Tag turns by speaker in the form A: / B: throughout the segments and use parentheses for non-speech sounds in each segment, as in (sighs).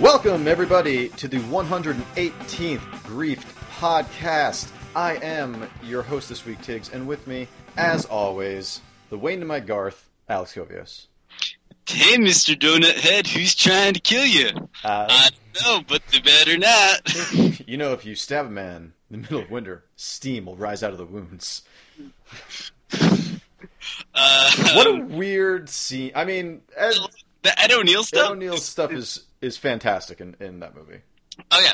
A: Welcome, everybody, to the 118th Griefed podcast. I am your host this week, Tiggs, and with me, as always, the Wayne to my Garth, Alex Covios.
B: Hey, Mr. Donut Head, who's trying to kill you?
A: Uh,
B: I don't know, but they better
A: (laughs)
B: not.
A: you know, if you stab a man in the middle of winter, steam will rise out of the wounds.
B: Uh,
A: What a weird scene. I mean, Ed,
B: (laughs) the Ed O'Neill
A: Ed
B: stuff?
A: O'Neill's stuff is, is fantastic in, in that movie.
B: oh, yeah.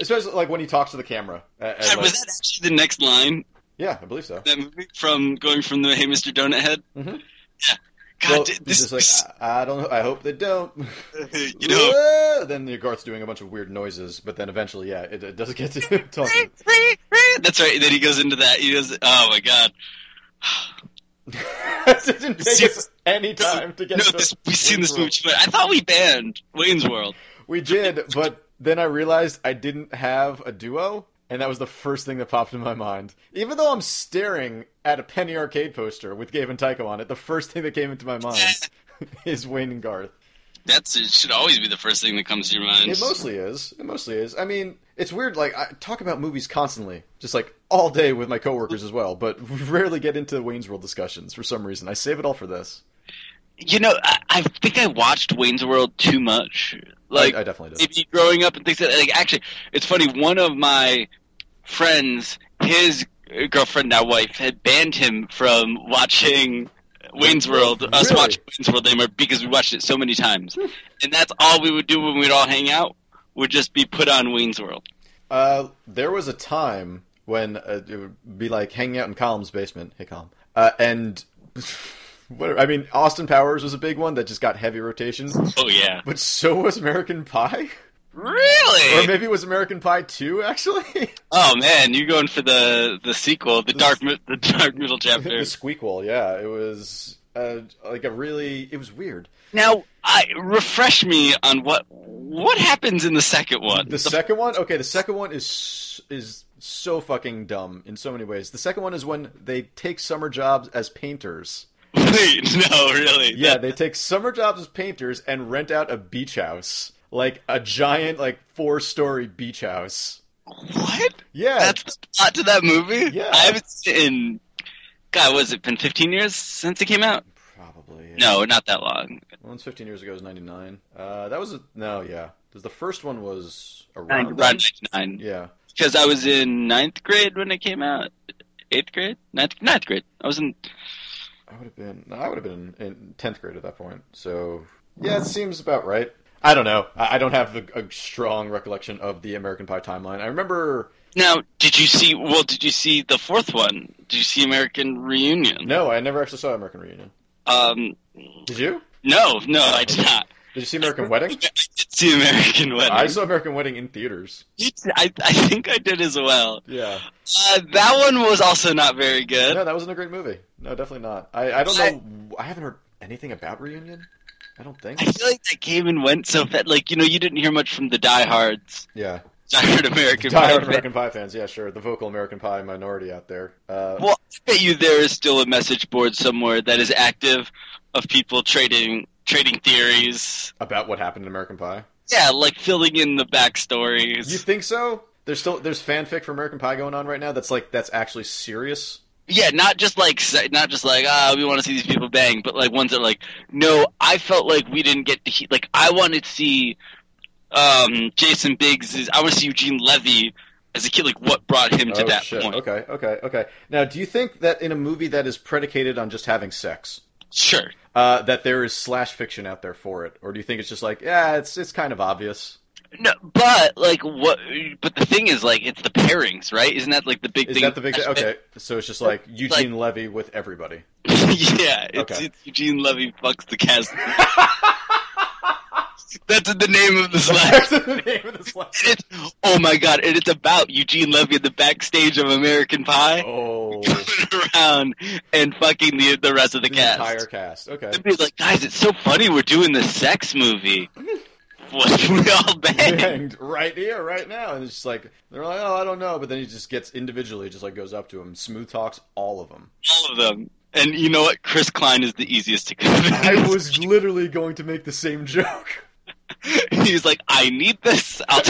A: Especially like when he talks to the camera. uh, and,
B: God,
A: like-
B: was that actually the next line,
A: yeah, I believe so.
B: that movie, from going from the Hey, Mr. Donut Head?
A: Mhm.
B: Yeah. God,
A: Well,
B: di-
A: he's
B: this
A: just "Ah." like, I, I don't know. I hope they don't. (laughs)
B: (laughs) you know,
A: Whoa! then the Garth's doing a bunch of weird noises, but then eventually, yeah, it, it does get to (laughs) him talking.
B: that's right. Then he goes into that. He goes, oh, my God.
A: it didn't take us any time to get
B: No,
A: to
B: this, we've seen
A: Wayne's
B: this
A: World.
B: movie. too much. I thought we banned Wayne's World.
A: We did, but then I realized I didn't have a duo, and that was the first thing that popped in my mind. Even though I'm staring at a Penny Arcade poster with Gabe and Tycho on it, the first thing that came into my mind (laughs) is Wayne and Garth.
B: That's it. Should always be the first thing that comes to your mind.
A: It mostly is. It mostly is. I mean, it's weird. Like I talk about movies constantly, just like all day with my coworkers as well, but (laughs) we rarely get into Wayne's World discussions for some reason. I save it all for this.
B: You know, I, I think I watched Wayne's World too much. Like
A: I, I definitely did.
B: maybe growing up and things like that. Like, actually, it's funny. One of my friends, his girlfriend now wife, had banned him from watching Wayne's World. Us
A: Really?
B: watching Wayne's World anymore because we watched it so many times, and that's all we would do when we'd all hang out. Would just be put on Wayne's World.
A: Uh, there was a time when uh, it would be like hanging out in Column's basement. Hey, Column. Uh, and (laughs) whatever. I mean, Austin Powers was a big one that just got heavy rotation,
B: Oh yeah,
A: but so was American Pie, or
B: really?
A: maybe it was American Pie Two (laughs) actually.
B: oh man, you're going for the the sequel, the
A: The-
B: dark mi- the dark middle
A: (laughs)
B: chapter.
A: the squeak wall, yeah. It was uh, like a really. It was weird.
B: Now, I refresh me on what what happens in the second one. (laughs)
A: The second one, okay, the second one is is so fucking dumb in so many ways. The second one is when they take summer jobs as painters.
B: Wait, no, really?
A: Yeah, they take summer jobs as painters and rent out a beach house, like a giant, like four story beach house.
B: What?
A: Yeah,
B: That's the plot to that movie?
A: Yeah.
B: I haven't seen it in God, was it been fifteen years since it came out?
A: probably. yeah.
B: No, not that long.
A: Well, it's 15 years ago. It was 99. Uh, that was a, no, yeah. 'Cause The first one was around. then.
B: Around ninety nine.
A: Yeah.
B: Because I was in ninth grade when it came out. Eighth grade? Ninth ninth grade. I was in
A: I would have been. no, I would have been in- in tenth grade at that point. So yeah,
B: Hmm.
A: it seems about right. I don't know. I I don't have a, a strong recollection of the American Pie timeline. I remember.
B: now, did you see? Well, did you see the fourth one? Did you see American Reunion?
A: No, I never actually saw American Reunion.
B: Um,
A: Did you?
B: no, no, I did not. (laughs)
A: Did you see American Wedding?
B: I did see American Wedding.
A: I
B: I,
A: saw American Wedding in theaters.
B: I, think I did as well.
A: Yeah.
B: Uh, that one was also not very good.
A: No, that wasn't a great movie. No, definitely not. I, I don't know. I haven't heard anything about Reunion. I don't
B: (laughs)
A: think.
B: I feel like that came and went so fast. Like you know, you didn't hear much from the diehards, (laughs)
A: Yeah.
B: diehard American.
A: Die
B: Pie
A: American Pie fans. Yeah, sure. The vocal American Pie minority out there. Uh,
B: fan. Well, I bet you there is still a message board somewhere that is active of people trading trading theories.
A: about what happened in American Pie.
B: Yeah, like filling in the backstories.
A: You think so? There's still there's fanfic for American Pie going on right now. That's like that's actually serious.
B: Yeah, not just like se- not just like ah, we want to see these people bang, but like ones that like no, I felt like we didn't get to he- like I wanted to see um Jason Biggs. Is, I want to see Eugene Levy as a kid. Like what brought him to
A: oh
B: that
A: shit.
B: point?
A: Okay, okay, okay. Now, do you think that in a movie that is predicated on just having sex,
B: Sure.
A: uh, that there is slash fiction out there for it, or do you think it's just like yeah, it's it's kind of obvious?
B: No, but like what? But the thing is, like it's the pairings, right? Isn't that like the big
A: Is
B: thing?
A: that the big okay? So it's just like Eugene Levy with everybody.
B: (laughs) yeah, it's,
A: Okay.
B: it's Eugene Levy fucks the
A: (laughs)
B: cast. (laughs) That's the name of the slash.
A: (laughs) That's the name of the
B: (laughs)
A: slash.
B: And it's, oh my god, and it's about Eugene Levy at the backstage of American Pie,
A: Oh,
B: (laughs) going around and fucking the the rest of the,
A: the
B: cast.
A: entire cast. Okay.
B: And he's like, guys, it's so funny we're doing this
A: (laughs)
B: sex movie. What we all bang.
A: banged (laughs) right here, right now. And it's just like they're like, oh, I don't know. But then he just gets individually, just like goes up to him, smooth talks all of them.
B: all of them. And you (laughs) know what? Chris Klein is the easiest to convince.
A: I was literally going to make the same joke. (laughs)
B: (laughs) He's like, I need this. I'll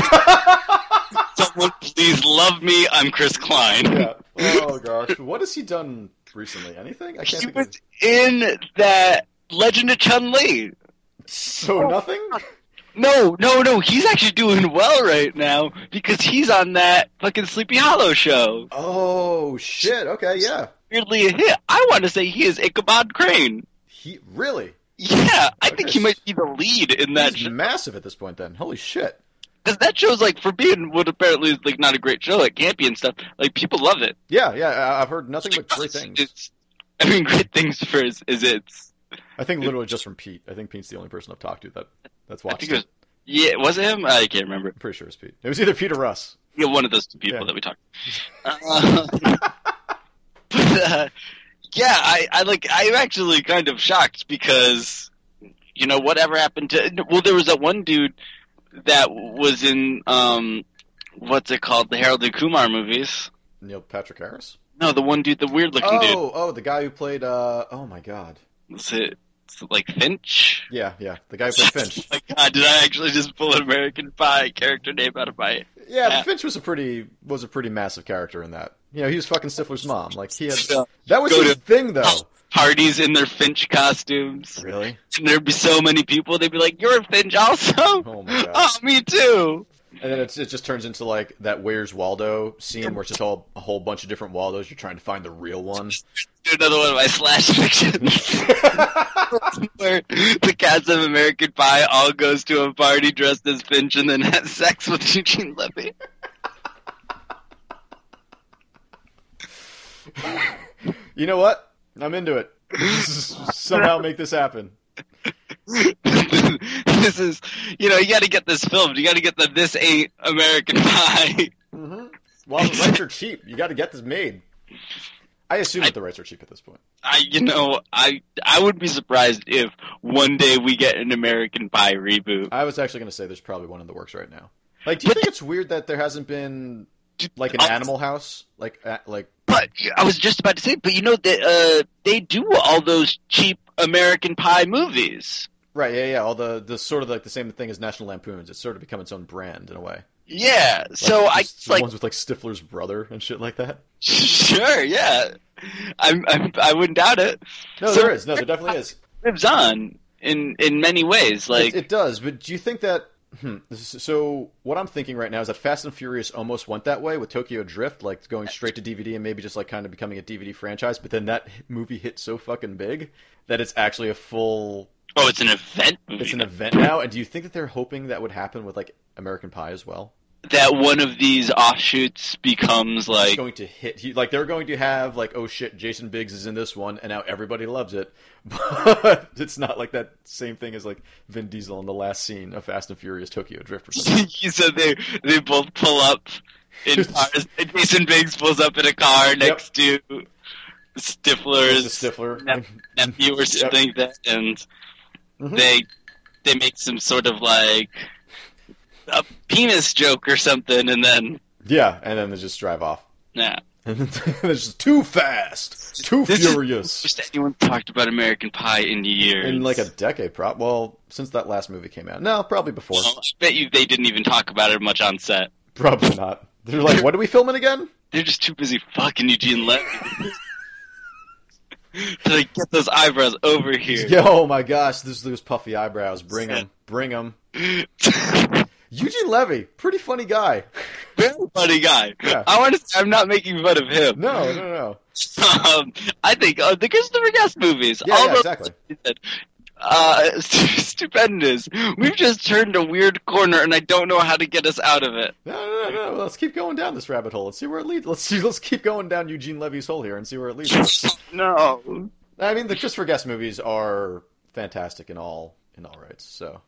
B: someone please love me. I'm Chris Klein.
A: yeah. Oh gosh, what has he done recently? Anything? I can't
B: He
A: think of
B: was in that Legend of Chun Li. Oh,
A: So nothing.
B: No, no, no. He's actually doing well right now because he's on that fucking Sleepy Hollow show.
A: Oh shit. Okay, yeah.
B: Weirdly, a hit. I want to say he is Ichabod Crane.
A: He really
B: Yeah, I think
A: Okay.
B: he might be the lead in that
A: he's
B: show.
A: massive at this point. Then holy shit.
B: Because that show's like for being what apparently is like not a great show, like campy and stuff. Like people love it.
A: Yeah, yeah. I- I've heard nothing but
B: (laughs)
A: great
B: It's-
A: things.
B: It's, I mean, great things for is, is it's.
A: I think literally just from Pete. I think Pete's the only person I've talked to that that's
B: I
A: watched.
B: think
A: It
B: it was. Yeah, was it him? I can't remember.
A: I'm pretty sure it's Pete. It was either Pete or Russ.
B: Yeah, one of those two people
A: Yeah.
B: that
A: (laughs)
B: we talked. Uh, (laughs) but, uh, yeah, I, I like. I'm actually kind of shocked because you know whatever happened to. Well, there was that one dude that was in um, what's it called, the Harold and Kumar movies.
A: Neil Patrick Harris.
B: No, the one dude, the weird looking
A: Oh, oh, the guy who played. uh Oh my god.
B: dude. Was it, was it like Finch?
A: Yeah, yeah. The guy who played
B: (laughs)
A: Finch.
B: My God, did I actually just pull an American Pie character name out of my?
A: Yeah,
B: Yeah.
A: but Finch was a pretty was a pretty massive character in that. You know, he was fucking Stifler's mom. Like he had
B: Yeah.
A: that was
B: Go
A: his
B: to-
A: thing though.
B: Parties in their Finch costumes.
A: Really?
B: and there'd be so many people. They'd be like, "You're a Finch, also."
A: Oh
B: (laughs)
A: my God.
B: Oh, me too.
A: And then it's, it just turns into like that Where's Waldo scene where it's just all a whole bunch of different Waldos. You're trying to find the real one.
B: (laughs)
A: (laughs)
B: Do another one of my slash (laughs) fictions where the cast of American Pie all goes to a party dressed as Finch and then (laughs) has sex with Eugene Levy. (laughs)
A: you know what? I'm into it. (laughs) Somehow make this happen.
B: this is, you know, you got to get this filmed. You got to get the "This Ain't American Pie." (laughs)
A: Mm-hmm. Well, the rights are cheap. You got to get this made. I assume that the rights are cheap at this point.
B: I, you know, I I would be surprised if one day we get an American Pie reboot.
A: I was actually going to say there's probably one in the works right now. Like, do you think it's weird that there hasn't been like an
B: I-
A: Animal House? Like, a like
B: But I was just about to say, but you know that uh, they do all those cheap American Pie movies.
A: right? Yeah, yeah. All the the sort of like the same thing as National Lampoons. It's sort of become its own brand in a way.
B: Yeah, so
A: Like,
B: I
A: just the
B: like
A: ones with like Stifler's brother and shit like that.
B: (laughs) sure, yeah. I'm, I'm I wouldn't doubt it.
A: No,
B: So-
A: there is. No, there definitely is.
B: Lives on in in many ways.
A: it,
B: Like
A: it does, but do you think that? Hmm, this is- so what I'm thinking right now is that Fast and Furious almost went that way with Tokyo Drift, like going straight to DVD and maybe just like kind of becoming a DVD franchise. But then that movie hit so fucking big that it's actually a full,
B: oh, it's an event movie.
A: it's an event now. And do you think that they're hoping that would happen with like American Pie as well?
B: that one of these offshoots becomes
A: It's
B: like (laughs)
A: going to hit, he- like they're going to have like, oh shit, Jason Biggs is in this one, and now everybody loves it. (laughs) But it's not like that same thing as like Vin Diesel in the last scene of Fast and Furious Tokyo Drift or something.
B: so they they both pull up
A: (laughs)
B: in cars. and Jason Biggs pulls up in a car next to
A: There's the
B: Stifler's
A: Stifler.
B: Yep. nephew or something like that, and
A: Mhm.
B: they they make some sort of like a penis joke or something, and then
A: (laughs) Yeah, and then they just drive off. (laughs)
B: yeah.
A: And then it's just too fast, too
B: This is-
A: furious.
B: Just anyone talked about American Pie in years.
A: In like a decade, prop. Well, since that last movie came out, no, probably before.
B: Oh, I bet you they didn't even talk about it much on set.
A: Probably not. They're like, what are we filming again?
B: They're just too busy fucking Eugene Levy. (laughs) They're like, get those eyebrows over here.
A: Yeah, oh my gosh, this those puffy eyebrows. Bring them, bring them. Eugene Levy, pretty funny guy. (laughs)
B: Very (laughs) funny guy.
A: Yeah.
B: I want to. I'm not making fun of him.
A: No, no, no.
B: (laughs) um, I think uh, the Christopher Guest movies.
A: Yeah,
B: all
A: yeah,
B: those-
A: exactly.
B: Uh, (laughs) stupendous. We've just turned a weird corner, and I don't know how to get us out of it.
A: No, no, no, no. Let's keep going down this rabbit hole. Let's see where it leads. Let's see. Let's keep going down Eugene Levy's hole here and see where it leads. us. (laughs)
B: No.
A: I mean, the Christopher Guest movies are fantastic in all in all rights. So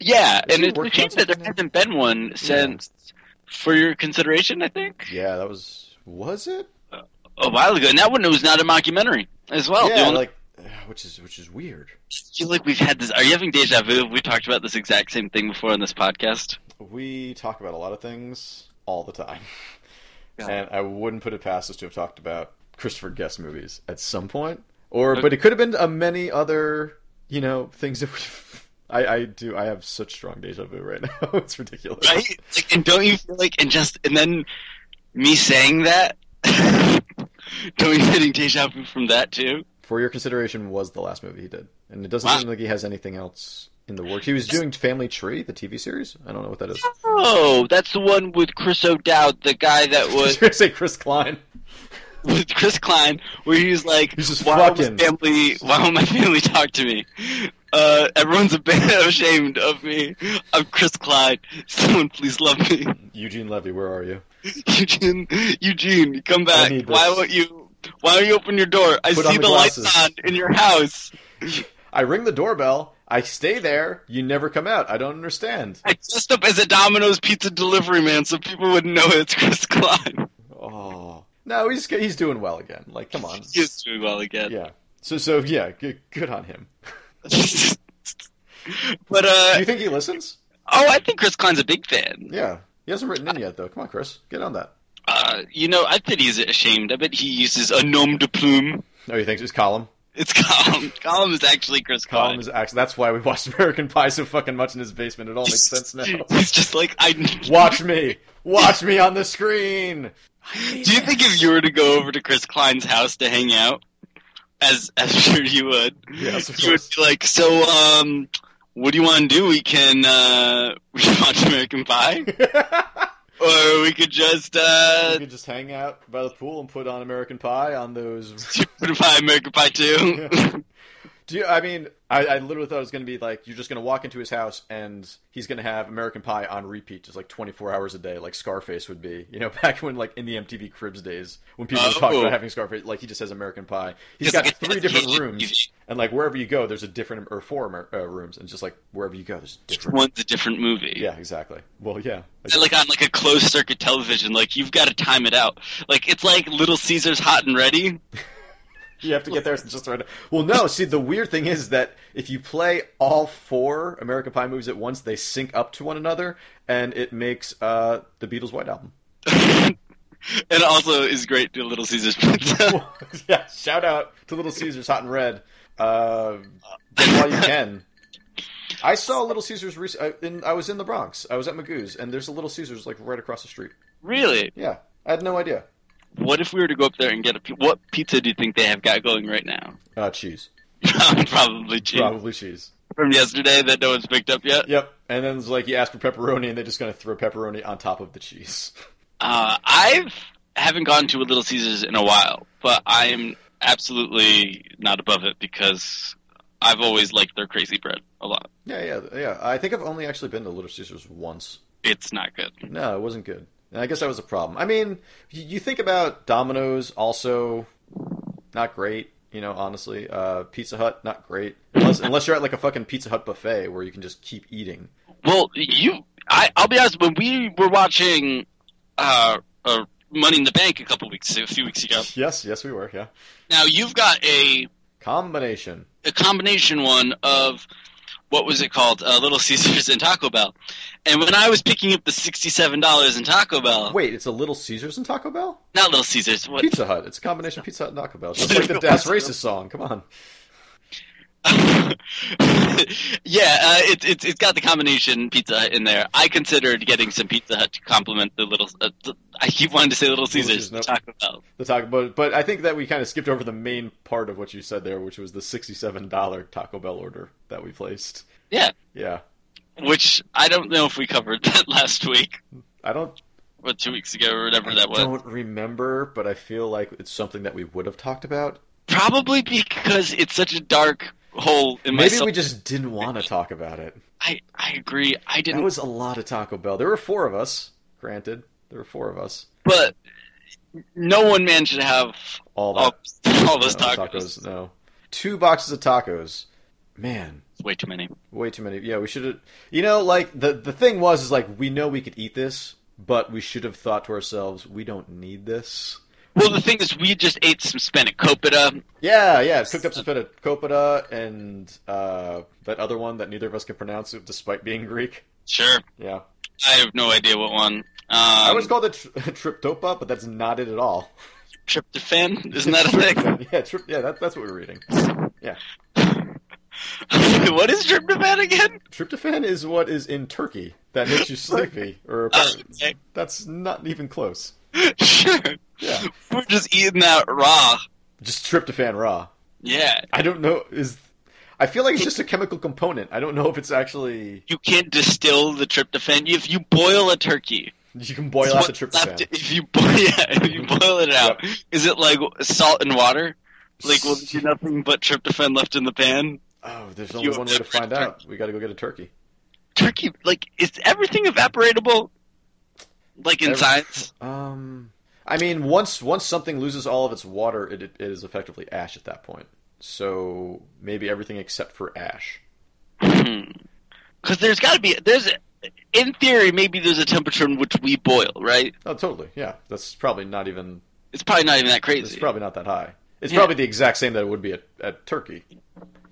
B: Yeah,
A: Is
B: and
A: he
B: it's a
A: working
B: shame
A: on
B: that there
A: something now?
B: hasn't been one since for your consideration. I think
A: yeah, that was was it?
B: a while ago, and that one was not a mockumentary as well. The
A: yeah,
B: only-
A: like (sighs) uh, which is which is weird.
B: I feel like we've had this. Are you having deja vu? We talked about this exact same thing before on this podcast.
A: We talk about a lot of things all the time,
B: Yeah.
A: and I wouldn't put it past us to have talked about Christopher Guest movies at some point, or
B: Okay.
A: uh, but it could have been a many other you know things that (laughs) we've I, I do. I have such strong deja vu right (laughs) now. it's ridiculous.
B: right? Like, and don't you feel like, and just, and then me saying that, (laughs) don't you getting deja vu from that too?
A: For your consideration was the last movie he did, and it doesn't
B: Wow.
A: seem like he has anything else in the works. He was doing Family Tree, the TV series. I don't know what that is.
B: Oh, that's the one with Chris O'Dowd, the guy
A: (laughs)
B: that
A: I was
B: was
A: gonna say Chris Klein.
B: with Chris Klein, where he's like,
A: He's just
B: "Why won't
A: fucking-
B: my family? Why won't my family talk to me? Uh, everyone's (laughs) a bit ashamed of me. I'm Chris Klein. Someone please love me." (laughs)
A: Eugene Levy, where are you?
B: Eugene, Eugene, come back.
A: need
B: Why
A: this.
B: won't you? Why don't you open your door? I
A: Put on
B: see
A: the
B: the, lights on
A: glasses.
B: in your house.
A: I ring the doorbell. I stay there. You never come out. I don't understand.
B: I dressed up as a Domino's pizza delivery man so people wouldn't know it's Chris Klein.
A: Oh no, he's he's doing well again. Like, come on.
B: He is doing well again.
A: Yeah. So so yeah, good, good on him.
B: (laughs) but
A: Do
B: uh
A: you think he listens?
B: oh, I think Chris Klein's a big fan.
A: Yeah. He hasn't written in yet though. Come on, Chris, get on that.
B: Uh, you know, I bet he's ashamed. I bet he uses a nom de plume.
A: Oh, you think it's Column?
B: It's (laughs) Column. Column is actually Chris
A: Column
B: Klein.
A: is actually that's why we watched (laughs) American Pie so fucking much in his basement. It all makes sense now.
B: (laughs) He's just like I. Do
A: Watch me, watch me on the screen.
B: you think if you were to go over to Chris Klein's house to hang out, as as I'm sure you would,
A: Yes, of
B: you would
A: course.
B: be like, so um, what do you want to do? We can uh, (laughs) we can watch American Pie. Or we could
A: (laughs)
B: just
A: you (laughs)
B: uh (laughs)
A: could just hang out by the pool and put on American Pie on those.
B: put a pie American Pie too.
A: Do you, I mean, I, I literally thought it was going to be like you're just going to walk into his house and he's going to have American Pie on repeat, just like 24 hours a day, like Scarface would be. You know, (laughs) back when like in the MTV Cribs days when people would talk
B: Oh.
A: about having Scarface, like he just has American Pie. He's
B: Just
A: got
B: like a-
A: three different
B: easy,
A: rooms,
B: easy.
A: and like wherever you go, there's a different or four Amer- uh, rooms, and just like wherever you go, there's
B: Each
A: different.
B: one's a different movie.
A: Yeah, exactly. Well, yeah.
B: And, Like on like a closed circuit television, like you've got to time it out. Like it's like Little Caesar's Hot and Ready. (laughs)
A: (laughs) You have to get there just right. Well, no. See, the weird thing is that if you play all four American Pie movies at once, they sync up to one another, and it makes uh, the Beatles' White Album. (laughs)
B: and it also is great to Little Caesar's Pizza. (laughs)
A: yeah, shout out to Little Caesars Hot and Red. Uh, get while you can. I saw Little Caesars. Rec- I, in, I was in the Bronx. I was at Magoo's, and there's a Little Caesars like right across the street.
B: really?
A: Yeah, I had no idea.
B: What if we were to go up there and get a pi- what pizza do you think they have got going right now? (laughs)
A: Uh, cheese,
B: Probably cheese
A: probably cheese.
B: from yesterday that no one's picked up yet.
A: Yep. And then it's like you ask for pepperoni, and they're just gonna throw pepperoni on top of the cheese.
B: Uh, I've haven't gone to a Little Caesars in a while, but I'm absolutely not above it because I've always liked their crazy bread a lot.
A: Yeah, yeah, yeah. I think I've only actually been to Little Caesars once.
B: It's not good.
A: No, it wasn't good. And I guess that was a problem. I mean, y- you think about Domino's, also not great. You know, honestly, uh, Pizza Hut not great. Unless unless you're at like a fucking Pizza Hut buffet where you can just keep eating.
B: Well, you, I, I'll be honest. When we were watching uh, uh, Money in the Bank a couple weeks, a few weeks ago,
A: Yes, yes, we were. Yeah,
B: now you've got a
A: combination.
B: a combination one of what was it called, uh, Little Caesars and Taco Bell. And when I was picking up the sixty-seven dollars in Taco Bell,
A: Wait, it's a Little Caesars and Taco Bell.
B: not Little Caesars, what (laughs)
A: Pizza Hut. It's a combination of Pizza Hut and Taco Bell. It's just like the Das Racist song. Come on.
B: yeah, uh, it, it, it's got the combination pizza Hut in there. I considered getting some Pizza Hut to complement the little. Uh, th- I keep wanting to say Little Caesars,
A: Caesars, nope.
B: Taco Bell.
A: The Taco Bell, but I think that we kind of skipped over the main part of what you said there, which was the sixty-seven dollar Taco Bell order that we placed.
B: Yeah.
A: yeah.
B: Which I don't know if we covered (laughs) that last week
A: I don't
B: or two weeks ago or whatever that was.
A: don't remember, but I feel like it's something that we would have talked about.
B: Probably because it's such a dark hole in my
A: Maybe
B: soul.
A: we just didn't want to talk about it.
B: I I agree. I
A: That
B: didn't,
A: was a lot of Taco Bell. There were four of us. Granted, there were four of us.
B: but no one man should have
A: All
B: all,
A: that
B: all those
A: no,
B: tacos.
A: No, two boxes of tacos. Man,
B: Way too many.
A: way too many. Yeah, we should have. You know, like the the thing was is like we know we could eat this, but we should have thought to ourselves, we don't need this.
B: Well, the thing is, we just ate some spanakopita.
A: Yeah, yeah. Cooked up some feta copita and uh, that other one that neither of us can pronounce, despite being Greek.
B: Sure.
A: Yeah.
B: I have no idea what one. Um,
A: I always called it (laughs) tri- Triptopa, but that's not it at all. (laughs)
B: tryptophan. Isn't that a thing?
A: yeah, trip, yeah, that, that's what we're reading.
B: (laughs) what is tryptophan again?
A: Tryptophan is what is in Turkey that makes you sleepy, or
B: Oh, okay.
A: that's not even close.
B: (laughs) Sure.
A: Yeah,
B: We're just eating that raw.
A: just tryptophan raw.
B: Yeah.
A: I don't know. Is I feel like it's just a chemical component. I don't know if it's actually
B: You can't distill the tryptophan. If you boil a turkey,
A: you can boil out the
B: what's
A: tryptophan. Mm-hmm.
B: left- if you boil, (laughs) yeah, if you boil it out, is it like salt and water? Like, will there be nothing but tryptophan left in the pan?
A: Oh, there's
B: You
A: only one way to
B: have to
A: find
B: turkey.
A: out. We got to go get a turkey.
B: Turkey, like, is everything evaporatable? Like in
A: Every-
B: science?
A: Um, I mean, once once something loses all of its water, it, it is effectively ash at that point. So maybe everything except for ash.
B: Because Hmm. there's got to be there's, in theory, maybe there's a temperature in which we boil, right?
A: Oh, totally. Yeah, that's probably not even.
B: It's probably not even that
A: It's
B: crazy.
A: probably not that high. It's
B: Yeah.
A: probably the exact same that it would be at, at Turkey.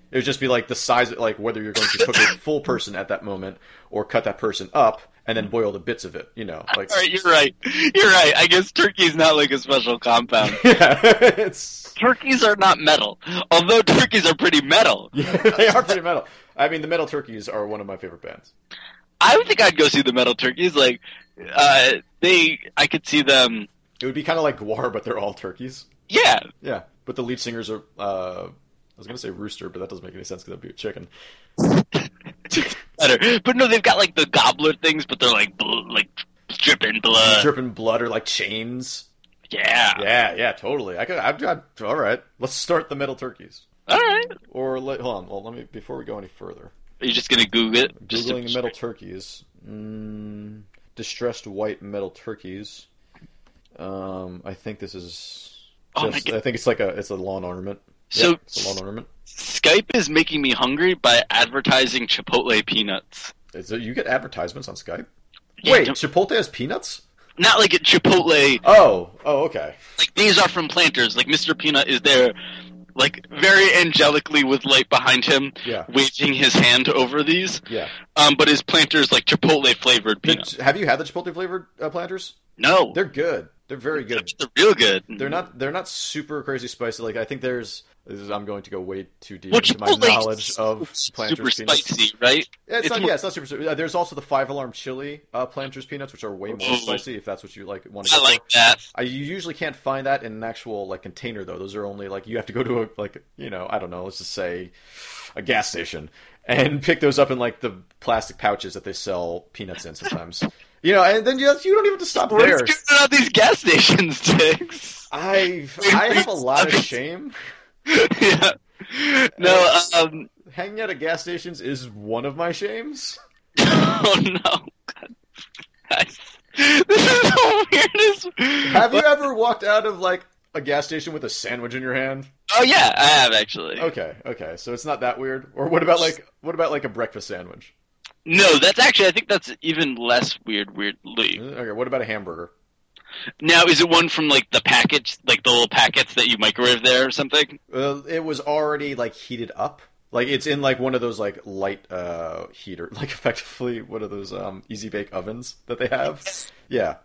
A: It would just be like the size, of, like whether you're going to cook
B: (laughs)
A: a full person at that moment or cut that person up and then boil the bits of it. You know, like
B: Mm-hmm. All right, you're right. You're right. I guess turkey's not like a special compound.
A: (laughs) yeah, (laughs) it's
B: turkeys are not metal, although turkeys are pretty metal.
A: yeah, (laughs) they are pretty metal. I mean, the metal turkeys are one of my favorite bands.
B: I would think I'd go see the metal turkeys. Like, uh, they, I could see them.
A: It would be kind of like Guar, but they're all turkeys.
B: Yeah,
A: Yeah, but the lead singers are. Uh, I was gonna say rooster, but that doesn't make any sense because that'd be a chicken.
B: better. But no, they've got like the gobbler things, but they're like, bl- like dripping blood. Ah.
A: Dripping blood or like chains.
B: yeah.
A: Yeah, yeah, totally. I could. I've got. All right, let's start the metal turkeys.
B: All right.
A: Or let, hold on. Well, let me before we go any further.
B: Are you just gonna Google it? Just to-
A: Googling metal turkeys. Mm, distressed white metal turkeys. Um, I think this is.
B: Oh my
A: just-
B: God.
A: I think it's like a it's a lawn ornament.
B: So-
A: Yep, it's a lawn ornament.
B: Skype is making me hungry by advertising Chipotle peanuts.
A: Is it, you get advertisements on Skype?
B: Yeah,
A: Wait,
B: don't-
A: Chipotle has peanuts?
B: not like at Chipotle.
A: Oh, oh, okay.
B: Like these are from planters. Like Mr. Peanut is there, like very angelically with light behind him,
A: Yeah.
B: waving his hand over these.
A: Yeah.
B: Um, but his planters like Chipotle flavored
A: Did-
B: peanuts.
A: have you had the chipotle flavored uh, planters?
B: No,
A: They're good. They're very good.
B: they're real good.
A: They're not. They're not super crazy spicy. Like I think there's. This is, I'm going to go way too deep
B: Well,
A: into my
B: Chipotle
A: knowledge
B: is
A: of planters
B: super
A: peanuts.
B: spicy, right?
A: Yeah, it's,
B: It's
A: not.
B: more-
A: yeah, it's not super. Uh, there's also the five alarm chili uh, planters peanuts, which are way more
B: Ooh.
A: spicy. If that's what you like, want to.
B: I
A: go
B: like
A: for.
B: that.
A: I you usually can't find that in an actual like container though. Those are only like you have to go to a like you know I don't know let's just say a gas station and pick those up in like the plastic pouches that they sell peanuts in sometimes. you know, and then you, you don't even have to stop
B: What is
A: there.
B: doing it on these gas stations, Diggs? (laughs)
A: I I have a lot of shame.
B: yeah. No, um, (laughs)
A: Hanging out at gas stations is one of my shames.
B: oh no. God. Guys, (laughs) This is the (laughs) weirdest.
A: Have you ever walked out of like a gas station with a sandwich in your hand?
B: Oh yeah, I have actually.
A: Okay, okay. So it's not that weird. Or what about like what about like a breakfast sandwich?
B: No, that's actually I think that's even less weird. Weirdly,
A: Okay, what about a hamburger?
B: now is it one from like the package, like the little packets that you microwave there or something?
A: Uh, it was already like heated up. Like it's in like one of those like light uh heater, (laughs) like effectively one of those um easy bake ovens that they have. Yeah.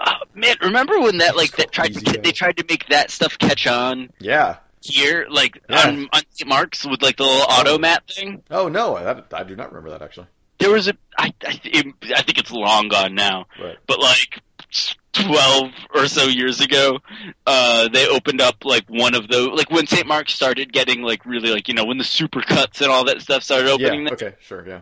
B: Oh, man, remember when that like that tried
A: Easy,
B: to,
A: yeah.
B: they tried to make that stuff catch on
A: Yeah.
B: here, like
A: Yeah.
B: on on St. Mark's with like the little automat thing?
A: Oh no, that, I do not remember that actually.
B: There was a I I, it, I think it's long gone now,
A: Right.
B: but like. 12 or so years ago uh they opened up like one of the like when St. Mark's started getting like really like you know when the supercuts and all that stuff started opening
A: Yeah. Okay. Sure. Yeah.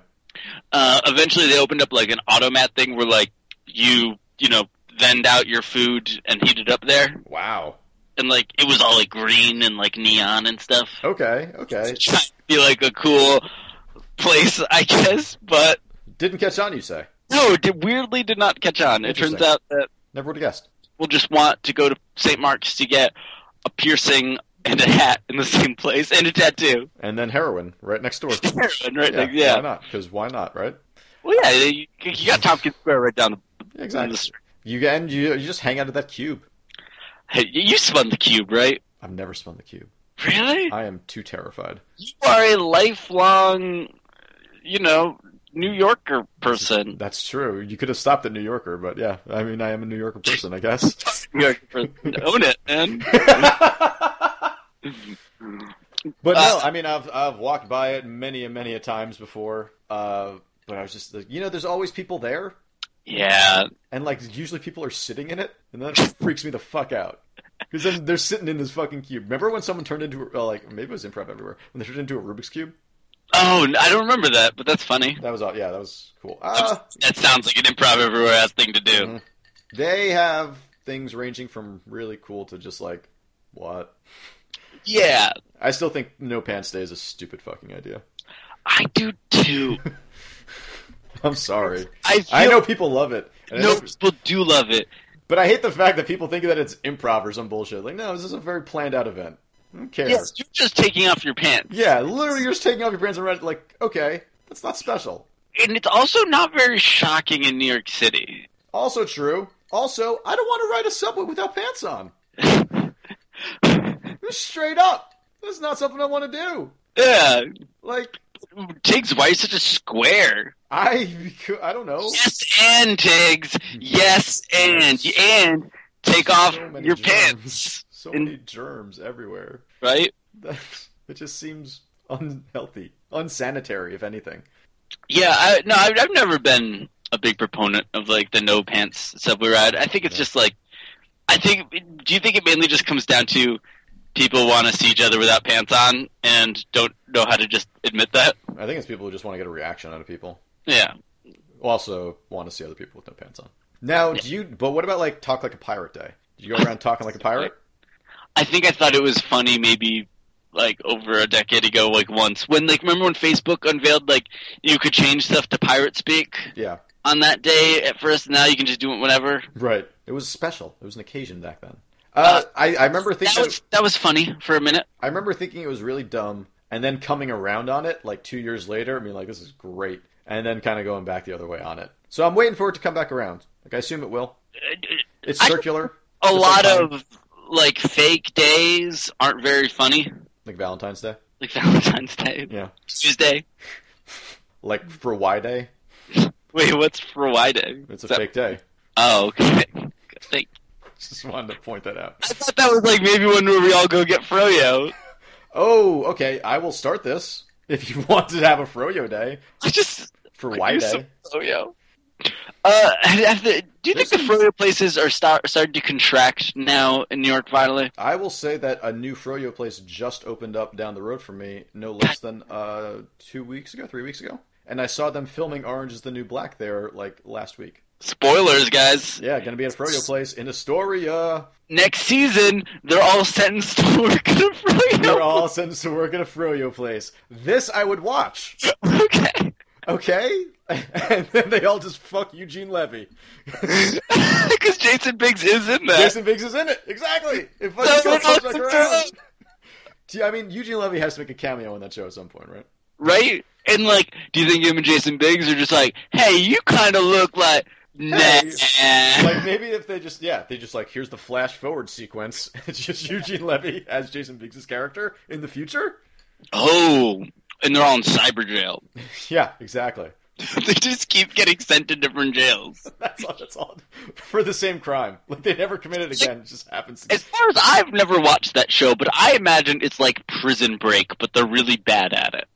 B: uh, eventually they opened up like an automat thing where like you you know vend out your food and heat it up there
A: Wow.
B: and like it was all like green and like neon and stuff
A: Okay. Okay.
B: trying to be like a cool place i guess but
A: Didn't catch on, you say?
B: no it did, weirdly did not catch on it turns
A: Interesting.
B: out that
A: Never would have guessed.
B: we'll just want to go to st mark's to get a piercing and a hat in the (laughs) same place and a tattoo
A: And then heroin right next door.
B: (laughs) Heroin, right? Like,
A: Why
B: yeah.
A: not? Because why not? Right.
B: well yeah you, you got tompkins square right down the
A: Yeah, exactly.
B: the street.
A: You and you, you just hang out at that cube.
B: hey, you spun the cube right
A: I've never spun the cube.
B: really
A: I am too terrified.
B: you are a lifelong, you know, New Yorker
A: (laughs)
B: person.
A: That's true. You could have stopped at New Yorker, but yeah, I mean, I am a New Yorker person, I guess. (laughs)
B: New Yorker person. Own it, man.
A: But
B: Uh,
A: no, I mean, I've I've walked by it many and many a times before. Uh, but I was just, like, you know, there's always people there,
B: Yeah,
A: and like usually people are sitting in it, and that (laughs) freaks me the fuck out. Because then they're sitting in this fucking cube. Remember when someone turned into a, well, like maybe it was improv everywhere when they turned into a Rubik's cube?
B: Oh, n- I don't remember that, but that's funny.
A: That was all. Yeah, that was cool. Uh,
B: That sounds like an improv everywhere ass thing to do.
A: Mhm. they have things ranging from really cool to just like what.
B: Yeah,
A: I still think no pants day is a stupid fucking idea.
B: I do
A: (laughs)
B: too.
A: I'm sorry.
B: I feel
A: I know people love it. and I
B: no
A: know-
B: people do love it.
A: But I hate the fact that people think that it's improv or some bullshit. Like, no, this is a very planned out event. I don't care.
B: Yes, you're just taking off your pants,
A: Yeah, literally, you're just taking off your pants and red. Like, okay, that's not special.
B: and it's also not very shocking in New York City. (laughs)
A: Also true. Also, I don't want to ride a subway without pants on. Just straight up, this is not something I want to do.
B: Yeah,
A: Like,
B: Tiggs, why are you such a square?
A: I, (laughs) I don't know.
B: Yes, and Tiggs, yes, and and take off
A: So many
B: your
A: germs.
B: pants,
A: So
B: And-
A: many germs everywhere. (laughs)
B: right?
A: That it just seems unhealthy, unsanitary, if anything.
B: Yeah, I, no, I've, I've never been a big proponent of like the no pants subway ride. I think it's
A: Yeah.
B: just like, I think. Do you think it mainly just comes down to people want to see each other without pants on and don't know how to just admit that?
A: I think it's people who just want to get a reaction out of people.
B: Yeah.
A: also want to see other people with no pants on. Now, do you? But what about like talk like a pirate day? Did you go around talking like a pirate?
B: I think I thought it was funny maybe like over a decade ago, like once when like remember when Facebook unveiled like you could change stuff to pirate speak
A: Yeah,
B: on that day at first. Now you can just do it whenever.
A: right. It was special. It was an occasion back then. Uh, I, I remember
B: That
A: thinking.
B: was that was funny for a minute.
A: I remember thinking it was really dumb, and then coming around on it like two years later. I mean, like this is great, and then kind of going back the other way on it. So I'm waiting for it to come back around. Like I assume it will. It's
B: I-
A: circular,
B: a
A: Just
B: lot
A: like
B: of like fake days aren't very funny.
A: like Valentine's Day.
B: Like (laughs) Valentine's Day,
A: Yeah,
B: Tuesday.
A: like for Y Day,
B: Wait, what's for why day?
A: it's a
B: Is that-
A: fake day.
B: Oh, okay. (laughs) Like,
A: (laughs) Just wanted to point that out.
B: I thought that was like maybe one where we all go get froyo.
A: Oh, okay. I will start this. If you (laughs) want to have a Froyo day
B: I just
A: for
B: I
A: Y
B: use some
A: Day,
B: froyo. Uh, have the- do you think the
A: There's some-
B: froyo places are start, starting to contract now in New York? Finally,
A: I will say that a new Froyo place just opened up down the road from me no less than uh, two weeks ago, three weeks ago. And I saw them filming Orange is the New Black there like last week.
B: spoilers, guys.
A: Yeah, gonna be at a Froyo place in Astoria.
B: Next season, they're all sentenced to (laughs) work at a
A: We're
B: froyo.
A: all sentenced to work at a Froyo place. This I would watch.
B: (laughs) okay.
A: Okay? (laughs) And then they all just fuck Eugene Levy.
B: (laughs) Because Jason Biggs is in that.
A: Jason Biggs is in it. Exactly. It fucking
B: So
A: comes
B: it all
A: back
B: comes
A: around.
B: around.
A: (laughs) Gee, I mean, Eugene Levy has to make a cameo in that show at some point, right?
B: right? And like, do you think him and Jason Biggs are just like, hey, you kind of look like nah?
A: Like maybe if they just yeah, they just like here's the flash forward sequence. (laughs) It's just Eugene Levy as Jason Biggs' character in the future.
B: oh, and they're all in cyber jail. (laughs)
A: Yeah, exactly.
B: they just keep getting sent to different jails.
A: That's all. That's all (laughs) for the same crime. Like they never commit it again. It just happens.
B: As far as I've never watched that show, but I imagine it's like Prison Break, but they're really bad at it.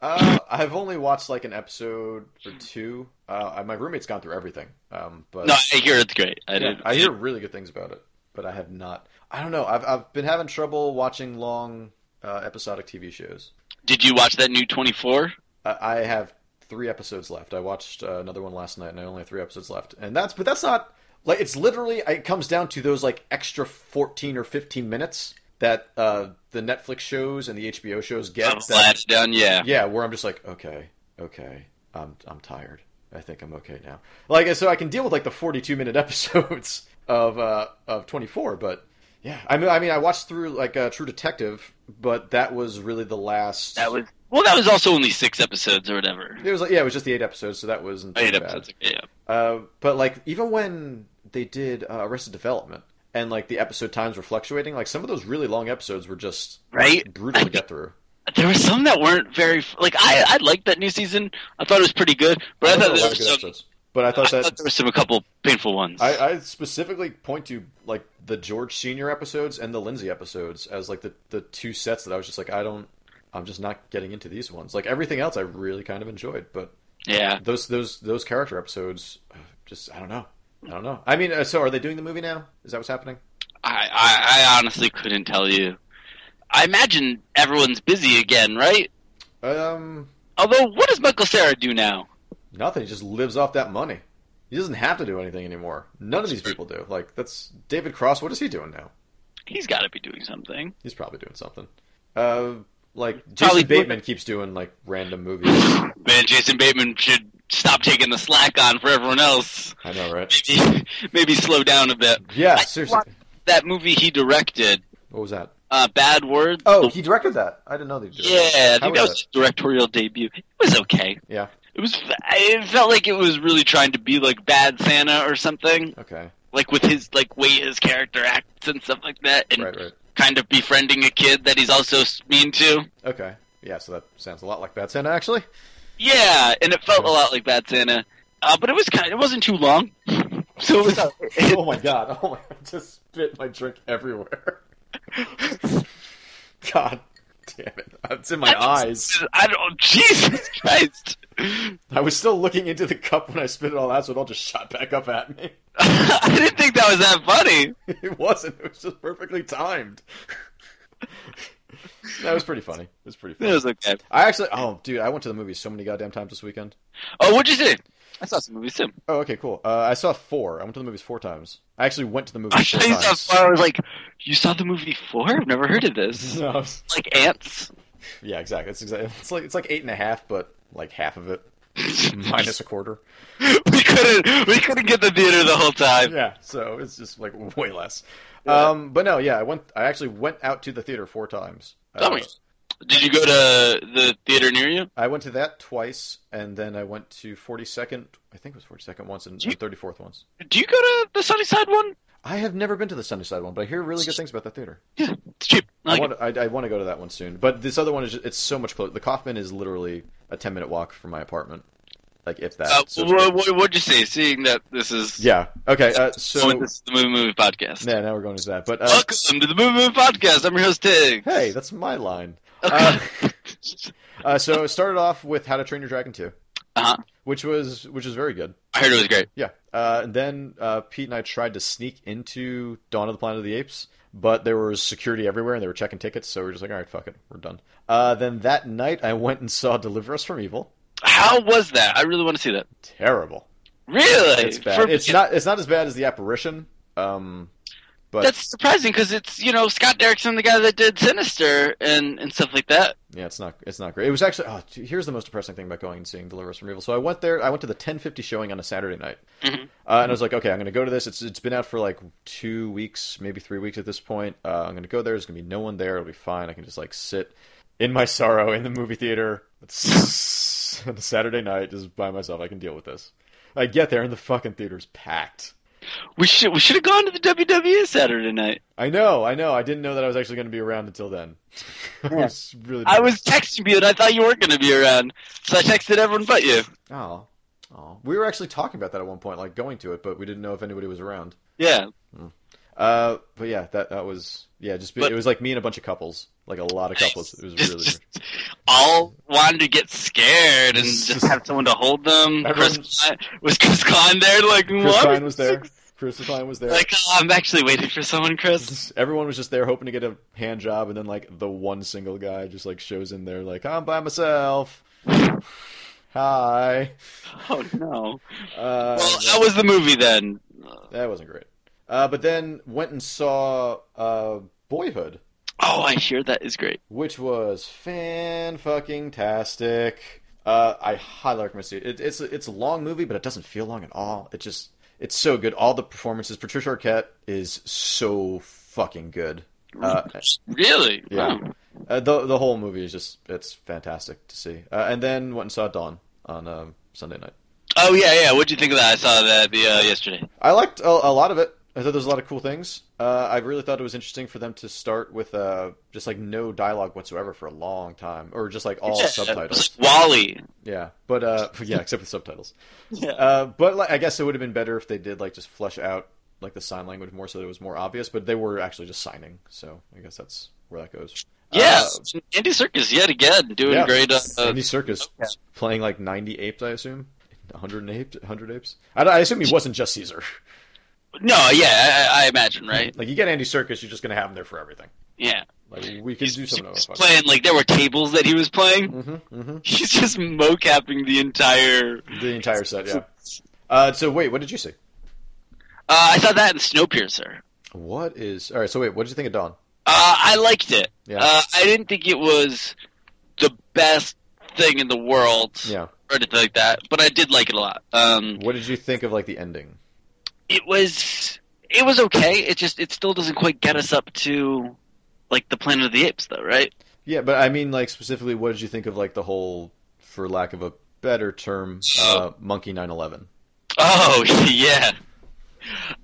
A: Uh, I've only watched like an episode or two. Uh, my roommate's gone through everything. Um, but
B: No, I hear it's great. I
A: Yeah,
B: did.
A: I hear really good things about it, but I have not. I don't know. I've I've been having trouble watching long uh, episodic TV shows.
B: Did you watch that new Twenty Four?
A: I, I have three episodes left. I watched uh, another one last night, and I only have three episodes left. And that's but that's not like it's literally. It comes down to those like extra fourteen or fifteen minutes that uh, the Netflix shows and the HBO shows
B: Oh,
A: get. that-
B: done. Yeah.
A: yeah, where I'm just like, okay, okay, I'm I'm tired. I think I'm okay now. Like, so I can deal with like the 42 minute (laughs) episodes of uh of 24, but yeah, I mean, I mean, I watched through like uh, True Detective, but that was really the last.
B: That was well. That was also only six episodes or whatever.
A: It was like yeah, it was just the eight episodes, so that wasn't too
B: Eight
A: bad.
B: episodes. Yeah.
A: Uh, but like even when they did uh, Arrested Development and like the episode times were fluctuating, like some of those really long episodes were just
B: Right?
A: brutal to get through.
B: There were some that weren't very like I. I liked that new season. I thought it was pretty good, (laughs) but I
A: There were
B: thought
A: a
B: there
A: lot
B: were
A: of good
B: some.
A: episodes, but I
B: I
A: thought that
B: thought there were some a couple painful ones.
A: I, I specifically point to like the George Senior episodes and the Lindsay episodes as like the the two sets that I was just like I don't I'm just not getting into these ones. Like everything else, I really kind of enjoyed, but
B: Yeah.
A: those those those character episodes, uh, just I don't know. I don't know. I mean, uh, so are they doing the movie now? Is that what's happening?
B: I, I, I honestly couldn't tell you. I imagine everyone's busy again, right?
A: Um,
B: Although, what does Michael Sarah do now?
A: nothing. He just lives off that money. He doesn't have to do anything anymore. None of these people do. Like that's David Cross. What is he doing now?
B: He's got to be doing something.
A: He's probably doing something. Uh, like Jason
B: Probably-
A: Bateman keeps doing like random movies.
B: Man, Jason Bateman should stop taking the slack on for everyone else.
A: I know, (laughs) right?
B: Maybe, (laughs) maybe slow down a bit.
A: Yeah, seriously.
B: That movie he directed,
A: What was that?
B: uh, Bad Words.
A: Oh, he directed that. I didn't know that he directed.
B: yeah, I
A: that. How
B: think that was
A: was
B: his directorial debut. It was okay.
A: that? Yeah.
B: It was. It felt like it was really trying to be like Bad Santa or something,
A: Okay.
B: like with his like way his character acts and stuff like that, and
A: Right. Right.
B: kind of befriending a kid that he's also s- mean to.
A: Okay. Yeah. So that sounds a lot like Bad Santa, actually.
B: Yeah, and it felt a lot like Bad Santa, uh, but it was kind. It wasn't too long, (laughs) so it was.
A: oh my god! Oh my! I just spit my drink everywhere. (laughs) God damn it! It's in my eyes.
B: I don't. (laughs) Jesus Christ! (laughs)
A: I was still looking into the cup when I spit it all out, so it all just shot back up at me. (laughs)
B: I didn't think that was that funny.
A: It wasn't. It was just perfectly timed. (laughs) that was pretty funny. It was pretty
B: It
A: funny.
B: was okay.
A: I actually, oh dude, I went to the movies so many goddamn times this weekend.
B: Oh, what'd you see? I saw some movies too.
A: Oh, okay, cool. Uh, I saw four. I went to the movies four times. I actually went to the movies
B: (laughs) I
A: four
B: saw you saw
A: times. (laughs)
B: four. I was like, you saw the movie four? I've never heard of this. (laughs)
A: No, I was-
B: Like ants. (laughs)
A: yeah, exactly. It's exactly. It's like it's like eight and a half, but like half of it minus a quarter.
B: we couldn't. We couldn't get the theater the whole time.
A: Yeah, so it's just like way less. Um, but no, yeah, I went. I actually went out to the theater four times.
B: Tell
A: Uh,
B: me. Did you go to the theater near you?
A: I went to that twice, and then I went to 42nd. I think it was 42nd once and, and 34th once.
B: Do you go to the Sunnyside one?
A: I have never been to the Sunnyside one, but I hear really good things about that theater.
B: It's cheap. I
A: I
B: like it.
A: want, I, I want to go to that one soon. But this other one is just, it's so much closer. The Kaufman is literally a 10 minute walk from my apartment. Like, if that.
B: Uh,
A: so it's
B: what,
A: good.
B: what, would you say? Seeing that this is
A: yeah. Okay. Uh, so.
B: this is the Movie Movie Podcast.
A: Yeah, now we're going to that. But uh,
B: Welcome to the Movie Movie Podcast. I'm your
A: (laughs)
B: host Tig.
A: hey, that's my line.
B: Okay. (laughs)
A: Uh, so it started off with How to Train Your Dragon 2,
B: Uh-huh.
A: which was which was very good.
B: I heard it was great.
A: Yeah. Uh, and then uh, Pete and I tried to sneak into Dawn of the Planet of the Apes, but there was security everywhere and they were checking tickets, so we are just like, all right, fuck it, we're done. Uh, then that night I went and saw Deliver Us from Evil.
B: How was that? I really want to see that.
A: Terrible.
B: Really?
A: It's bad.
B: For-
A: it's not. It's not as bad as the apparition. Um, but
B: That's surprising because it's you know Scott Derrickson, the guy that did Sinister and and stuff like that.
A: yeah, it's not. It's not great. It was actually. Oh, gee, here's the most depressing thing about going and seeing Deliver Us from Evil. So I went there. I went to the 10:50 showing on a Saturday night.
B: Mhm.
A: Uh, and I was like, okay, I'm going to go to this. It's it's been out for like two weeks, maybe three weeks at this point. Uh, I'm going to go there. There's going to be no one there. It'll be fine. I can just like sit in my sorrow in the movie theater (laughs) It's on a Saturday night, just by myself. I can deal with this. I get there and the fucking theater's packed.
B: We should we should have gone to the WWE Saturday night.
A: I know, I know. I didn't know that I was actually going to be around until then. I
B: (laughs) Yeah.
A: was really.
B: I was texting you and I thought you weren't going to be around, so I texted everyone but you.
A: Oh, oh. We were actually talking about that at one point, like going to it, but we didn't know if anybody was around.
B: Yeah,
A: Uh, but yeah, that that was yeah. Just be,
B: But-
A: it was like me and a bunch of couples, like a lot of couples. It was really.
B: Just- all wanted to get scared and just have someone to hold them.
A: Everyone-
B: Chris Klein, was Chris Klein there? Like
A: Chris
B: what?
A: Klein was there. Chris Klein was there.
B: Like oh, I'm actually waiting for someone, Chris.
A: Everyone was (laughs) just there hoping to get a hand job, and then like the one single guy just like shows in there, like I'm by myself. (sighs) Hi.
B: Oh no.
A: Uh,
B: Well, that was the movie then.
A: that wasn't great. Uh, but then went and saw uh, Boyhood.
B: Oh, I hear that is great.
A: which was fan fucking tastic. Uh, I highly recommend it. it. It's it's a long movie, but it doesn't feel long at all. It just it's so good. All the performances. Patricia Arquette is so fucking good. Uh,
B: Really?
A: yeah,
B: Wow.
A: uh, the the whole movie is just it's fantastic to see. Uh, and then went and saw Dawn on um, Sunday night.
B: Oh yeah, yeah. What'd you think of that? I saw that the uh, yesterday.
A: I liked a, a lot of it. I thought there was a lot of cool things. Uh, I really thought it was interesting for them to start with uh, just like no dialogue whatsoever for a long time, or just like all
B: Yeah,
A: subtitles.
B: it was Wally.
A: Yeah, but uh, (laughs) yeah, except with subtitles.
B: Yeah.
A: Uh, but like, I guess it would have been better if they did like just flesh out like the sign language more, so that it was more obvious. But they were actually just signing, so I guess that's where that goes. Uh,
B: Yeah, Andy Circus yet again doing
A: yeah,
B: great. Uh,
A: Andy Circus
B: yeah.
A: playing like 90 apes, I assume. 100 apes, 100 apes. I, I assume he wasn't just Caesar.
B: uh, no, yeah, I, I imagine, right?
A: (laughs) Like you get Andy Circus, you're just gonna have him there for everything.
B: Yeah,
A: Like we can Mm-hmm.
B: he's,
A: do
B: he's
A: something. about it.
B: playing like there were tables that he was playing. (laughs)
A: Mm-hmm, mm-hmm.
B: He's just mocapping the entire.
A: The entire set, yeah. Uh, so wait, what did you see?
B: Uh, I saw that in Snowpiercer.
A: What is all right? So wait, what did you think of Dawn?
B: Uh, I liked it.
A: Yeah,
B: Uh, I didn't think it was the best thing in the world
A: yeah.
B: or anything like that, but I did like it a lot. Um,
A: What did you think of like the ending?
B: it was it was okay. It just it still doesn't quite get us up to like the Planet of the Apes, though, right?
A: Yeah, but I mean, like specifically, what did you think of like the whole, for lack of a better term, uh, Monkey 911?
B: Oh (laughs) yeah.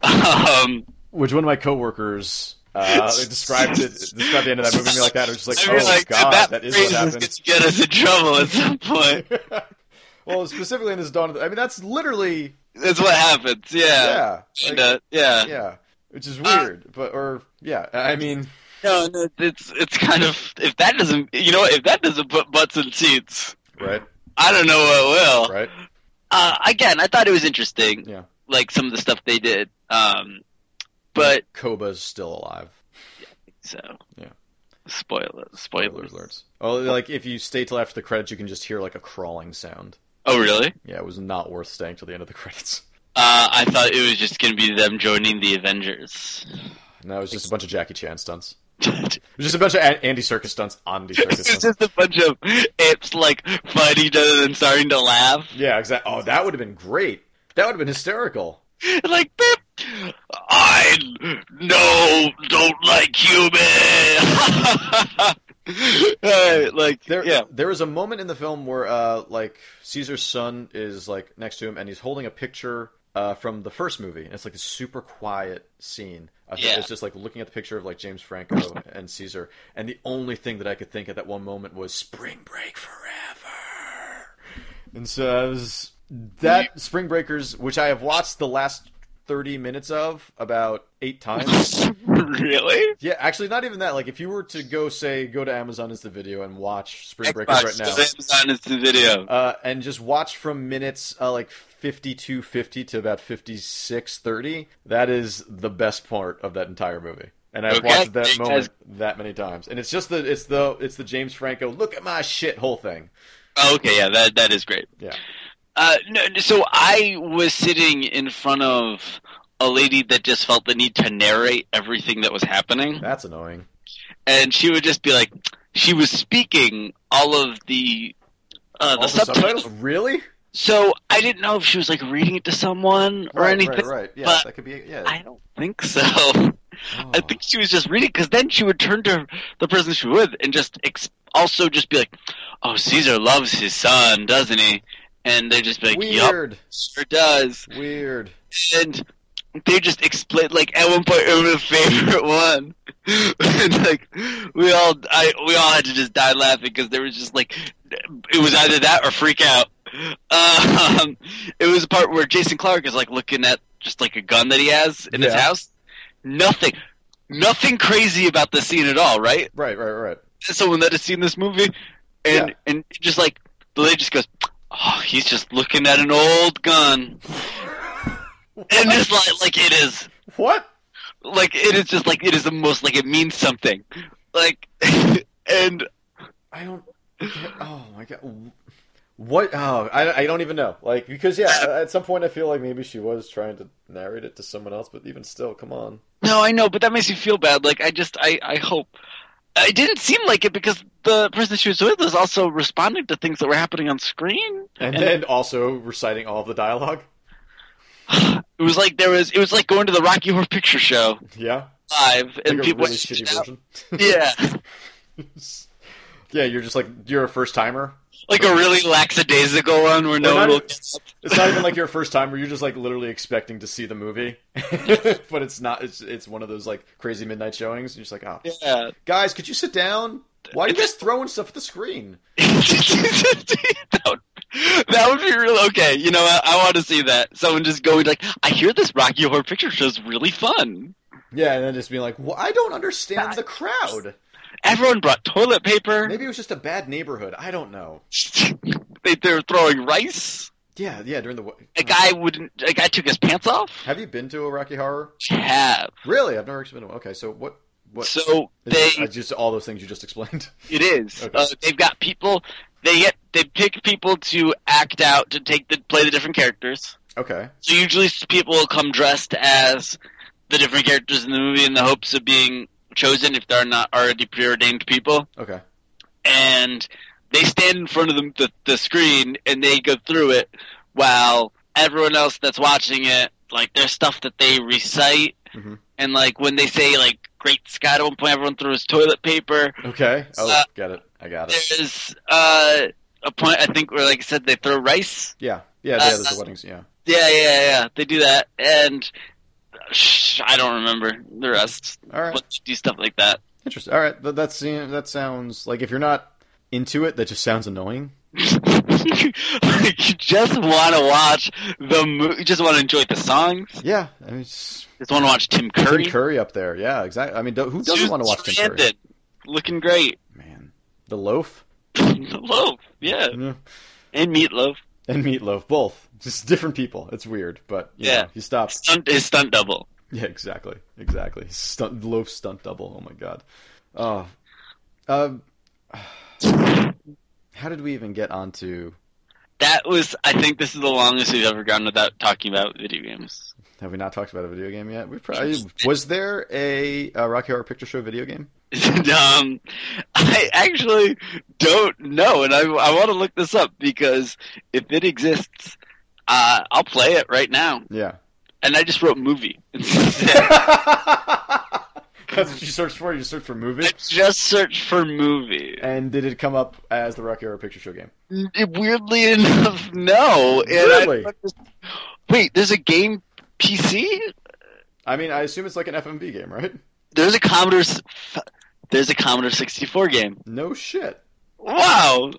B: Um,
A: Which one of my coworkers
B: (laughs)
A: uh, described it, described the end of that movie to me like that. It was just like,
B: I mean,
A: oh
B: like,
A: god,
B: that,
A: that is
B: phrase
A: what
B: is
A: happened.
B: gonna get us in trouble at some point.
A: (laughs) well, specifically in this Dawn of the, I mean, that's literally
B: That's what happens. Yeah.
A: yeah, like,
B: And, uh, yeah.
A: yeah, which is
B: Uh,
A: weird, but or yeah, I mean,
B: No, no, it's it's kind of if that doesn't you know what, if that doesn't put butts in seats,
A: right,
B: I don't know what will.
A: right,
B: Uh, again, I thought it was interesting.
A: Yeah.
B: Like some of the stuff they did. Um, but
A: Koba's still alive.
B: so
A: Yeah.
B: Spoiler
A: Spoiler
B: spoilers.
A: alerts. Oh, like if you stay till after the credits, you can just hear like a crawling sound.
B: Oh really?
A: Yeah, it was not worth staying till the end of the credits. (laughs)
B: Uh, I thought it was just gonna be them joining the Avengers.
A: No, it was just a bunch of Jackie Chan stunts. It was just a bunch of A- Andy Circus stunts on Andy
B: (laughs)
A: Circus
B: it's
A: stunts.
B: just a bunch of apes like fighting each other and starting to laugh.
A: Yeah, exactly. Oh, that would have been great. That would have been hysterical.
B: like beep. I no don't like (laughs) human. Uh, like
A: There, (laughs)
B: yeah,
A: there is a moment in the film where, uh, like Caesar's son is like next to him, and he's holding a picture uh, from the first movie, and it's like a super quiet scene. I think
B: Yeah.
A: It's just like looking at the picture of like James Franco (laughs) and Caesar, and the only thing that I could think at that one moment was Spring Break Forever. And so I was that Spring Breakers, which I have watched the last thirty minutes of about eight times.
B: (laughs) really?
A: Yeah, actually, not even that. Like, if you were to go, say, go to Amazon Instant Video and watch Spring Breakers
B: Xbox
A: right now,
B: is Amazon is the video.
A: uh, and just watch from minutes uh, like fifty-two fifty to about fifty-six thirty, that is the best part of that entire movie. And I've
B: Okay.
A: watched that
B: It
A: moment
B: has-
A: that many times, and it's just the it's the it's the James Franco look at my shit whole thing.
B: Oh, okay, yeah, that that is great.
A: Yeah.
B: Uh, no, so I was sitting in front of a lady that just felt the need to narrate everything that was happening,
A: That's annoying.
B: and she would just be like, she was speaking all of the uh,
A: All the subtitles, really?
B: So I didn't know if she was like reading it to someone or
A: right, right,
B: anything.
A: right. Yeah,
B: but
A: that could be. Yeah,
B: I don't think so. (laughs)
A: Oh.
B: I think she was just reading because then she would turn to the person she was with and just ex- also just be like, "Oh, Caesar loves his son, doesn't he?" And they just be like, "Yup,
A: weird,
B: sure does."
A: weird.
B: And they just explain like at one point it was a favorite (laughs) one, and like we all I we all had to just die laughing because there was just like it was either that or freak out. Um, it was a part where Jason Clark is like looking at just like a gun that he has in his
A: Yeah.
B: house. Nothing, nothing crazy about the scene at all, right?
A: Right, right, right.
B: someone that has seen this movie, and
A: Yeah.
B: and just like the lady just goes, "Oh, he's just looking at an old gun," and
A: (laughs)
B: it's like like it is
A: What?
B: like it is just like it is the most like it means something, like (laughs) and
A: I don't. get- Oh my god. What? Oh, I, I don't even know. Like because yeah, uh, at some point I feel like maybe she was trying to narrate it to someone else, but even still, come on.
B: no, I know, but that makes me feel bad. Like I just I I hope it didn't seem like it because the person she was with was also responding to things that were happening on screen.
A: And,
B: And-
A: then also reciting all of the dialogue. (laughs)
B: It was like there was it was like going to the Rocky Horror Picture Show
A: Yeah,
B: live,
A: like
B: and
A: a
B: people
A: really shitty version.
B: yeah.
A: (laughs) yeah, you're just like you're a first timer.
B: like a really lackadaisical one where no
A: Well,
B: one
A: not-
B: will get up.
A: It's not even like you're a first timer. You're just like literally expecting to see the movie, (laughs) but it's not. It's it's one of those like crazy midnight showings. You're just like, oh,
B: Yeah.
A: guys, could you sit down? Why are you guys throwing stuff at the screen?
B: that, would, that would be real. Okay, you know, I, I want to see that. Someone just going like, I hear this Rocky Horror Picture Show's really fun.
A: Yeah, and then just being like, well, I don't understand the crowd.
B: Everyone brought toilet
A: (laughs)
B: paper.
A: Maybe it was just a bad neighborhood. I don't know.
B: they, they're throwing rice.
A: Yeah, yeah. During the wa-
B: A guy wouldn't. A guy took his pants off.
A: Hmm. Have you been to a Rocky Horror?
B: Have
A: Really, I've never actually been. To, okay, so what? What?
B: so
A: is it-
B: they
A: uh, just all those things you just explained. (laughs)
B: It is.
A: Okay.
B: Uh, they've got people. They get they pick people to act out to take the play the different characters.
A: Okay,
B: So usually s- people will come dressed as the different characters in the movie in the hopes of being chosen if they're not already preordained people.
A: okay.
B: And they stand in front of the, the the screen and they go through it while everyone else that's watching it like there's stuff that they recite
A: Mhm.
B: and like when they say like great Scott at one point everyone throws toilet paper
A: Okay. Oh,
B: Uh,
A: got it. I got it.
B: there's uh, a point I think where, like I said, they throw rice.
A: Yeah. Yeah.
B: uh,
A: Yeah. There's the weddings. Yeah.
B: Yeah, yeah, yeah. They do that, and sh- I don't remember the rest.
A: All right.
B: But they do stuff like that. (laughs)
A: Interesting. All right. That that, seem- that sounds like if you're not into it, that just sounds annoying.
B: Like, you just want to watch the. Mo- you just want to enjoy the songs.
A: Yeah. I mean, it's
B: Just want to watch Tim Curry.
A: Tim Curry up there. Yeah. Exactly. I mean, do- who doesn't
B: Susan
A: want to watch Tim Curry?
B: Sarandon, looking great. (laughs)
A: Man, the loaf
B: loaf, yeah,
A: Yeah.
B: and meatloaf.
A: and meatloaf, both just different people. It's weird, but you
B: Yeah.
A: know, he stopped.
B: Stunt, his stunt double.
A: Yeah, exactly, exactly. Stunt loaf stunt double. Oh my god. Oh, um, how did we even get onto?
B: That was. I think this is the longest we've ever gone without talking about video games.
A: Have we not talked about a video game yet? We probably was there a, uh Rocky Horror Picture Show video game?
B: (laughs) um, I actually don't know, and I, I want to look this up because if it exists, uh, I'll play it right now. (laughs)
A: Yeah.
B: And I just wrote movie. (laughs) I
A: That's what you search for. You search for movie,
B: just searched for movie.
A: and did it come up as the Rocky Horror Picture Show game?
B: It- weirdly enough, no. And I
A: Really?
B: thought this- wait, there's a game PC?
A: I mean, I assume it's like an FMV game, right?
B: There's a Commodore. s- f- There's a Commodore 64 game.
A: No shit.
B: Wow.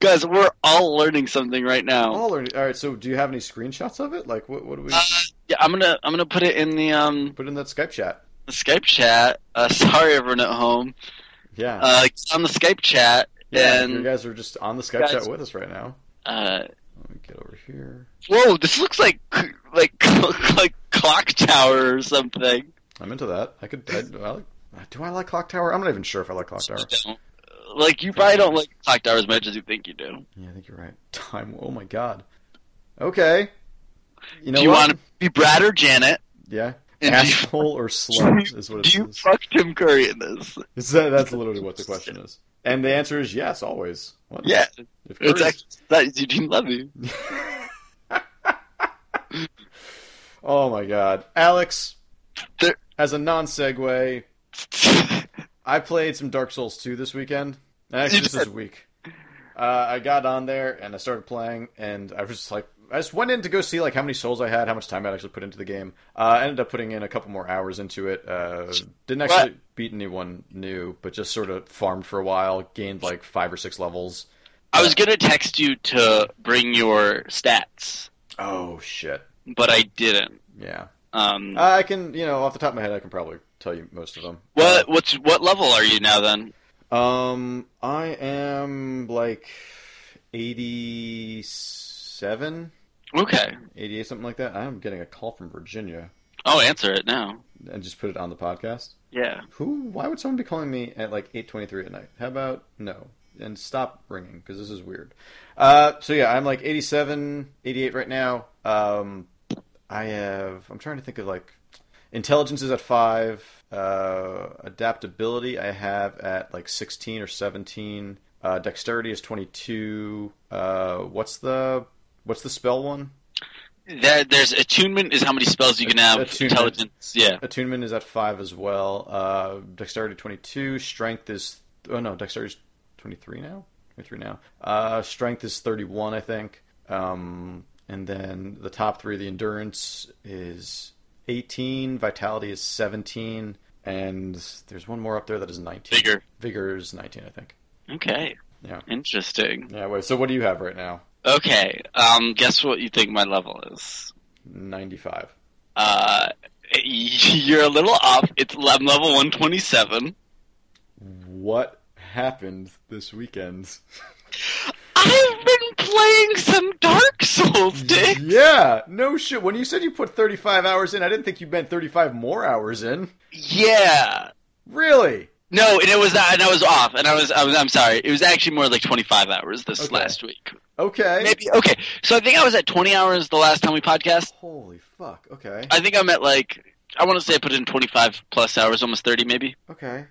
B: Guys, we're all learning something right now.
A: All, or, all right. So, do you have any screenshots of it? Like, what? What do we
B: Uh, yeah, I'm gonna I'm gonna put it in the um
A: put in that Skype chat?
B: the Skype chat. Uh, (laughs) sorry, everyone at home.
A: Yeah.
B: Uh, it's on the Skype chat,
A: Yeah, you
B: and
A: guys are just on the Skype
B: Guys-
A: chat with us right now.
B: uh,
A: Let me get over here.
B: whoa, this looks like like (laughs) like clock tower or something.
A: I'm into that. I could. I, do I like, do I like Clock Tower? I'm not even sure if I like Clock Tower.
B: Don't- Like you probably don't like clock tower as much as you think you do.
A: Yeah, I think you're right. (laughs) Time. Oh my god. Okay. You know
B: do you
A: what?
B: want to be Brad or Janet?
A: Yeah.
B: And do you,
A: Asshole or
B: (laughs)
A: slut is what it
B: do you
A: is.
B: fuck Tim Curry in this?
A: Is that, that's literally what the question is. And the answer is yes, always. What?
B: Yeah,
A: If
B: it's
A: Curry's-
B: actually that is Eugene Levy.
A: (laughs) oh my god, Alex.
B: There-
A: As a non segue, I played some Dark Souls 2 this weekend. Actually,
B: You
A: this is week. Uh, I got on there and I started playing, and I was just like, I just went in to go see like how many souls I had, how much time I would actually put into the game. Uh, I ended up putting in a couple more hours into it. Uh, didn't actually beat anyone new, but just sort of farmed for a while, gained like five or six levels.
B: (laughs) I was gonna text you to bring your stats,
A: Oh shit!
B: but I didn't.
A: Yeah,
B: Um,
A: Uh, I can, you know, off the top of my head, I can probably tell you most of them.
B: What what's what level are you now then?
A: Um, I am like 87,
B: Okay.
A: 88, something like that. I'm getting a call from Virginia
B: I'll answer it now.
A: and just put it on the podcast.
B: Yeah.
A: Who? Why would someone be calling me at like 8:23 at night? How about no? And stop ringing because this is weird. Uh, so yeah, I'm like 87, 88 right now. Um, I have. I'm trying to think of like intelligence is at five. Uh, adaptability I have at like 16 or 17. Uh, dexterity is 22. Uh, what's the what's the spell one?
B: There, there's attunement is how many spells you can have.
A: Attunement.
B: Intelligence, yeah.
A: Attunement is at five as well. Uh, dexterity twenty two. Strength is oh no, dexterity is twenty three now. Twenty three now. Uh, strength is thirty one, I think. Um, and then the top three, the endurance is eighteen, vitality is seventeen, and there's one more up there that is nineteen.
B: Vigor.
A: Vigor is nineteen, I think.
B: Okay.
A: Yeah.
B: Interesting.
A: Yeah. Wait. So what do you have right now?
B: Okay. Um, guess what you think my level is?
A: Ninety five.
B: (laughs) Uh, you're a little off. It's I'm level 127.
A: what happened this weekend? (laughs)
B: I've been playing some Dark
A: Mm-hmm.
B: Souls, Dick.
A: yeah, no shit. When you said you put 35 hours in, I didn't think you meant 35 more hours in.
B: Yeah.
A: Really?
B: No, and it was and I was off, and I was, I was I'm sorry. It was actually more like 25 hours this
A: Okay.
B: last week.
A: Okay.
B: Maybe okay. So I think I was at 20 hours the last time we podcast.
A: Holy fuck. Okay.
B: I think I'm at like I want to say I put in 25 plus hours, almost 30 maybe.
A: Okay.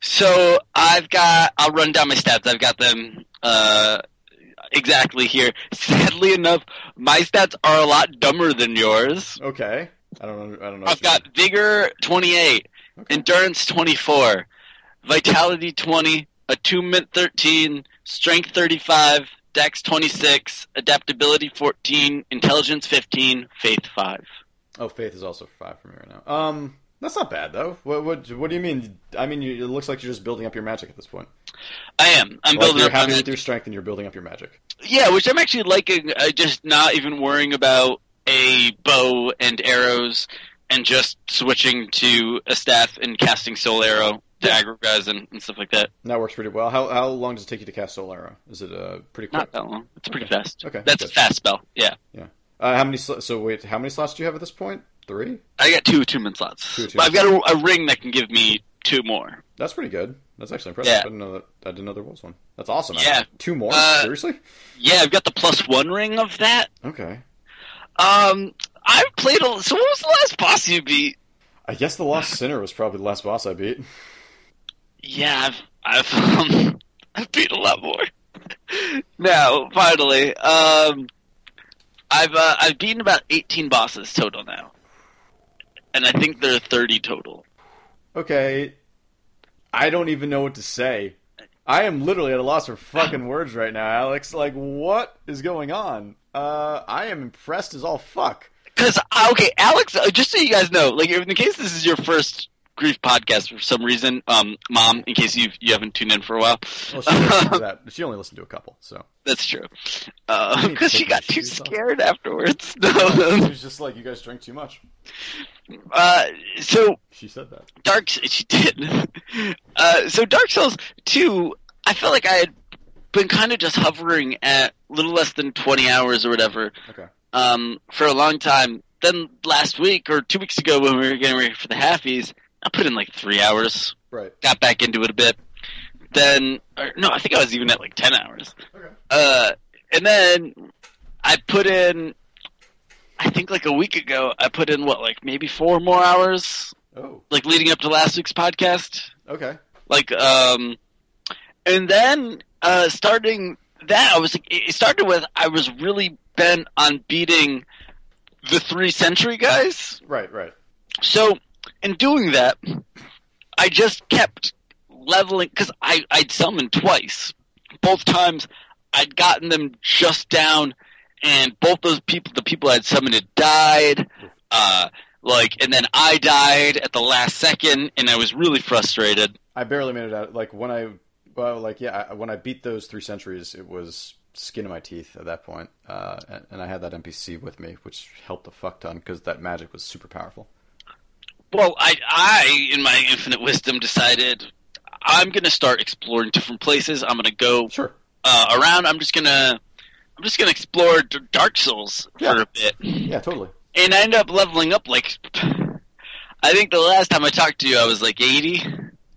B: So I've got. I'll run down my stats. I've got them uh, exactly here. Sadly enough, my stats are a lot dumber than yours.
A: Okay. I don't know. I don't know.
B: I've got vigor 28,
A: Okay.
B: endurance 24, vitality 20, attunement 13, strength 35, dex 26, adaptability 14, intelligence 15, faith 5.
A: Oh, faith is also five for me right now. Um, that's not bad though. What what what do you mean? I mean, you, it looks like you're just building up your magic at this point.
B: I am. I'm
A: Like
B: building
A: you're
B: up on
A: happy
B: that.
A: with your strength and you're building up your magic.
B: Yeah, which I'm actually liking. Uh, just not even worrying about a bow and arrows, and just switching to a staff and casting soul arrow to aggro guys and, and stuff like that.
A: And that works pretty well. How how long does it take you to cast Soul Arrow? Is it uh pretty quick?
B: Not that long. It's pretty
A: Okay.
B: fast.
A: Okay,
B: That's
A: good.
B: a fast spell. Yeah,
A: Uh, how many? Sl- so wait, how many slots do you have at this point? Three.
B: I got two two min slots.
A: Two two
B: But I've got a, a ring that can give me two more.
A: That's pretty good. That's actually impressive.
B: Yeah.
A: I didn't know that. I didn't know there was one. That's awesome.
B: Yeah.
A: actually. Two more.
B: Uh,
A: Seriously?
B: Yeah, I've got the plus one ring of that.
A: Okay.
B: Um, I've played. A, so what was the last boss you beat?
A: I guess the
B: (laughs)
A: Lost Sinner was probably the last boss I beat.
B: Yeah, I've (laughs) I've, um, I've beat a lot more. (laughs) now, finally, um, I've uh, I've beaten about eighteen bosses total now, and I think there are thirty total.
A: Okay. I don't even know what to say. I am literally at a loss for
B: (laughs)
A: fucking words right now, Alex. Like, what is going on? Uh, I am impressed as all fuck.
B: Because okay, Alex, uh, just so you guys know, like in the case this is your first grief podcast for some reason, um, mom, in case you you haven't tuned in for a while,
A: Well, she,
B: (laughs)
A: listened to that. she only listened to a couple, so.
B: that's true.
A: You need to
B: Because she
A: take
B: got
A: your
B: too
A: shoes off.
B: scared afterwards. (laughs) No, um,
A: She's just like, you guys drink too much.
B: uh, so
A: She said that.
B: Dark (laughs) she did. Uh, so Dark Souls two, I felt like I had been kind of just hovering at a little less than twenty hours or whatever
A: Okay.
B: um, for a long time. Then last week or two weeks ago when we were getting ready for the halfies, I put in like three hours.
A: Right.
B: Got back into it a bit. Then or, no, I think I was even at like ten hours.
A: Okay.
B: Uh, and then I put in. I think like a week ago, I put in what like maybe four more hours,
A: Oh,
B: like leading up to last week's podcast
A: okay.
B: like um and then uh starting that i was like it started with i was really bent on beating the three century guys
A: Right, right.
B: so in doing that i just kept leveling because i i'd summoned twice both times i'd gotten them just down and both those people the people i'd summoned had died uh like and then i died at the last second and i was really frustrated
A: I barely made it out. Like when I, well, like yeah, I, when I beat those three centuries, it was skin of my teeth at that point, uh, and, and I had that NPC with me, which helped a fuck ton because that magic was super powerful.
B: Well, I, I, in my infinite wisdom, decided I'm going to start exploring different places. I'm going to go
A: Sure.
B: uh, around. I'm just going to, I'm just going to explore D- Dark Souls for
A: Yeah.
B: a bit,
A: Yeah, totally.
B: and I end up leveling up. Like, I think the last time I talked to you, I was like 80,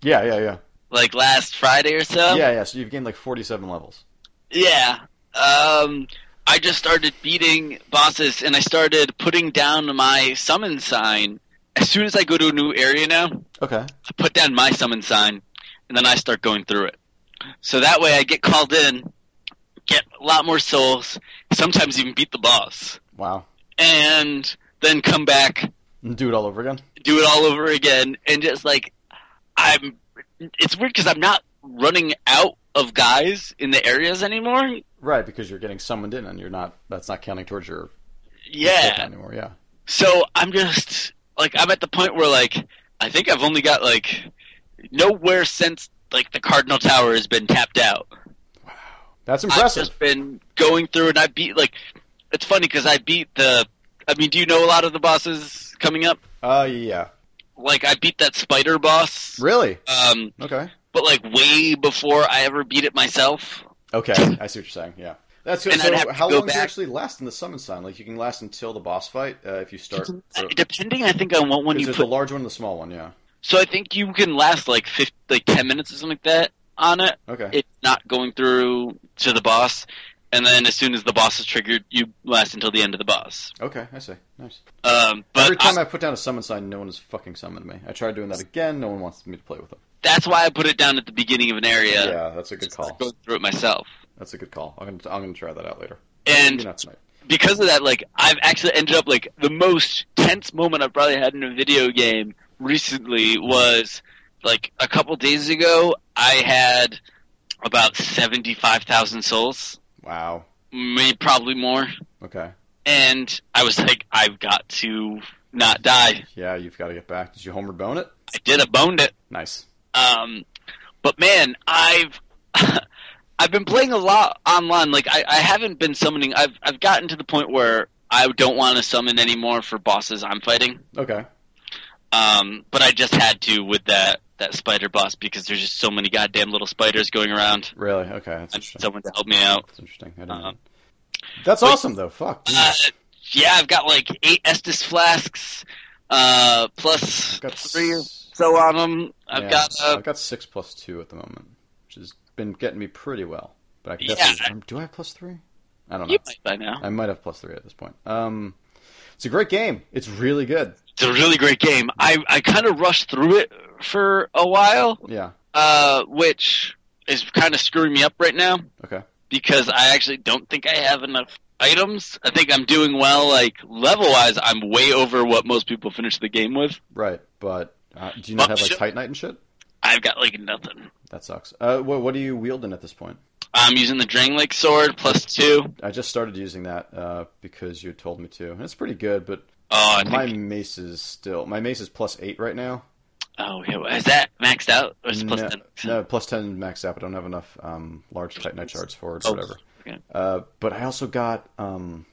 A: Yeah, yeah, yeah,
B: like last Friday or so.
A: yeah, yeah. So you've gained like forty-seven levels.
B: Yeah. Um, I just started beating bosses, and I started putting down my summon sign. As soon as I go to a new area now,
A: Okay.
B: put down my summon sign, and then I start going through it. So that way I get called in, get a lot more souls, sometimes even beat the boss,
A: Wow.
B: and then come back,
A: And do it all over again.
B: do it all over again, and just like, I'm. It's weird because I'm not running out of guys in the areas anymore.
A: Right, because you're getting summoned in, and you're not. That's not counting towards your
B: Yeah.
A: total anymore. Yeah.
B: So I'm just like I'm at the point where like I think I've only got like nowhere since like the Cardinal Tower has been tapped out.
A: That's
B: I've
A: impressive.
B: just been going through and I beat like it's funny because I beat the I mean, do you know a lot of the bosses coming up?
A: Uh, yeah.
B: Like I beat that spider boss.
A: Really?
B: Um,
A: Okay.
B: but like way before I ever beat it myself.
A: Okay, I see what you're saying. Yeah, that's good.
B: And I'd have
A: So,
B: to
A: how
B: go
A: long does it
B: back-
A: actually last in the summon sign? Like, you can last until the boss fight uh, if you start.
B: Uh, Depending, I think on what one
A: Because
B: you
A: there's
B: put.
A: the large one and the small one. Yeah.
B: So I think you can last like 50, like ten minutes or something like that on it.
A: Okay.
B: It's not going through to the boss, and then as soon as the boss is triggered, you last until the end of the boss.
A: Okay, I see. Nice.
B: Um, but
A: Every time
B: I-
A: I put down a summon sign, no one has fucking summoned me. I tried doing that again. No one wants me to play with them.
B: that's why I put it down at the beginning of an area.
A: Yeah, that's a good
B: just to
A: call.
B: Go through it myself.
A: That's a good call. I'm gonna, I'm gonna try that out later.
B: And
A: Maybe not tonight.
B: because of that, like I've actually ended up like the most tense moment I've probably had in a video game recently was like a couple days ago. I had about seventy five thousand souls,
A: Wow.
B: maybe probably more,
A: Okay.
B: and I was like, I've got to not die.
A: Yeah, you've got to get back. Did you homeward bone it?
B: I did, I boned it.
A: Nice.
B: Um, but man, I've (laughs) I've been playing a lot online. Like I, I haven't been summoning. I've I've gotten to the point where I don't want to summon anymore for bosses I'm fighting.
A: Okay.
B: Um, but I just had to with that that spider boss because there's just so many goddamn little spiders going around.
A: Really? Okay. That's
B: I need
A: interesting.
B: someone to help me out.
A: That's interesting. I didn't know.
B: Um,
A: That's
B: but-
A: awesome, though. Fuck.
B: Uh, yeah, I've got like eight Estus flasks, uh, plus
A: I've got
B: three or
A: s-
B: so on them. I've
A: yeah,
B: got uh,
A: I've got six plus two at the moment, which has been getting me pretty well. But I
B: Yeah.
A: guess um, do I have plus three? I don't know.
B: you might by now.
A: I might have plus three at this point. Um, it's a great game. It's really good.
B: It's a really great game. I I kind of rushed through it for a while.
A: Yeah.
B: uh, which is kind of screwing me up right now
A: Okay.
B: because I actually don't think I have enough items. I think I'm doing well, like level wise. I'm way over what most people finish the game with.
A: Right. But uh, do you not have like
B: Shit.
A: Titanite and shit?
B: I've got like nothing.
A: That sucks. Uh, what, what are you wielding at this point?
B: I'm using the Drangleic sword plus two.
A: I just started using that uh, because you told me to, and it's pretty good. But
B: Oh, I
A: my
B: think,
A: mace is still my mace is plus eight right now.
B: oh, yeah, is that maxed out or is it plus
A: no,
B: ten?
A: no, plus 10 maxed out, but I don't have enough um, large Titanite shards for it or
B: Oh,
A: whatever.
B: okay.
A: Uh, but I also got um,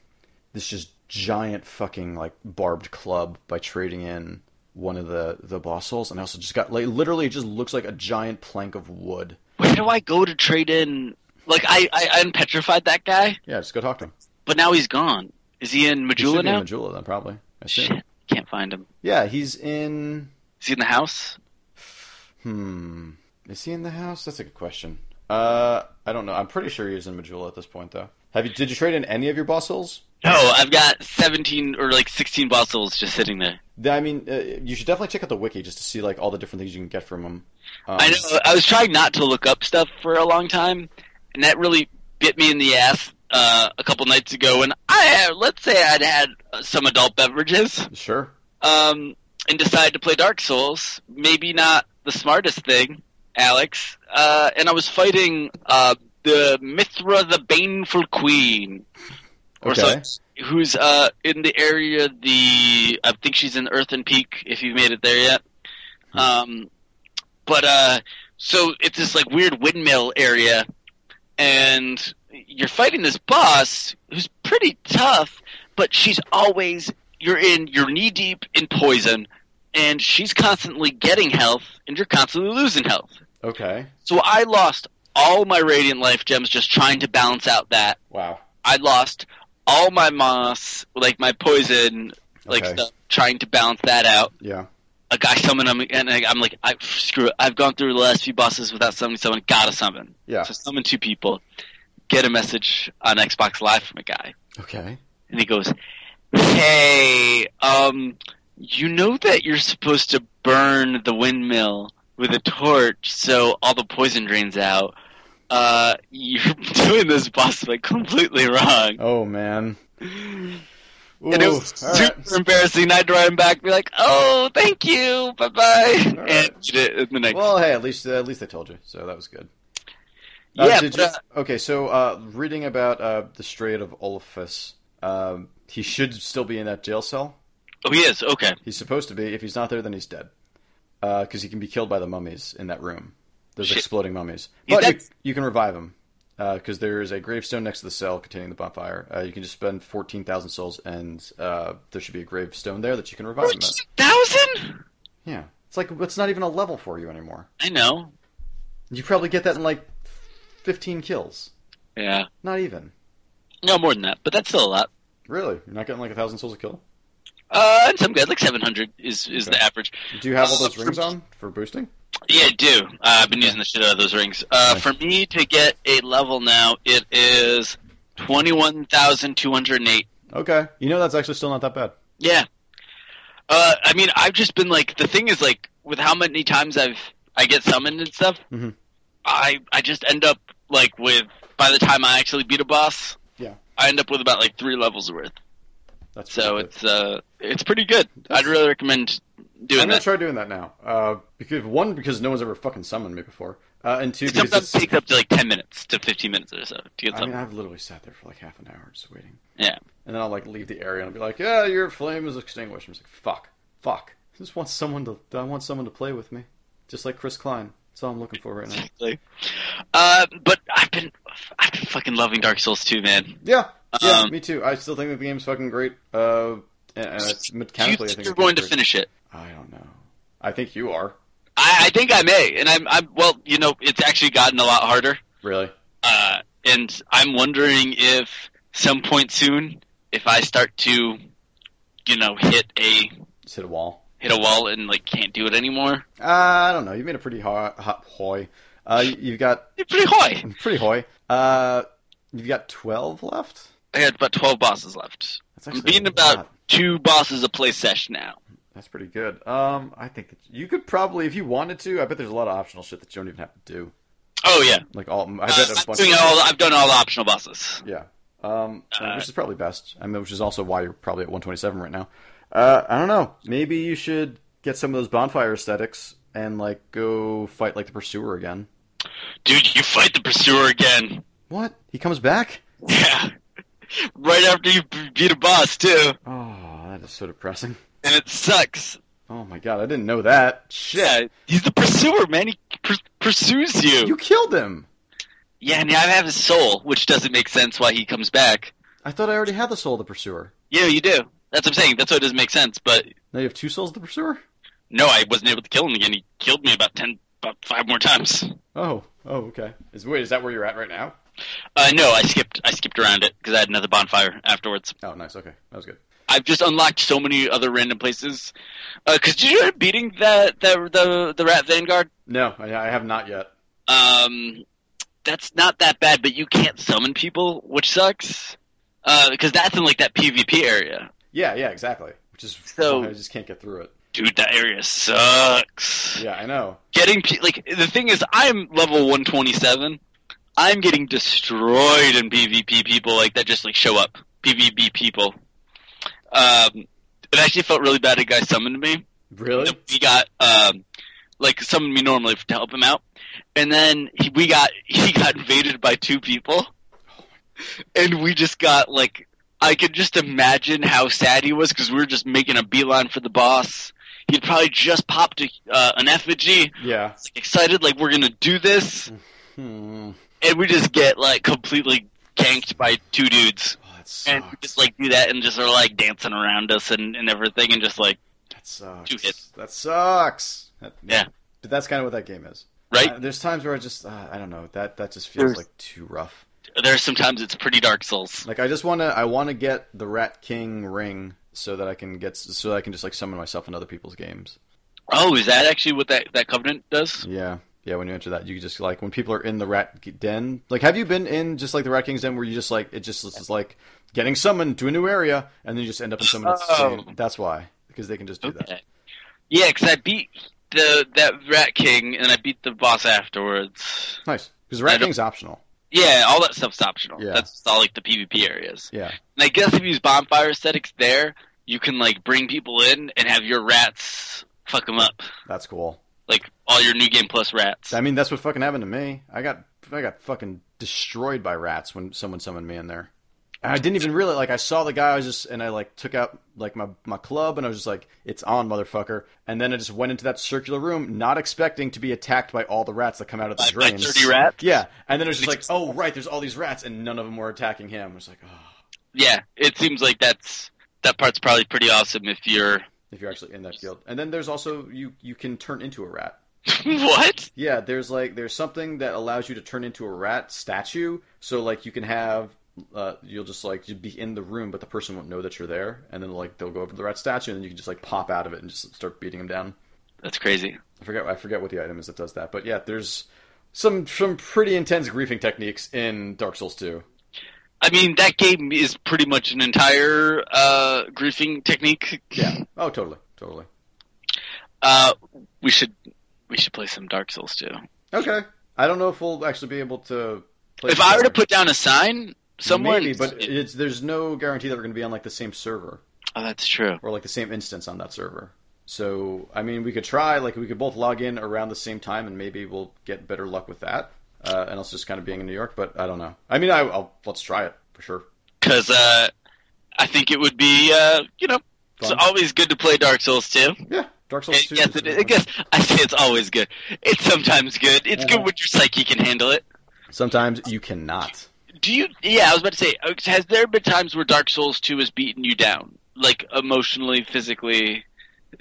A: this just giant fucking like barbed club by trading in one of the, the boss souls, and I also just got like literally it just looks like a giant plank of wood.
B: Where do I go to trade in? Like I, I, I unpetrified that guy,
A: Yeah, just go talk to him.
B: but now he's gone. Is he in
A: He should
B: Majula
A: be in
B: now?
A: Majula then, probably. I assume.
B: Shit, can't find him.
A: Yeah, he's in.
B: Is he in the house?
A: Hmm. Is he in the house? That's a good question. Uh, I don't know. I'm pretty sure he's in Majula at this point, though. Have you? Did you trade in any of your boss souls?
B: No, I've got 17 or like 16 bottles just sitting there.
A: Yeah, I mean, uh, you should definitely check out the wiki just to see like all the different things you can get from them. Um,
B: I know I was trying not to look up stuff for a long time, and that really bit me in the ass uh, a couple nights ago. And I had, let's say I'd had uh, some adult beverages
A: Sure.
B: um, and decided to play Dark Souls. Maybe not the smartest thing, Alex. Uh, and I was fighting uh, the Mithra, the Baneful Queen. Or
A: Okay.
B: something. who's uh in the area the I think she's in Earthen Peak if you've made it there yet. Um but uh so it's this like weird windmill area and you're fighting this boss who's pretty tough but she's always you're in you're knee deep in poison and she's constantly getting health and you're constantly losing health.
A: Okay.
B: So I lost all my radiant life gems just trying to balance out that
A: Wow.
B: I lost all my moss, like my poison, like
A: Okay.
B: stuff, trying to balance that out.
A: Yeah.
B: A guy summoned him, and I- I'm like, I, screw it. I've gone through the last few bosses without summoning someone. Gotta summon.
A: Yeah.
B: So summon two people. Get a message on Xbox Live from a guy,
A: Okay.
B: and he goes, "Hey, um, you know that you're supposed to burn the windmill with a torch so all the poison drains out." Uh, (laughs) you're doing this boss like completely wrong.
A: Oh man. Ooh,
B: And it was
A: all
B: super
A: right.
B: embarrassing. I'd write him back, be like, "Oh, thank you, bye bye," and
A: All right.
B: did it in the next.
A: Well, hey, at least uh, at least they told you, so that was good. Uh,
B: yeah,
A: did
B: but,
A: you-
B: uh,
A: okay, so uh, reading about uh, the Strait of Olphus, um, he should still be in that jail cell.
B: oh, he is okay.
A: He's supposed to be. If he's not there, then he's dead. Because he can be killed by the mummies in that room. There's
B: Shit.
A: exploding mummies.
B: Yeah,
A: But you,
B: that's-
A: you can revive him. Because there is a gravestone next to the cell containing the bonfire. Uh, you can just spend 14,000 souls, and uh, there should be a gravestone there that you can revive him at.
B: Thousand?
A: Yeah. It's like, it's not even a level for you anymore.
B: I know.
A: You probably get that in like 15 kills.
B: Yeah.
A: Not even.
B: No, more than that, but that's still a lot.
A: Really? You're not getting like a thousand souls a kill?
B: Uh, and some guys like 700 is is the average.
A: Do you have all those rings on for boosting?
B: Yeah, I do. Uh, I've been using the shit out of those rings. Uh,
A: Nice.
B: for me to get a level now, it is 21,208.
A: Okay. You know that's actually still not that bad.
B: Yeah. Uh, I mean, I've just been like, the thing is like, with how many times I've I get summoned and stuff,
A: Mhm.
B: I I just end up like with by the time I actually beat a boss,
A: Yeah.
B: I end up with about like three levels worth.
A: That's
B: So
A: pretty good.
B: it's uh it's pretty good. I'd really recommend doing
A: I'm gonna
B: that.
A: try doing that now. Uh, because one, because no one's ever fucking summoned me before, uh, and two, because
B: Sometimes
A: it's,
B: it takes up to like ten minutes to fifteen minutes or so to get
A: I mean,
B: something.
A: I've literally sat there for like half an hour just waiting.
B: Yeah.
A: And then I'll like leave the area and I'll be like, yeah, your flame is extinguished. I'm just like, fuck, fuck. I just want someone to. I want someone to play with me, just like Chris Klein. That's all I'm looking for right now.
B: Exactly. Uh, but I've been I've been fucking loving Dark Souls 2, man.
A: Yeah, yeah,
B: Um,
A: me too. I still think that the game's fucking great. Uh, and, and it's
B: Do you
A: mechanically, I
B: think
A: think
B: you're
A: it's
B: going to
A: great.
B: finish it?
A: I don't know. I think you are.
B: I, I think I may, and I'm I'm well, you know, it's actually gotten a lot harder.
A: Really?
B: Uh, and I'm wondering if some point soon, if I start to, you know, hit a
A: Just hit a wall.
B: hit a wall and like can't do it anymore.
A: Uh, I don't know. You made a pretty hot, hot hoy. Uh, you- you've got
B: It's pretty high.
A: pretty hoy. Uh, you've got twelve left.
B: I got about twelve bosses left.
A: That's
B: I'm
A: a
B: beating about
A: lot.
B: two bosses a play sesh now.
A: That's pretty good. Um, I think that you could probably, if you wanted to, I bet there's a lot of optional shit that you don't even have to do.
B: Oh yeah,
A: Like all, I
B: Uh,
A: bet a
B: I'm
A: bunch.
B: doing
A: of,
B: all. I've done all the optional bosses.
A: Yeah. Um,
B: Uh,
A: which is probably best. I mean, which is also why you're probably at 127 right now. Uh, I don't know. Maybe you should get some of those bonfire aesthetics and like go fight like the pursuer again.
B: Dude, you fight the pursuer again. (laughs)
A: What? He comes back?
B: Yeah, (laughs) right after you b- beat a boss too,
A: Oh, that is so depressing.
B: and it sucks.
A: Oh my god, I didn't know that. Shit.
B: Yeah, he's the pursuer, man. He pur- pursues you.
A: You killed him.
B: Yeah, and I have his soul, which doesn't make sense why he comes back.
A: I thought I already had the soul of the pursuer.
B: Yeah, you do. That's what I'm saying. That's why it doesn't make sense. But
A: Now you have two souls of the pursuer?
B: no, I wasn't able to kill him again. He killed me about ten, about five more times.
A: Oh, oh, okay. Is wait, is that where you're at right now?
B: Uh, no, I skipped. I skipped around it because I had another bonfire afterwards.
A: Oh, nice. Okay, that was good.
B: I've just unlocked so many other random places. Because did you end up beating that the the the Rat Vanguard?
A: No, I, I have not yet.
B: Um, that's not that bad, but you can't summon people, which sucks. Uh, because that's in like that PvP area,
A: Yeah, yeah, exactly. Which is
B: So-
A: why I just can't get through it.
B: dude. That area sucks.
A: Yeah, I know.
B: getting P- like the thing is I'm level 127. I'm getting destroyed in PvP people like that just like show up. PvP people. Um it actually felt really bad a guy summoned me.
A: Really?
B: We got um like summoned me normally to help him out. And then he, we got (laughs) he got invaded by two people. And we just got like I could just imagine how sad he was because we were just making a beeline for the boss. He'd probably just popped a, uh, an effigy
A: Yeah.
B: like, excited, like we're gonna do this,
A: Hmm.
B: and we just get like completely ganked by two dudes,
A: Oh, that
B: and we
A: sucks.
B: just like do that, and just are like dancing around us and, and everything, and just like
A: that sucks.
B: two hits.
A: That sucks. That-
B: Yeah.
A: But that's kind of what that game is,
B: right.
A: Uh, there's times where I just, uh, I don't know, that that just feels like too rough.
B: There's sometimes it's pretty Dark Souls.
A: Like I just want to, I want to get the Rat King ring so that I can get, so that I can just like summon myself in other people's games.
B: Oh, is that actually what that that covenant does?
A: Yeah, yeah. When you enter that, you just like when people are in the rat g- den. Like, have you been in just like the rat king's den where you just like it just is like getting summoned to a new area and then you just end up in someone else's
B: Oh.
A: game? That's why because they can just do that.
B: Okay. Yeah, because I beat the that Rat King, and I beat the boss afterwards.
A: Nice because the
B: I
A: rat
B: don't-
A: king's optional.
B: Yeah, all that stuff's optional.
A: Yeah.
B: That's all like the PvP areas.
A: Yeah,
B: And I guess if you use bonfire aesthetics there, you can like bring people in and have your rats fuck them up.
A: that's cool.
B: Like all your new game plus rats.
A: I mean, that's what fucking happened to me. I got I got fucking destroyed by rats when someone summoned me in there. And I didn't even realize. Like, I saw the guy. I was just and I like took out like my my club and I was just like, "It's on, motherfucker!" And then I just went into that circular room, not expecting to be attacked by all the rats that come out of the
B: By- by
A: drains.
B: 30 rats?
A: Yeah. And then it was just like, "Oh right, there's all these rats, and none of them were attacking him." I was like, "Oh."
B: Yeah, it seems like that's that part's probably pretty awesome if you're (laughs)
A: If you're actually in that field, and then there's also you you can turn into a rat.
B: what?
A: Yeah, there's like there's something that allows you to turn into a rat statue. So like you can have uh, you'll just like you'd be in the room, but the person won't know that you're there, and then like they'll go over to the rat statue, and then you can just like pop out of it and just start beating them down.
B: That's crazy.
A: I forget I forget what the item is that does that, but yeah, there's some some pretty intense griefing techniques in Dark Souls 2.
B: I mean, that game is pretty much an entire uh, griefing technique.
A: Yeah. Oh, totally, totally.
B: Uh, we should we should play some Dark Souls too.
A: Okay. I don't know if we'll actually be able to. play
B: If I were to
A: together.
B: put down a sign somewhere,
A: maybe, but it's there's no guarantee that we're going to be on like the same server
B: oh, that's true.
A: or like the same instance on that server. So I mean, we could try. Like we could both log in around the same time, and maybe we'll get better luck with that. Uh, and also just kind of being in New York, but I don't know. I mean, I, I'll let's try it for sure.
B: Because uh, I think it would be, uh, you know, it's
A: Fun.
B: always good to play Dark Souls too.
A: Yeah, Dark Souls
B: I
A: Two.
B: guess,
A: is
B: it,
A: a
B: I (laughs)
A: good
B: guess I say it's always good. It's sometimes good. It's
A: Uh-huh.
B: good when your psyche can handle it.
A: one. Sometimes you cannot.
B: Do you? Yeah, I was about to say. uh, Has there been times where Dark Souls Two has beaten you down, like emotionally, physically,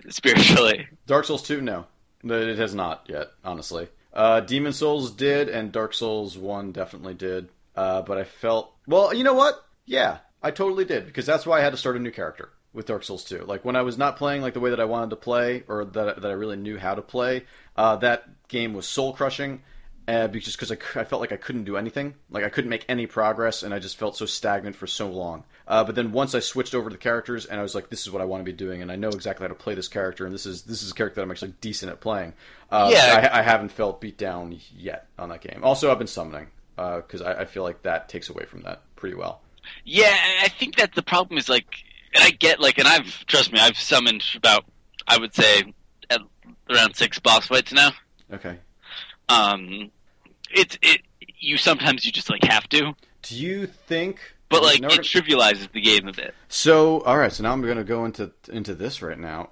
B: spiritually?
A: Dark Souls Two, no, No, it has not yet. Honestly, uh, Demon Souls did, and Dark Souls One definitely did. Uh, but I felt well. You know what? Yeah, I totally did because that's why I had to start a new character with Dark Souls Two. Like when I was not playing like the way that I wanted to play, or that that I really knew how to play, uh, that game was soul crushing. Uh, because just because I, c- I felt like I couldn't do anything, like I couldn't make any progress, and I just felt so stagnant for so long. Uh, but then once I switched over to the characters, and I was like, "This is what I want to be doing," and I know exactly how to play this character, and this is this is a character that I'm actually decent at playing. Uh,
B: Yeah.
A: I, I haven't felt beat down yet on that game. Also, I've been summoning because I, I feel like that takes away from that pretty well.
B: (laughs) Yeah, I- I think that the problem is like, and I get like, and I've trust me, I've summoned about, I would say, at around six boss fights now.
A: Okay.
B: Um, it's it. You sometimes you just like have to,
A: Do you think?
B: but like
A: in
B: it
A: order-
B: trivializes the game a bit.
A: So, all right. So now I'm going to go into into this right now,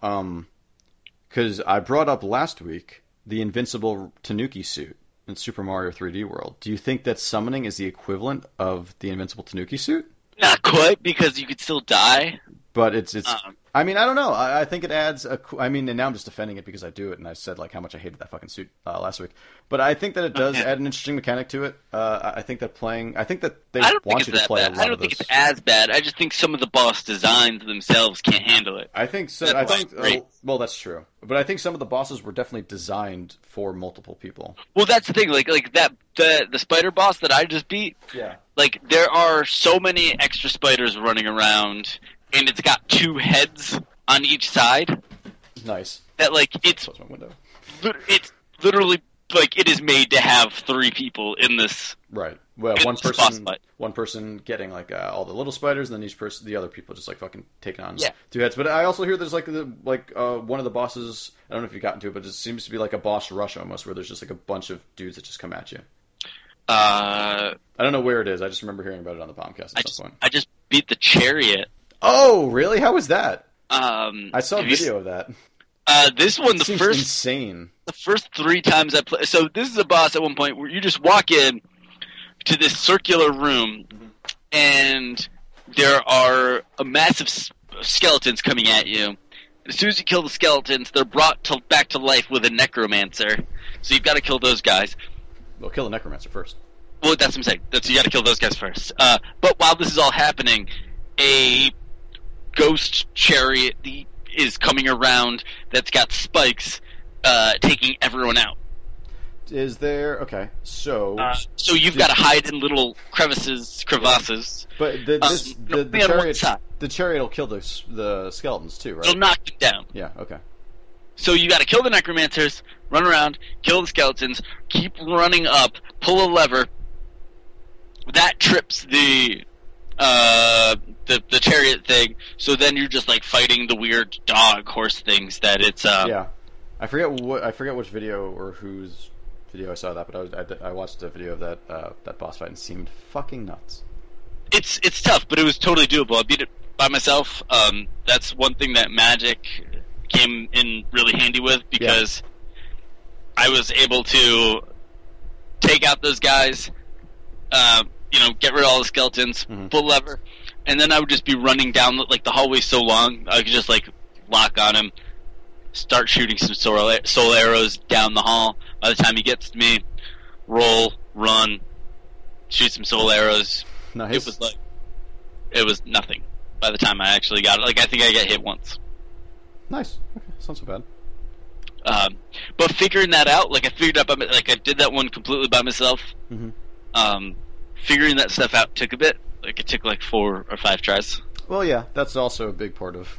A: because I brought up last week the invincible Tanuki suit in Super Mario 3D World. Do you think that summoning is the equivalent of the invincible Tanuki suit?
B: Not quite because you could still die.
A: But it's it's.
B: Um,
A: I mean, I don't know. I, I think it adds a. co- I mean, and now I'm just defending it because I do it, and I said like how much I hated that fucking suit uh, last week. But I think that it does
B: Okay.
A: add an interesting mechanic to it. Uh, I I think that playing. I think that they
B: I don't think
A: want
B: it's
A: you to
B: that
A: play
B: bad.
A: a
B: I
A: lot
B: don't
A: of
B: think
A: those.
B: it's as bad. I just think some of the boss designs themselves can't handle it.
A: I think so.
B: That's
A: I think
B: why it's great.
A: uh, well, that's true. But I think some of the bosses were definitely designed for multiple people.
B: Well, that's the thing. Like like that the the spider boss that I just beat.
A: Yeah.
B: like there are so many extra spiders running around and it's got two heads on each side
A: Nice.
B: that like it's
A: Close my window.
B: lit- it's literally like it is made to have three people in this
A: Right. Well,
B: It's
A: one
B: a boss
A: person,
B: fight.
A: one person getting like uh, all the little spiders, and then each person, the other people, just like fucking taking on
B: Yeah.
A: two heads. But I also hear there's like the like uh, one of the bosses. I don't know if you got into it, but it seems to be like a boss rush almost, where there's just like a bunch of dudes that just come at you.
B: uh
A: I don't know where it is. I just remember hearing about it on the podcast at
B: I
A: some
B: just
A: point.
B: I just beat the chariot
A: Oh, really? How was that?
B: um
A: I saw a
B: have you s-
A: video of that.
B: uh this one the
A: Seems
B: first
A: insane.
B: the first three times I play. So this is a boss at one point where you just walk in to this circular room, and there are a massive s- skeletons coming at you. As soon as you kill the skeletons, they're brought to, back to life with a necromancer. So you've got to kill those guys.
A: Well, kill the necromancer first.
B: Well, that's what I'm saying. That's you got to kill those guys first. Uh, but while this is all happening, a ghost chariot the- is coming around that's got spikes, uh, taking everyone out.
A: Is there okay? So,
B: Uh, so you've got to hide in little crevices, crevasses.
A: but the,
B: uh,
A: this,
B: no,
A: the, the
B: we had one
A: chariot,
B: shot.
A: the chariot will kill the s- the skeletons too, right?
B: They'll knock them down.
A: yeah. Okay.
B: So you got to kill the necromancers, run around, kill the skeletons, keep running up, pull a lever. That trips the uh, the the chariot thing. So then you're just like fighting the weird dog horse things that it's uh,
A: yeah. I forget what I forget which video or whose video I saw that, but I was, I, did- I watched a video of that uh, that boss fight and seemed fucking nuts. (laughs)
B: it's it's tough, but it was totally doable. I beat it by myself. Um, that's one thing that magic came in really handy with because I was able to take out those guys. Uh, you know, get rid of all the skeletons,
A: Mhm.
B: pull lever, and then I would just be running down like the hallway so long I could just like lock on him, start shooting some soul, soul arrows down the hall. By the time he gets to me, roll, run, shoot some soul arrows.
A: Nice.
B: It was like it was nothing. By the time I actually got it, like I think I got hit once.
A: nice. Okay, it's not so bad.
B: Um, but figuring that out, like I figured out, by, my- like I did that one completely by myself.
A: Mhm.
B: Um, figuring that stuff out took a bit. Like it took like four or five tries.
A: Well, yeah, that's also a big part of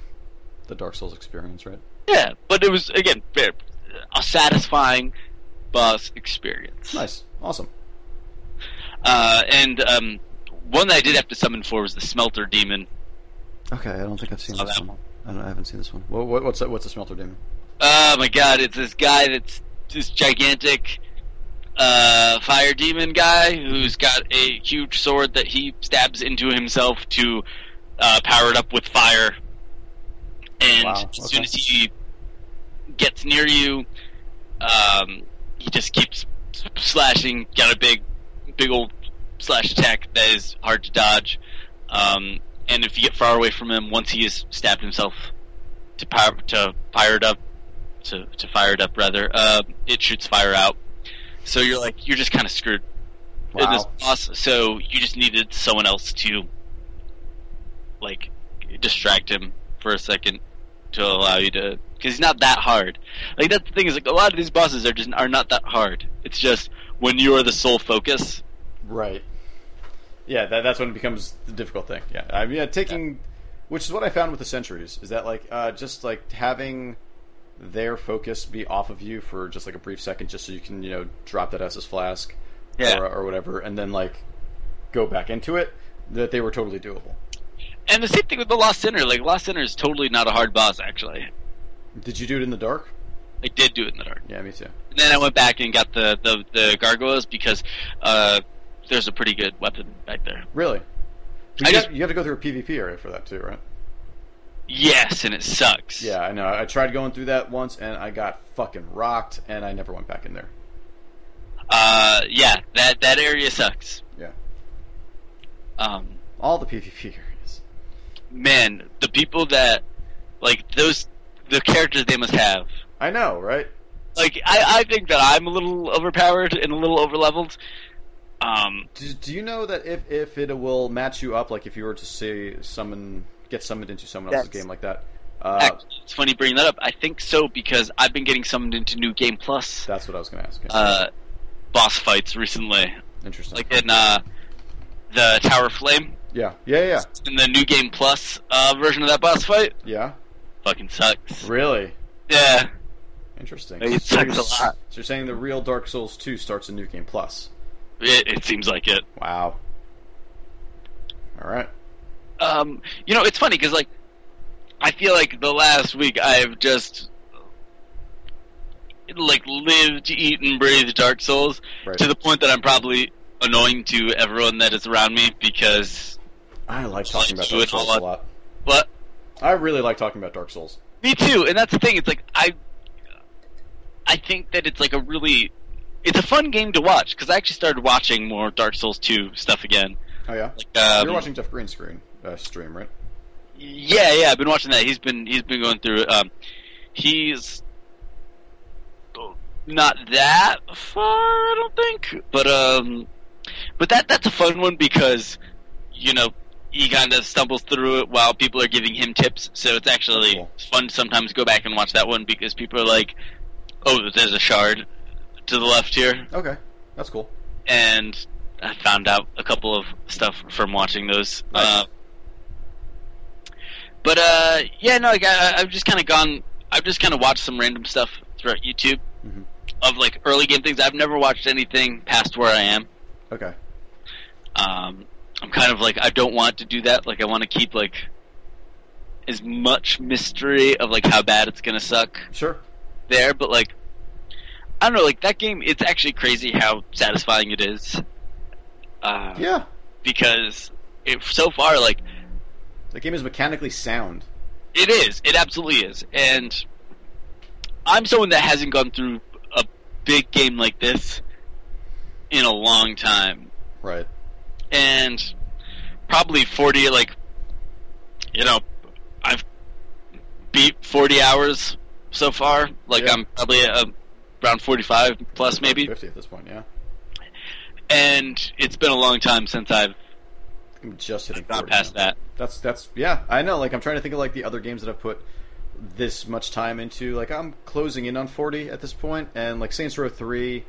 A: the Dark Souls experience, right?
B: Yeah, but it was again very- a satisfying boss experience.
A: Nice. Awesome.
B: Uh, and um, one that I did have to summon for was the Smelter Demon.
A: Okay, I don't think I've seen
B: Saw
A: this
B: that
A: one. I, don't, I haven't seen this one. What, what, what's that, what's a smelter demon?
B: Oh my god, it's this guy that's this gigantic uh, fire demon guy who's got a huge sword that he stabs into himself to uh, power it up with fire. And
A: Wow,
B: as soon
A: okay.
B: as he gets near you, um, he just keeps slashing. Got a big, big old slash attack that is hard to dodge. Um, and if you get far away from him, once he has stabbed himself to power to fire it up, to, to fire it up rather, uh, it shoots fire out. So you're like you're just kind of screwed in this
A: Wow.
B: boss. So you just needed someone else to like distract him for a second to allow you to because he's not that hard. Like that's the thing is like a lot of these bosses are just are not that hard. It's just when you are the sole focus.
A: Right. Yeah, that, that's when it becomes the difficult thing. Yeah, I mean, yeah, taking, which is what I found with the centuries, is that like uh, just like having their focus be off of you for just like a brief second, just so you can you know drop that S's flask,
B: Yeah.
A: or, or whatever, and then like go back into it. That they were totally doable.
B: And the same thing with the Lost Sinner. Like Lost Sinner is totally not a hard boss actually.
A: Did you do it in the dark?
B: I did do it in the dark.
A: Yeah, me too.
B: And then I went back and got the the, the gargoyles because uh, there's a pretty good weapon back there.
A: Really? But
B: I
A: you,
B: just-
A: have, you have to go through a PvP area for that too, right?
B: Yes, and it sucks.
A: Yeah, I know. I tried going through that once, and I got fucking rocked, and I never went back in there.
B: Uh, yeah, that that area sucks.
A: Yeah,
B: Um,
A: all the PvP areas.
B: man, the people that like those the characters they must have.
A: I know, right?
B: Like, I, I think that I'm a little overpowered and a little overleveled. Um,
A: Do, do you know that if, if it will match you up, like if you were to say summon, get summoned into someone else's
B: That's-
A: game like that? Uh,
B: actually, it's funny bringing that up. I think so because I've been getting summoned into New Game Plus
A: that's what I was going to ask.
B: uh, boss fights recently,
A: Interesting.
B: like in uh, the Tower Flame
A: yeah, yeah, yeah,
B: in the New Game Plus uh, version of that boss fight.
A: yeah.
B: Fucking sucks.
A: Really
B: Yeah.
A: interesting.
B: It sucks a lot.
A: So you're saying the real Dark Souls two starts a new game plus?
B: It, it seems like it.
A: Wow. All right.
B: um, you know, it's funny because like I feel like the last week I've just like lived, eaten, breathed Dark Souls
A: Right.
B: to the point that I'm probably annoying to everyone that is around me because
A: I like talking about
B: Do
A: Dark
B: it all
A: Souls a
B: on-
A: lot.
B: what
A: I really like talking about Dark Souls.
B: Me too, and that's the thing. It's like I, I think that it's like a really, it's a fun game to watch because I actually started watching more Dark Souls two stuff again.
A: Oh yeah,
B: Like, um,
A: you're watching Jeff Green's screen uh, stream, right?
B: Yeah, yeah, I've been watching that. He's been he's been going through. it. Um, he's not that far, I don't think. But um, but that that's a fun one because you know he kind of stumbles through it while people are giving him tips. So it's actually
A: Cool.
B: fun to sometimes go back and watch that one because people are like, "Oh, there's a shard to the left here,"
A: Okay, that's cool.
B: and I found out a couple of stuff from watching those.
A: Nice.
B: Uh, but uh, yeah, no, like, I, I've just kind of gone. I've just kind of watched some random stuff throughout YouTube
A: Mhm.
B: of like early game things. I've never watched anything past where I am.
A: Okay,
B: Um, I'm kind of like I don't want to do that. Like I want to keep like as much mystery of like how bad it's gonna suck
A: sure.
B: there. But like I don't know, like that game. It's actually crazy how satisfying it is. Uh,
A: Yeah,
B: because it, so far, like
A: the game is mechanically sound.
B: it is, it absolutely is, and I'm someone that hasn't gone through a big game like this in a long time,
A: Right.
B: and probably 40, like you know, I've beat 40 hours so far. Like
A: Yeah.
B: I'm probably uh around 45 plus maybe,
A: 50 at this point, yeah.
B: and it's been a long time since I've
A: I'm just hitting
B: gone
A: 40
B: past
A: now.
B: that.
A: That's that's yeah, I know. Like I'm trying to think of like the other games that I've put this much time into. Like I'm closing in on 40 at this point, and like Saints Row 3,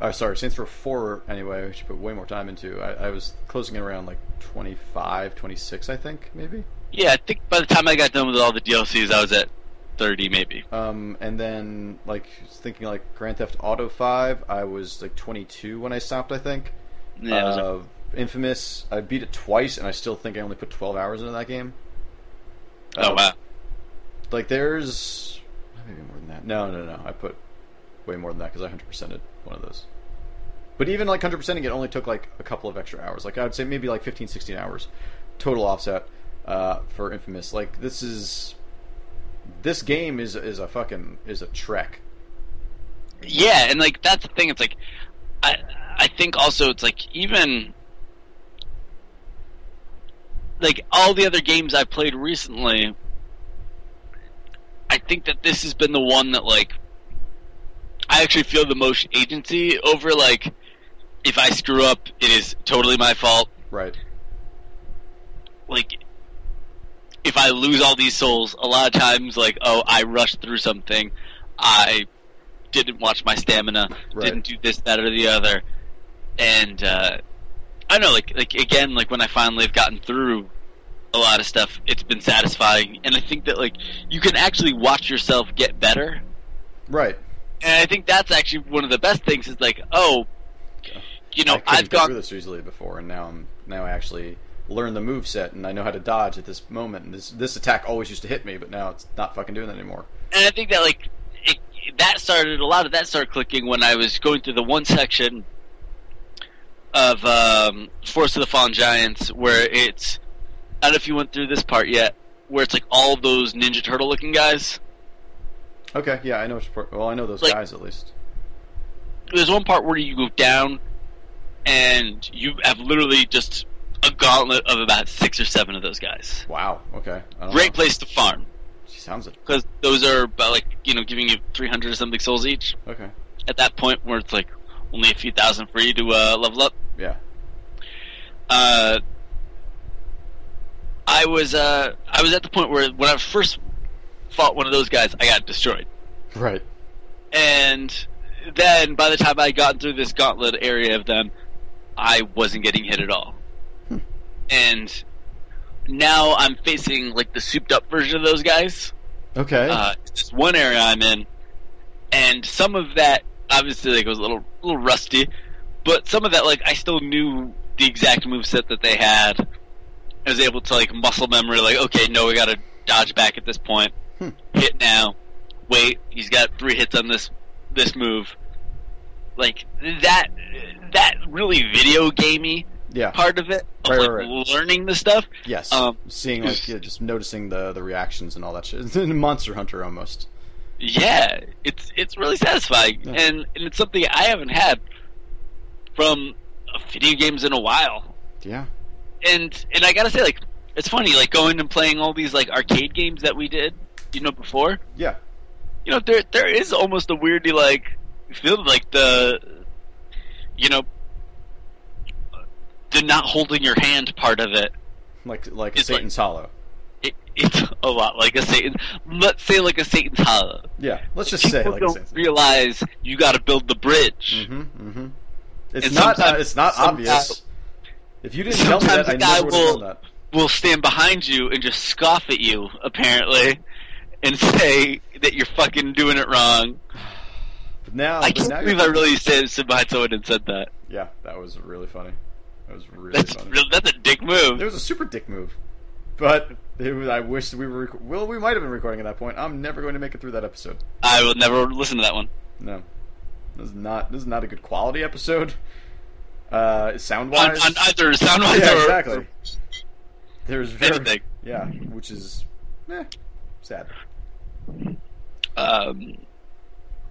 A: or sorry, Saints Row 4 anyway, which I put way more time into. I, I was closing in around like 25, 26, I think maybe.
B: Yeah, I think by the time I got done with all the DLCs, I was at 30 maybe.
A: Um, and then like thinking like Grand Theft Auto 5, I was like 22 when I stopped, I think.
B: Yeah, it was like-
A: uh, Infamous, I beat it twice, and I still think I only put 12 hours into that game.
B: oh
A: Uh,
B: wow.
A: Like there's maybe more than that. No, no, no. I put way more than that because I hundred percented one of those. But even like hundred percenting it only took like a couple of extra hours. Like I would say maybe like 15, 16 hours total offset uh, for Infamous. Like this is this game is is a fucking is a trek.
B: Yeah, and like that's the thing. It's like I I think also it's like even like all the other games I've played recently. I think that this has been the one that like I actually feel the most agency over. Like if I screw up, it is totally my fault.
A: Right.
B: Like if I lose all these souls, a lot of times like oh I rushed through something, I didn't watch my stamina
A: Right.
B: didn't do this, that, or the other. And uh, I don't know, like, like again, like when I finally have gotten through a lot of stuff, it's been satisfying. And I think that like you can actually watch yourself get better.
A: Right.
B: And I think that's actually one of the best things. Is like, oh,
A: I
B: you know,
A: couldn't
B: I've
A: get through
B: gone.
A: this easily before, and now I'm now I actually learned the move set, and I know how to dodge at this moment. And this this attack always used to hit me, but now it's not fucking doing that anymore.
B: And I think that like it, that started a lot of that started clicking when I was going through the one section of um, Force of the Fallen Giants where it's I don't know if you went through this part yet, where it's like all those Ninja Turtle looking guys.
A: Okay, yeah, I know. which part- Well, I know those
B: Like-
A: guys at least.
B: There's one part where you go down and you have literally just a gauntlet of about six or seven of those guys.
A: Wow. Okay. I don't
B: Great
A: know.
B: place to farm
A: She sounds it.
B: because those are about like you know giving you 300 or something souls each.
A: Okay.
B: At that point where it's like only a few thousand for you to uh, level up.
A: Yeah.
B: uh, I was uh, I was at the point where when I first fought one of those guys, I got destroyed.
A: Right.
B: And then by the time I got through this gauntlet area of them, I wasn't getting hit at all. And now I'm facing like the souped up version of those guys.
A: Okay.
B: Uh, it's just one area I'm in, and some of that obviously like was a little little rusty, but some of that like I still knew the exact move set that they had. I was able to like muscle memory, like okay, no, we got to dodge back at this point,
A: Hmm.
B: hit now, wait, he's got three hits on this this move, like that that really video gamey
A: yeah.
B: part of it of
A: Right,
B: like
A: right,
B: learning the stuff.
A: yes.
B: um,
A: Seeing like yeah, just noticing the the reactions and all that shit. (laughs) Monster Hunter almost.
B: Yeah, it's it's really satisfying,
A: Yeah.
B: and, and it's something I haven't had from uh, video games in a while.
A: Yeah.
B: And and I gotta say, like, it's funny, like going and playing all these like arcade games that we did, you know, before.
A: Yeah.
B: You know, there there is almost a weirdly like feel like the, you know, the not holding your hand part of it.
A: Like like
B: It's like-
A: Satan's Hollow.
B: it it's a lot like a Satan. Let's say like a Satan's Hollow.
A: Yeah. Let's just
B: People
A: say like
B: don't
A: Satan's.
B: realize you got to build the bridge.
A: Mm-hmm. Mm-hmm. It's
B: And
A: not. Uh,
B: sometimes-
A: it's not
B: sometimes-
A: obvious. If you didn't tell me
B: sometimes
A: that, I
B: the guy
A: never would have
B: will-
A: known that.
B: will stand behind you and just scoff at you, apparently, and (laughs) say that you're fucking doing it wrong.
A: But now,
B: I
A: but
B: can't
A: now
B: believe
A: you're-
B: I really said stood behind someone and said that.
A: Yeah, that was really funny. That was really
B: That's
A: funny.
B: real, that's a dick
A: There
B: move.
A: was a super dick move, but it was, I wish that we were. Rec- well, we might have been recording at that point. I'm never going to make it through that episode.
B: I will never listen to that one.
A: No, this is not. This is not a good quality episode. Uh, sound
B: On,
A: wise,
B: on either sound wise
A: yeah,
B: or
A: exactly. There's very,
B: anything.
A: yeah, which is, eh, sad.
B: Um,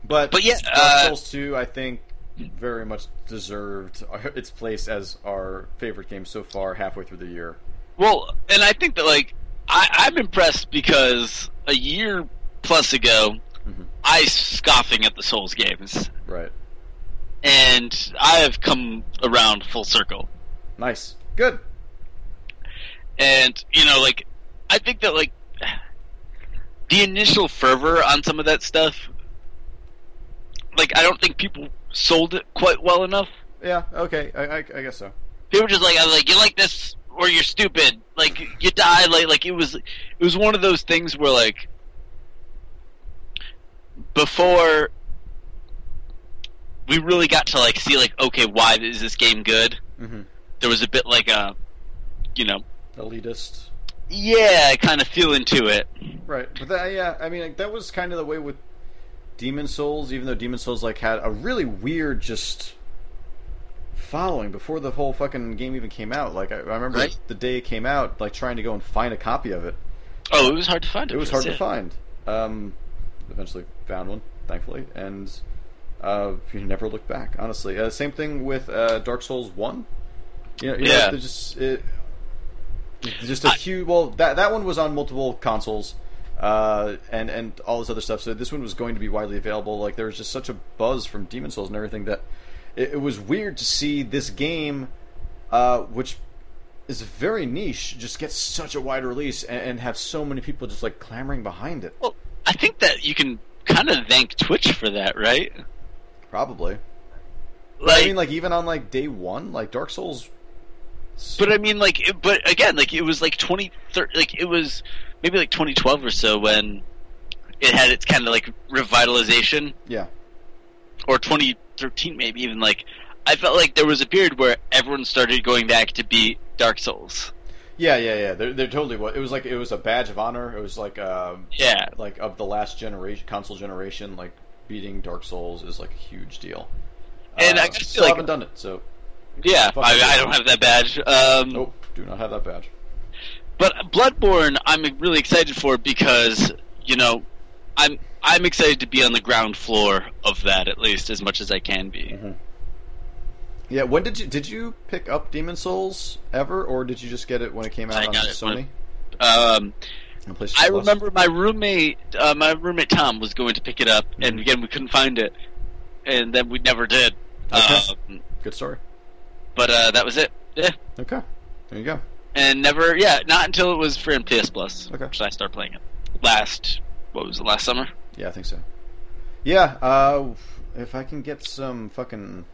A: But
B: But yeah,
A: Dark
B: uh,
A: Souls Two, I think, very much deserved uh, its place as our favorite game so far, halfway through the year.
B: well, and I think that like I, I'm impressed because a year plus ago, I scoffing at the Souls games,
A: Right.
B: and I have come around full circle.
A: Nice. Good.
B: And you know, like I think that like the initial fervor on some of that stuff, like I don't think people sold it quite well enough.
A: Yeah. Okay. I, I, I guess so.
B: People were just like, I was like, you like this or you're stupid. Like you die. Like like it was, it was one of those things where like before we really got to like see like okay why is this game good
A: Mm-hmm.
B: there was a bit like a you know
A: Elitist.
B: yeah kind of feeling to it
A: Right. But that, yeah, I mean, like, that was kind of the way with Demon Souls, even though Demon Souls like had a really weird just following before the whole fucking game even came out. Like I, I remember
B: Right.
A: the day it came out, like trying to go and find a copy of it.
B: Oh, it was hard to find.
A: It was hard to
B: yeah.
A: find. Um, eventually found one, thankfully, and uh, you never looked back. Honestly, uh, same thing with uh, Dark Souls One. You know, you know,
B: Yeah.
A: they're just it, it's just a
B: I-
A: huge. Well, that that one was on multiple consoles, uh, and and all this other stuff. So this one was going to be widely available. Like there was just such a buzz from Demon Souls and everything that it, it was weird to see this game, uh, which is very niche, just get such a wide release and, and have so many people just like clamoring behind it.
B: Well, I think that you can kind of thank Twitch for that, right?
A: Probably.
B: Like,
A: I mean, like even on like day one, like Dark Souls.
B: but I mean, like, it, but again, like it was like twenty thir like it was maybe like twenty twelve or so when it had its kind of like revitalization,
A: Yeah,
B: or twenty thirteen maybe even. Like, I felt like there was a period where everyone started going back to beat Dark Souls.
A: yeah, yeah, yeah. There, there totally was. It was like it was a badge of honor. It was like, um,
B: Yeah,
A: like of the last generation console generation, like beating Dark Souls is like a huge deal.
B: And
A: Uh,
B: I just
A: still
B: feel like-
A: haven't done it, so
B: yeah.
A: Fuck
B: I,
A: yeah.
B: I don't have that badge. Um,
A: nope, do not have that badge.
B: But Bloodborne, I'm really excited for because you know, I'm I'm excited to be on the ground floor of that at least as much as I can be.
A: Yeah, when did you did you pick up Demon Souls ever, or did you just get it when it came out
B: I
A: on
B: got it when-
A: Sony?
B: Um,
A: on PlayStation
B: I
A: Plus?
B: remember my roommate, uh, my roommate Tom, was going to pick it up, and
A: Mhm.
B: again we couldn't find it, and then we never did.
A: Okay.
B: Um,
A: Good story.
B: but uh, that was it. Yeah,
A: Okay, there you go.
B: and never. Yeah, not until it was for MPS Plus,
A: Okay.
B: which I started playing it last. What was it? Last summer.
A: Yeah, I think so. Yeah, uh, if I can get some fucking,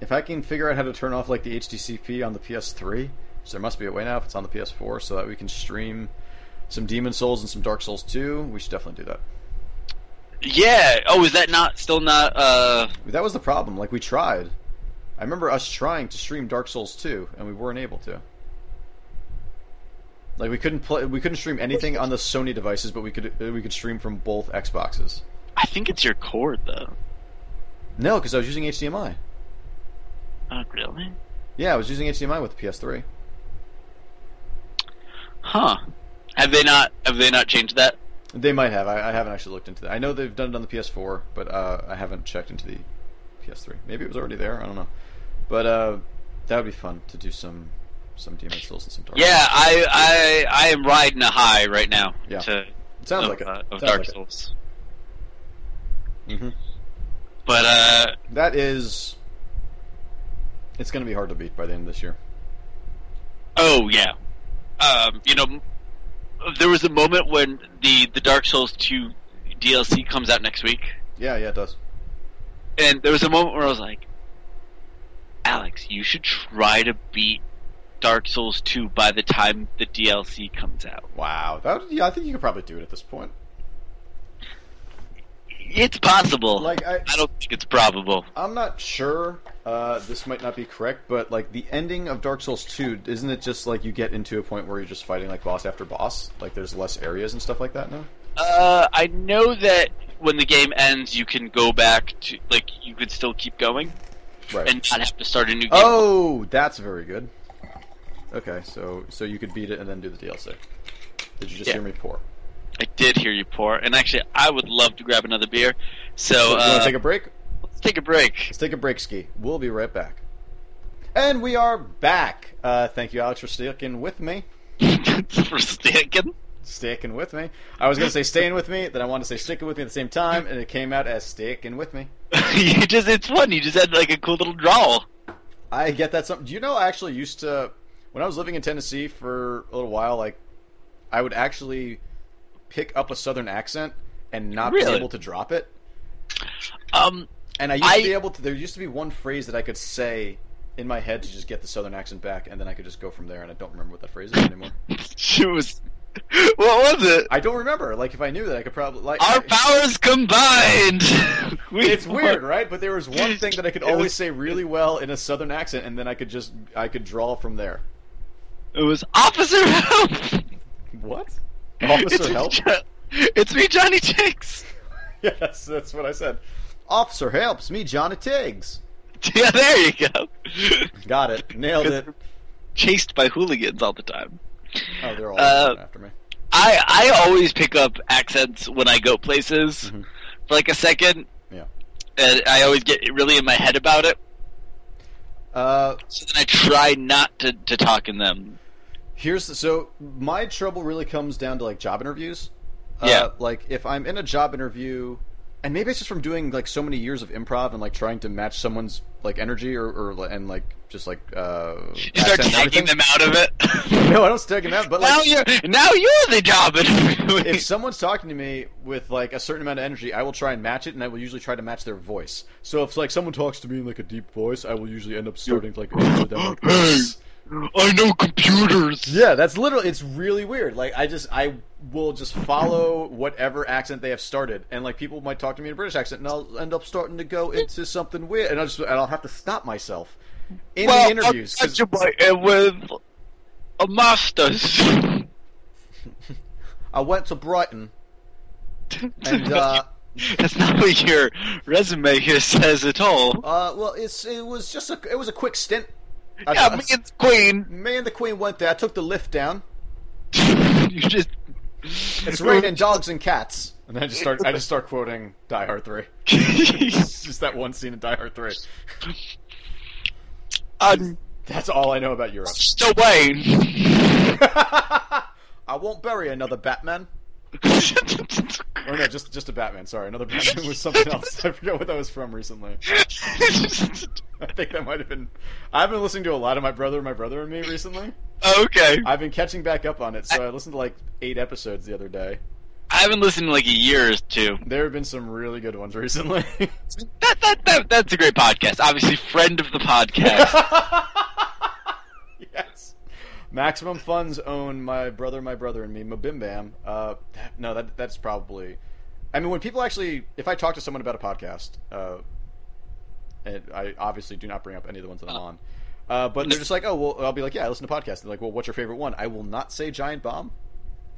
A: if I can figure out how to turn off like the HDCP on the PS3, so there must be a way now if it's on the PS4, so that we can stream some Demon Souls and some Dark Souls 2. We should definitely do that.
B: Yeah. Oh, is that not still not? Uh,
A: That was the problem. Like we tried. I remember us trying to stream Dark Souls 2, and we weren't able to. Like we couldn't play, we couldn't stream anything on the Sony devices, but we could uh, we could stream from both Xboxes.
B: I think it's your cord though.
A: No, because I was using HDMI.
B: Oh, really?
A: Yeah, I was using HDMI with the PS3.
B: Huh. Have they not? Have they not changed that?
A: They might have. I, I haven't actually looked into that. I know they've done it on the PS4, but uh, I haven't checked into the PS3. Maybe it was already there. I don't know. But uh, that would be fun to do some some Demon Souls and some Dark.
B: Yeah, I, I, I am riding a high right now.
A: Yeah.
B: To,
A: Souls. sounds
B: of,
A: like it.
B: uh, of
A: Sounds
B: Dark
A: like it.
B: Souls.
A: Mhm.
B: But uh,
A: That is, it's going to be hard to beat by the end of this year.
B: oh yeah, um, you know, there was a moment when the the Dark Souls two DLC comes out next week,
A: Yeah, yeah, it does.
B: and there was a moment where I was like, Alex, you should try to beat Dark Souls two by the time the DLC comes out.
A: Wow, that would- yeah, I think you could probably do it at this point.
B: It's possible.
A: Like I,
B: I don't think it's probable.
A: I'm not sure. Uh, this might not be correct, but like the ending of Dark Souls 2, isn't it just like you get into a point where you're just fighting like boss after boss? Like there's less areas and stuff like that now.
B: Uh, I know that when the game ends, you can go back to like you could still keep going
A: Right.
B: and not have to start a new game.
A: oh, that's very good. Okay, so so you could beat it and then do the DLC. Did you just
B: Yeah.
A: hear me pour?
B: I did hear you pour, and actually, I would love to grab another beer. So
A: you want
B: uh,
A: to take a break?
B: let's take a break. (laughs)
A: Let's take a break, Ski. We'll be right back. And we are back. Uh, thank you, Alex, for sticking with me.
B: For Stankin? (laughs)
A: Sticking with me. I was gonna say staying with me, then I wanted to say sticking with me at the same time, and it came out as sticking with me.
B: you just it's fun. You just had like a cool little drawl.
A: I get that. Some. Do you know? I actually used to when I was living in Tennessee for a little while. Like, I would actually pick up a Southern accent and not be
B: Really?
A: able to drop it.
B: Um, (laughs)
A: And I used
B: I-
A: to be able to. There used to be one phrase that I could say in my head to just get the Southern accent back, and then I could just go from there. And I don't remember what that phrase is anymore.
B: she was. What was it?
A: I don't remember. Like if I knew that, I could probably like.
B: Our
A: I-
B: powers combined. (laughs) we (laughs)
A: it's weird, right? But there was one thing that I could
B: It was-
A: always say really well in a Southern accent, and then I could just I could draw from there.
B: It was Officer Help.
A: What?
B: (laughs) it's
A: Officer
B: me,
A: help? (laughs)
B: (laughs) Jo- it's me, Johnny Jakes.
A: yes, that's what I said. Officer helps me, Johnny Tiggs.
B: (laughs) Yeah, there you go.
A: Got it. Nailed it.
B: Chased by hooligans all the time.
A: Oh, they're all
B: Uh,
A: running after me.
B: I I always pick up accents when I go places
A: Mhm.
B: for like a second,
A: Yeah.
B: and I always get really in my head about it.
A: Uh,
B: So then I try not to, to talk in them.
A: here's so my trouble really comes down to like job interviews. Uh,
B: Yeah.
A: Like if I'm in a job interview, and maybe it's just from doing like so many years of improv and like trying to match someone's like energy or, or and like just like uh.
B: You start
A: accent and
B: tagging
A: everything.
B: them out of it.
A: (laughs)
B: (laughs)
A: No, I don't stick him out. But
B: now
A: like,
B: you're now you're the job interviewing.
A: if someone's talking to me with like a certain amount of energy, I will try and match it, and I will usually try to match their voice. So if like someone talks to me in like a deep voice, I will usually end up starting to, like
B: (gasps)
A: with them like
B: Hey.
A: this.
B: I know computers.
A: Yeah, that's literally. It's really weird. Like I just I will just follow whatever accent they have started, and like people might talk to me in a British accent, and I'll end up starting to go into something weird, and I will just and I'll have to stop myself in
B: well,
A: the interviews.
B: I
A: 'cause-
B: graduated uh, with a master's.
A: I went to Brighton,
B: (laughs)
A: and uh,
B: That's not what your resume here says at all.
A: uh, well, it's it was just a it was a quick stint.
B: yeah, me and the Queen. (laughs)
A: Me and the Queen went there. I took the lift down.
B: you just.
A: It's
B: (laughs)
A: raining dogs and cats. And I just start. I just start quoting Die Hard Three. (laughs) It's just that one scene in Die Hard Three.
B: I'm
A: That's all I know about Europe.
B: still Wayne. (laughs)
A: (laughs) I won't bury another Batman. Or no, just just a Batman. Sorry, another Batman was something else. I forgot what that was from recently. I think that might have been. I've been listening to a lot of my brother, my brother and me recently.
B: okay.
A: I've been catching back up on it, so I listened to like eight episodes the other day.
B: I haven't listened in like a year or two.
A: There have been some really good ones recently. (laughs)
B: That, that, that, that's a great podcast. Obviously, friend of
A: (laughs)
B: the podcast.
A: yes. Maximum Funds own my brother, my brother, and me, Mabim Bam. Uh, that- no, that that's probably. I mean, when people actually, if I talk to someone about a podcast, uh, and I obviously do not bring up any of the ones that I'm on, uh, but they're just like, oh, well, I'll be like, yeah, I listen to podcasts. They're like, well, what's your favorite one? I will not say Giant Bomb.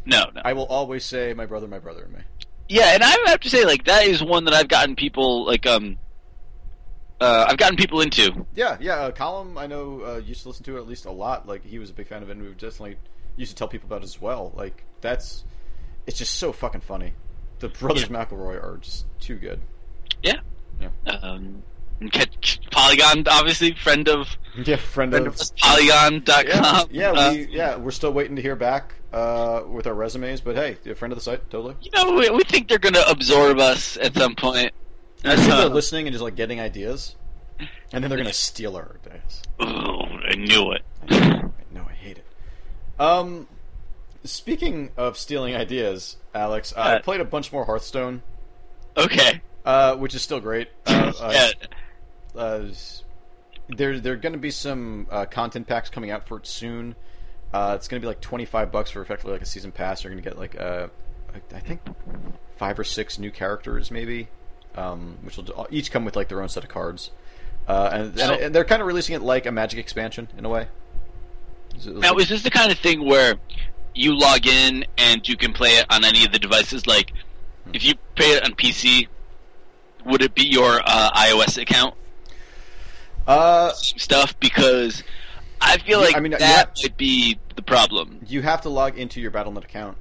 B: no, no.
A: I will always say my brother, my brother, and me.
B: Yeah, and I have to say, like, that is one that I've gotten people, like, um, uh, I've gotten people into.
A: Yeah, yeah. Uh, Colum, I know, uh, used to listen to it at least a lot. Like he was a big fan of it, and we would definitely used to tell people about it as well. Like that's, it's just so fucking funny. The brothers McElroy are just too
B: (laughs)
A: good.
B: Yeah.
A: Yeah.
B: Um, and catch Polygon, obviously, friend of,
A: Yeah, friend
B: friend
A: of.
B: of us, polygon.com.
A: (laughs) yeah,
B: (laughs)
A: yeah,
B: Uh,
A: we, yeah. We're still waiting to hear back uh, with our resumes, but hey, a friend of the site, totally.
B: you know, we, we think they're going to absorb us at some point.
A: I think they're
B: Uh,
A: listening and just like getting ideas, and then they're
B: (laughs)
A: gonna steal our ideas.
B: oh, I knew it.
A: No, I hate it. Um, speaking of stealing ideas, Alex, uh, I
B: Uh,
A: played a bunch more Hearthstone.
B: Okay.
A: uh, which is still great. Uh, uh,
B: (laughs) yeah.
A: uh, s- uh, there, there are going to be some uh, content packs coming out for it soon. Uh, it's going to be like twenty five bucks for effectively like a season pass. You're going to get like uh, I- I think five or six new characters maybe, um, which will each come with like their own set of cards. Uh, and, and, and they're kind of releasing it like a Magic expansion in a way. So it's
B: Now,
A: like-
B: is this the kind of thing where you log in and you can play it on any of the devices? Like, if you play it on PC, would it be your uh, iOS account
A: uh,
B: stuff? Because I feel
A: Yeah,
B: like
A: I mean, uh,
B: that
A: yeah.
B: might be the problem.
A: you have to log into your BattleNet account.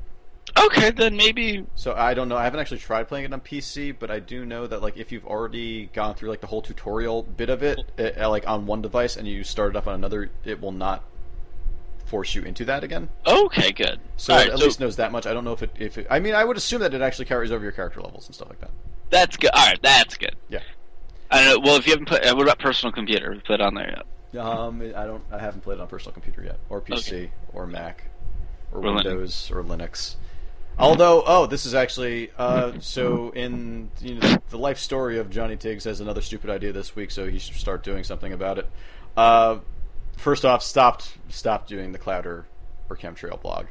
B: Okay, then maybe.
A: So I don't know. I haven't actually tried playing it on PC, but I do know that like if you've already gone through like the whole uh, tutorial bit of it, it uh, like on one device and you start it up on another, it will not force you into that again.
B: Okay, good.
A: So
B: All
A: it
B: right,
A: at
B: so
A: least knows that much. I don't know if it, if it, I mean, I would assume that it actually carries over your character levels and stuff like that.
B: that's good. All right, that's good.
A: Yeah.
B: I don't know. Well, if you haven't put, uh, what about personal computer? Have you Put it on there yet?
A: Um, I don't. I haven't played it on personal computer yet, or PC, or Mac, or,
B: Linux.
A: Windows, or Linux. Although, oh, this is actually uh, so in you know, the life story of Johnny Tiggs has another stupid idea this week, so he should start doing something about it. Uh, first off, stopped stopped doing the cloud or, or chemtrail blog.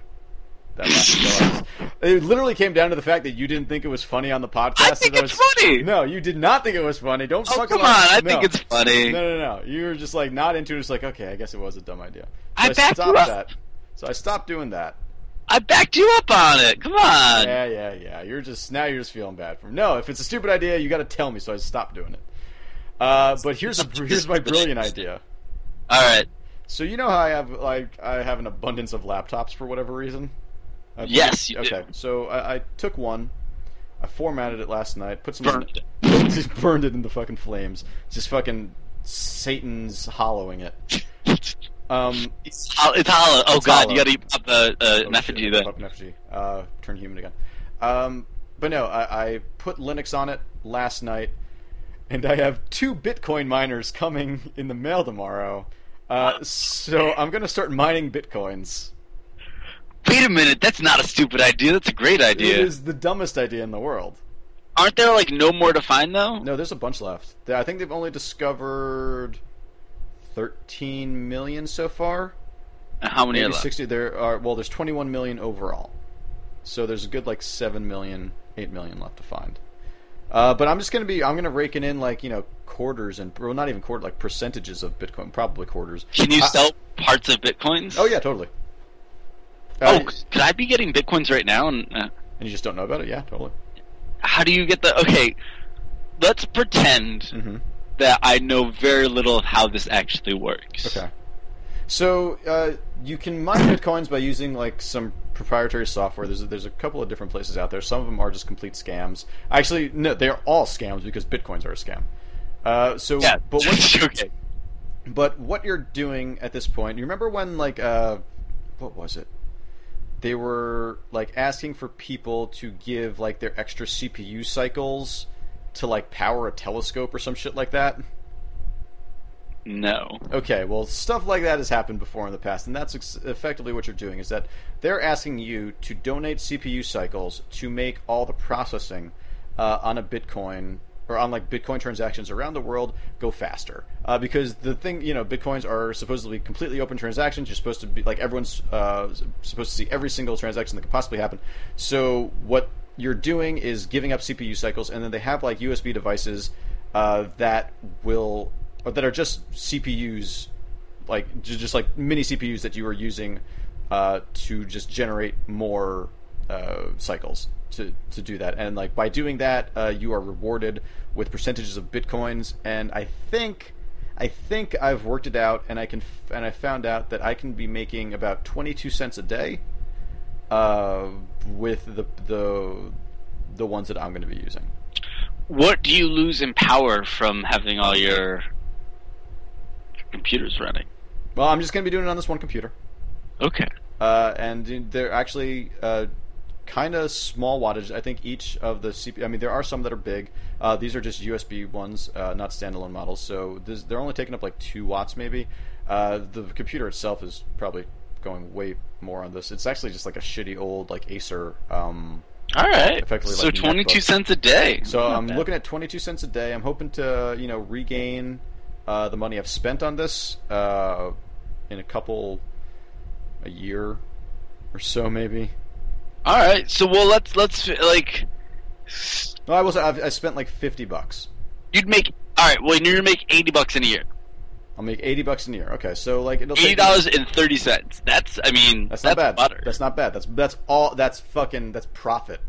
A: That
B: (laughs)
A: last it literally came down to the fact that you didn't think it was funny on the podcast.
B: I
A: and
B: think
A: that
B: it's
A: was-
B: funny.
A: No, you did not think it was funny. Don't
B: Oh,
A: fucking
B: come on!
A: lie.
B: I
A: No.
B: think it's funny.
A: No, no, no. You were just like not into it. It's like, okay, I guess it was a dumb idea. So
B: I backed you
A: stopped
B: up.
A: that. So I stopped doing that.
B: I backed you up on it. Come on.
A: Yeah, yeah, yeah. You're just now you're just feeling bad for me. No, if it's a stupid idea, you got to tell me. So I stopped doing it. Uh, but
B: (laughs)
A: here's a here's my brilliant idea.
B: All right.
A: So you know how I have like I have an abundance of laptops for whatever reason. I-
B: Yes, you
A: okay. So I, I took one. I formatted it last night. Put some
B: Burned
A: (laughs)
B: it.
A: just burned it in the fucking flames. Just fucking Satan's hollowing it. Um,
B: It's, hol- it's hollow. Oh
A: It's
B: god,
A: hollow.
B: you gotta eat up the uh,
A: Oh,
B: an effigy
A: shit,
B: there.
A: pop an effigy. Uh, turn human again. Um, but no, I, I put Linux on it last night, and I have two Bitcoin miners coming in the mail tomorrow. Uh, so I'm gonna start mining bitcoins.
B: Wait a minute, that's not a stupid idea. That's a great
A: It
B: idea.
A: is the dumbest idea in the world.
B: Aren't there like no more to find though?
A: No, there's a bunch left. They- I think they've only discovered 13 million so far.
B: And How many are
A: Maybe
B: left?
A: 60. There are well, there's 21 million overall. So there's a good like 7 million, 8 million left to find. Uh, but I'm just gonna be I'm gonna rake it in like you know quarters and well not even quarter like percentages of Bitcoin probably quarters.
B: Can you
A: I-
B: sell parts of bitcoins?
A: Oh yeah, totally. Uh,
B: Oh, could I be getting bitcoins right now? And uh,
A: and you just don't know about it? Yeah, totally.
B: how do you get the? Okay, let's pretend
A: Mm-hmm.
B: that I know very little of how this actually works.
A: Okay. So uh, you can mine bitcoins by using like some proprietary software. There's a, there's a couple of different places out there. Some of them are just complete scams. Actually, no, they're all scams because bitcoins are a scam. Uh, so,
B: Yeah,
A: but what,
B: (laughs) okay.
A: but what you're doing at this point? You remember when like uh, what was it? They were like asking for people to give like their extra CPU cycles to like power a telescope or some shit like that.
B: No.
A: Okay, well, stuff like that has happened before in the past, and that's ex- effectively what you're doing is that they're asking you to donate CPU cycles to make all the processing uh, on a Bitcoin or on like Bitcoin transactions around the world go faster. Uh, because the thing, you know, Bitcoins are supposedly completely open transactions. You're supposed to be like everyone's uh, s- supposed to see every single transaction that could possibly happen. So what you're doing is giving up CPU cycles, and then they have like USB devices uh, that will or that are just CPUs, like ju- just like mini CPUs that you are using uh, to just generate more uh, cycles to to do that. And like by doing that, uh, you are rewarded with percentages of bitcoins. And I think. I think I've worked it out, and I can, f- and I found out that I can be making about twenty-two cents a day, uh, with the the the ones that I'm going to be using.
B: What do you lose in power from having all your computers running?
A: Well, I'm just going to be doing it on this one computer.
B: Okay.
A: uh, and they're actually uh, kind of small wattage. I think each of the CPU. I mean, there are some that are big. Uh, these are just USB ones, uh, not standalone models. So this, they're only taking up like two watts, maybe. Uh, the computer itself is probably going way more on this. It's actually just like a shitty old like Acer. Um,
B: All right.
A: Effectively
B: so
A: like
B: twenty-two
A: MacBook.
B: cents a day.
A: so
B: Not
A: I'm
B: bad.
A: looking at 22 cents a day. I'm hoping to, you know, regain uh, the money I've spent on this uh, in a couple, a year or so, maybe.
B: All right. So well, let's let's like s-
A: No, I was. I've, I spent like fifty bucks.
B: you'd make. All right. Well, you're gonna make eighty bucks in a year.
A: I'll make eighty bucks in a year. Okay, so like it'll
B: Eighty
A: take-
B: dollars and thirty cents. That's I mean
A: That's not bad.
B: butter.
A: That's not bad. That's that's all. That's fucking. That's profit.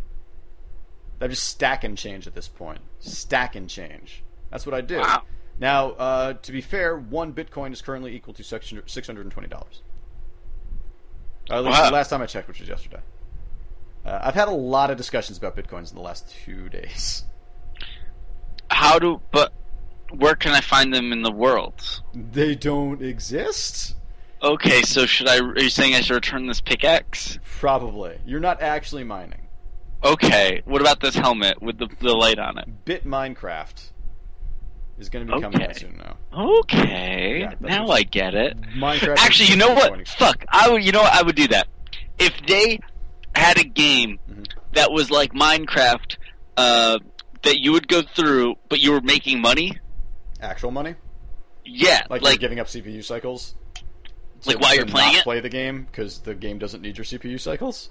A: I'm just stacking change at this point. Stacking change. That's what I do.
B: Wow.
A: Now, uh, to be fair, one Bitcoin is currently equal to six hundred and twenty dollars. At least
B: Wow.
A: the last time I checked, which was yesterday. Uh, I've had a lot of discussions about bitcoins in the last two (laughs) days.
B: How do but where can I find them in the world?
A: They don't exist.
B: Okay, so should I? Are you saying I should return this pickaxe?
A: Probably. You're not actually mining.
B: Okay. What about this helmet with the, the light on it?
A: Bit Minecraft is going to be coming out
B: Okay.
A: soon now.
B: Okay.
A: Yeah, that's
B: now
A: what-
B: I get it.
A: Minecraft.
B: Actually,
A: is
B: you know what?
A: 20.
B: Fuck. I would. You know what? I would do that if they had a game
A: Mhm.
B: that was like Minecraft uh, that you would go through, but you were making money.
A: Actual money?
B: Yeah,
A: Like,
B: like
A: you're
B: like,
A: giving up CPU cycles?
B: Like while
A: to
B: you're playing
A: not
B: it?
A: play the game because the game doesn't need your CPU cycles?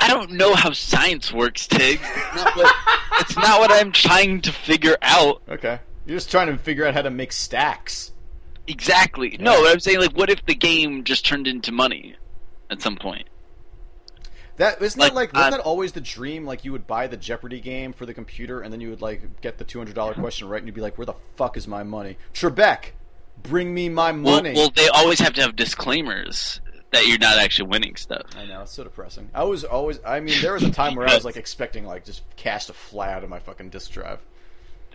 B: I don't know how science works, Tig. It's not what, it's not what I'm trying to figure out
A: (laughs) Okay. You're just trying to figure out how to make stacks.
B: exactly. No, but I'm saying like, what if the game just turned into money at some point?
A: That isn't that like
B: Like, uh,
A: wasn't
B: I'm-
A: that always the dream? Like you would buy the Jeopardy game for the computer, and then you would like get the two hundred
B: Uh-huh.
A: dollar question right, and you'd be like, "Where the fuck is my money?" Trebek, bring me my
B: Well,
A: money.
B: well, they always have to have disclaimers that you're not actually winning stuff.
A: I know it's so depressing. I was always, I mean, there was a time where I was
B: (laughs)
A: like expecting like just cast a fly out of my fucking disk drive.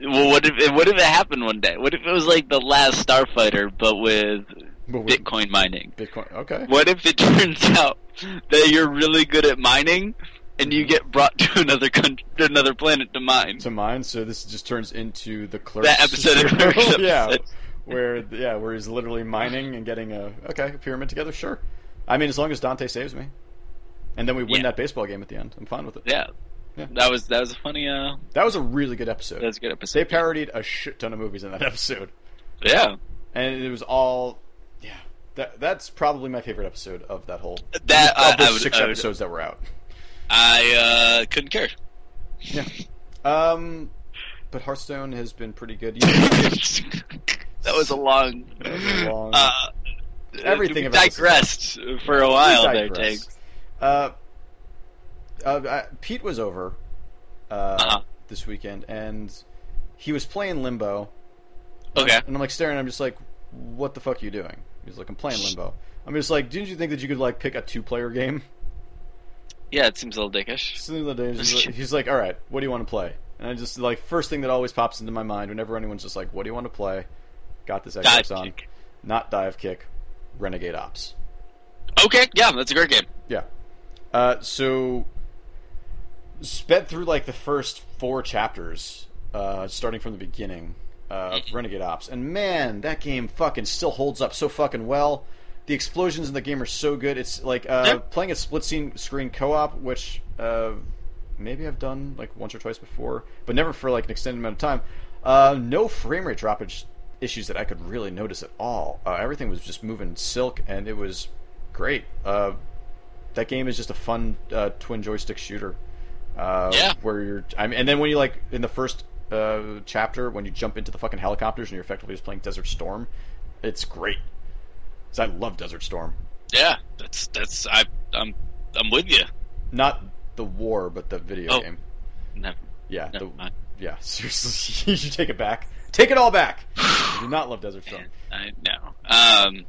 B: Well, what if what if it happened one day? What if it was like the last Starfighter, but with
A: But with
B: Bitcoin mining?
A: Bitcoin, okay,
B: What if it (laughs) turns out that you're really good at mining and you get brought to another country, to another planet to mine?
A: to mine. So this just turns into the clerk
B: That episode of
A: (laughs)
B: Clerks
A: yeah,
B: episode.
A: where yeah, where he's literally mining and getting a okay a pyramid together. Sure, I mean as long as Dante saves me, and then we win
B: Yeah.
A: that baseball game at the end. I'm fine with it.
B: Yeah.
A: Yeah.
B: That was that was a funny uh
A: That was a really good episode.
B: that was a good
A: They
B: episode.
A: parodied a shit ton of movies in that (laughs) episode,
B: yeah.
A: and it was all yeah. That that's probably my favorite episode of that whole
B: That uh,
A: of
B: I,
A: the
B: I, would,
A: six
B: I, would-
A: episodes that were out.
B: I, uh couldn't care. (laughs)
A: Yeah. Um, but Hearthstone has been pretty good. (laughs)
B: that was a long,
A: That was a long-
B: uh
A: Everything
B: we
A: about this is-
B: digressed for a while
A: We
B: there, Jake.
A: digress. Uh, uh, uh, Pete was over uh,
B: Uh-huh.
A: this weekend, and he was playing Limbo,
B: Okay.
A: and I'm like staring. I'm just like, "What the fuck are you doing?" He's like, "I'm playing Limbo." I'm just like, "Didn't you think that you could like pick a two player game?" (laughs)
B: Yeah, it seems a little dickish.
A: So the other day, he's like, he's like, "All right, what do you want to play?" And I just like first thing that always pops into my mind whenever anyone's just like, "What do you want to play?" Got this Xbox
B: Dive
A: on,
B: Kick.
A: not dive kick, Renegade Ops.
B: Okay, yeah, that's a great game.
A: Yeah. Uh, so sped through like the first four chapters, uh, starting from the beginning uh, of Renegade Ops, and man, that game fucking still holds up so fucking well. The explosions in the game are so good. It's like uh,
B: Yeah.
A: playing a split scene screen co-op, which uh, maybe I've done like once or twice before, but never for like an extended amount of time. Uh, no frame rate droppage issues that I could really notice at all. Uh, everything was just moving silk, and it was great. Uh, that game is just a fun uh, twin joystick shooter. Uh,
B: Yeah.
A: Where you're, I mean, and then when you like in the first uh, chapter, when you jump into the fucking helicopters and you're effectively just playing Desert Storm, it's great. 'Cause I love Desert Storm,
B: Yeah, that's that's I I'm I'm with you.
A: not the war, but the video
B: Oh.
A: game.
B: Never,
A: Yeah.
B: never
A: the-
B: mind.
A: yeah. (laughs) Seriously, you should take it back. Take it all back. I do not love Desert Storm.
B: I know. Um,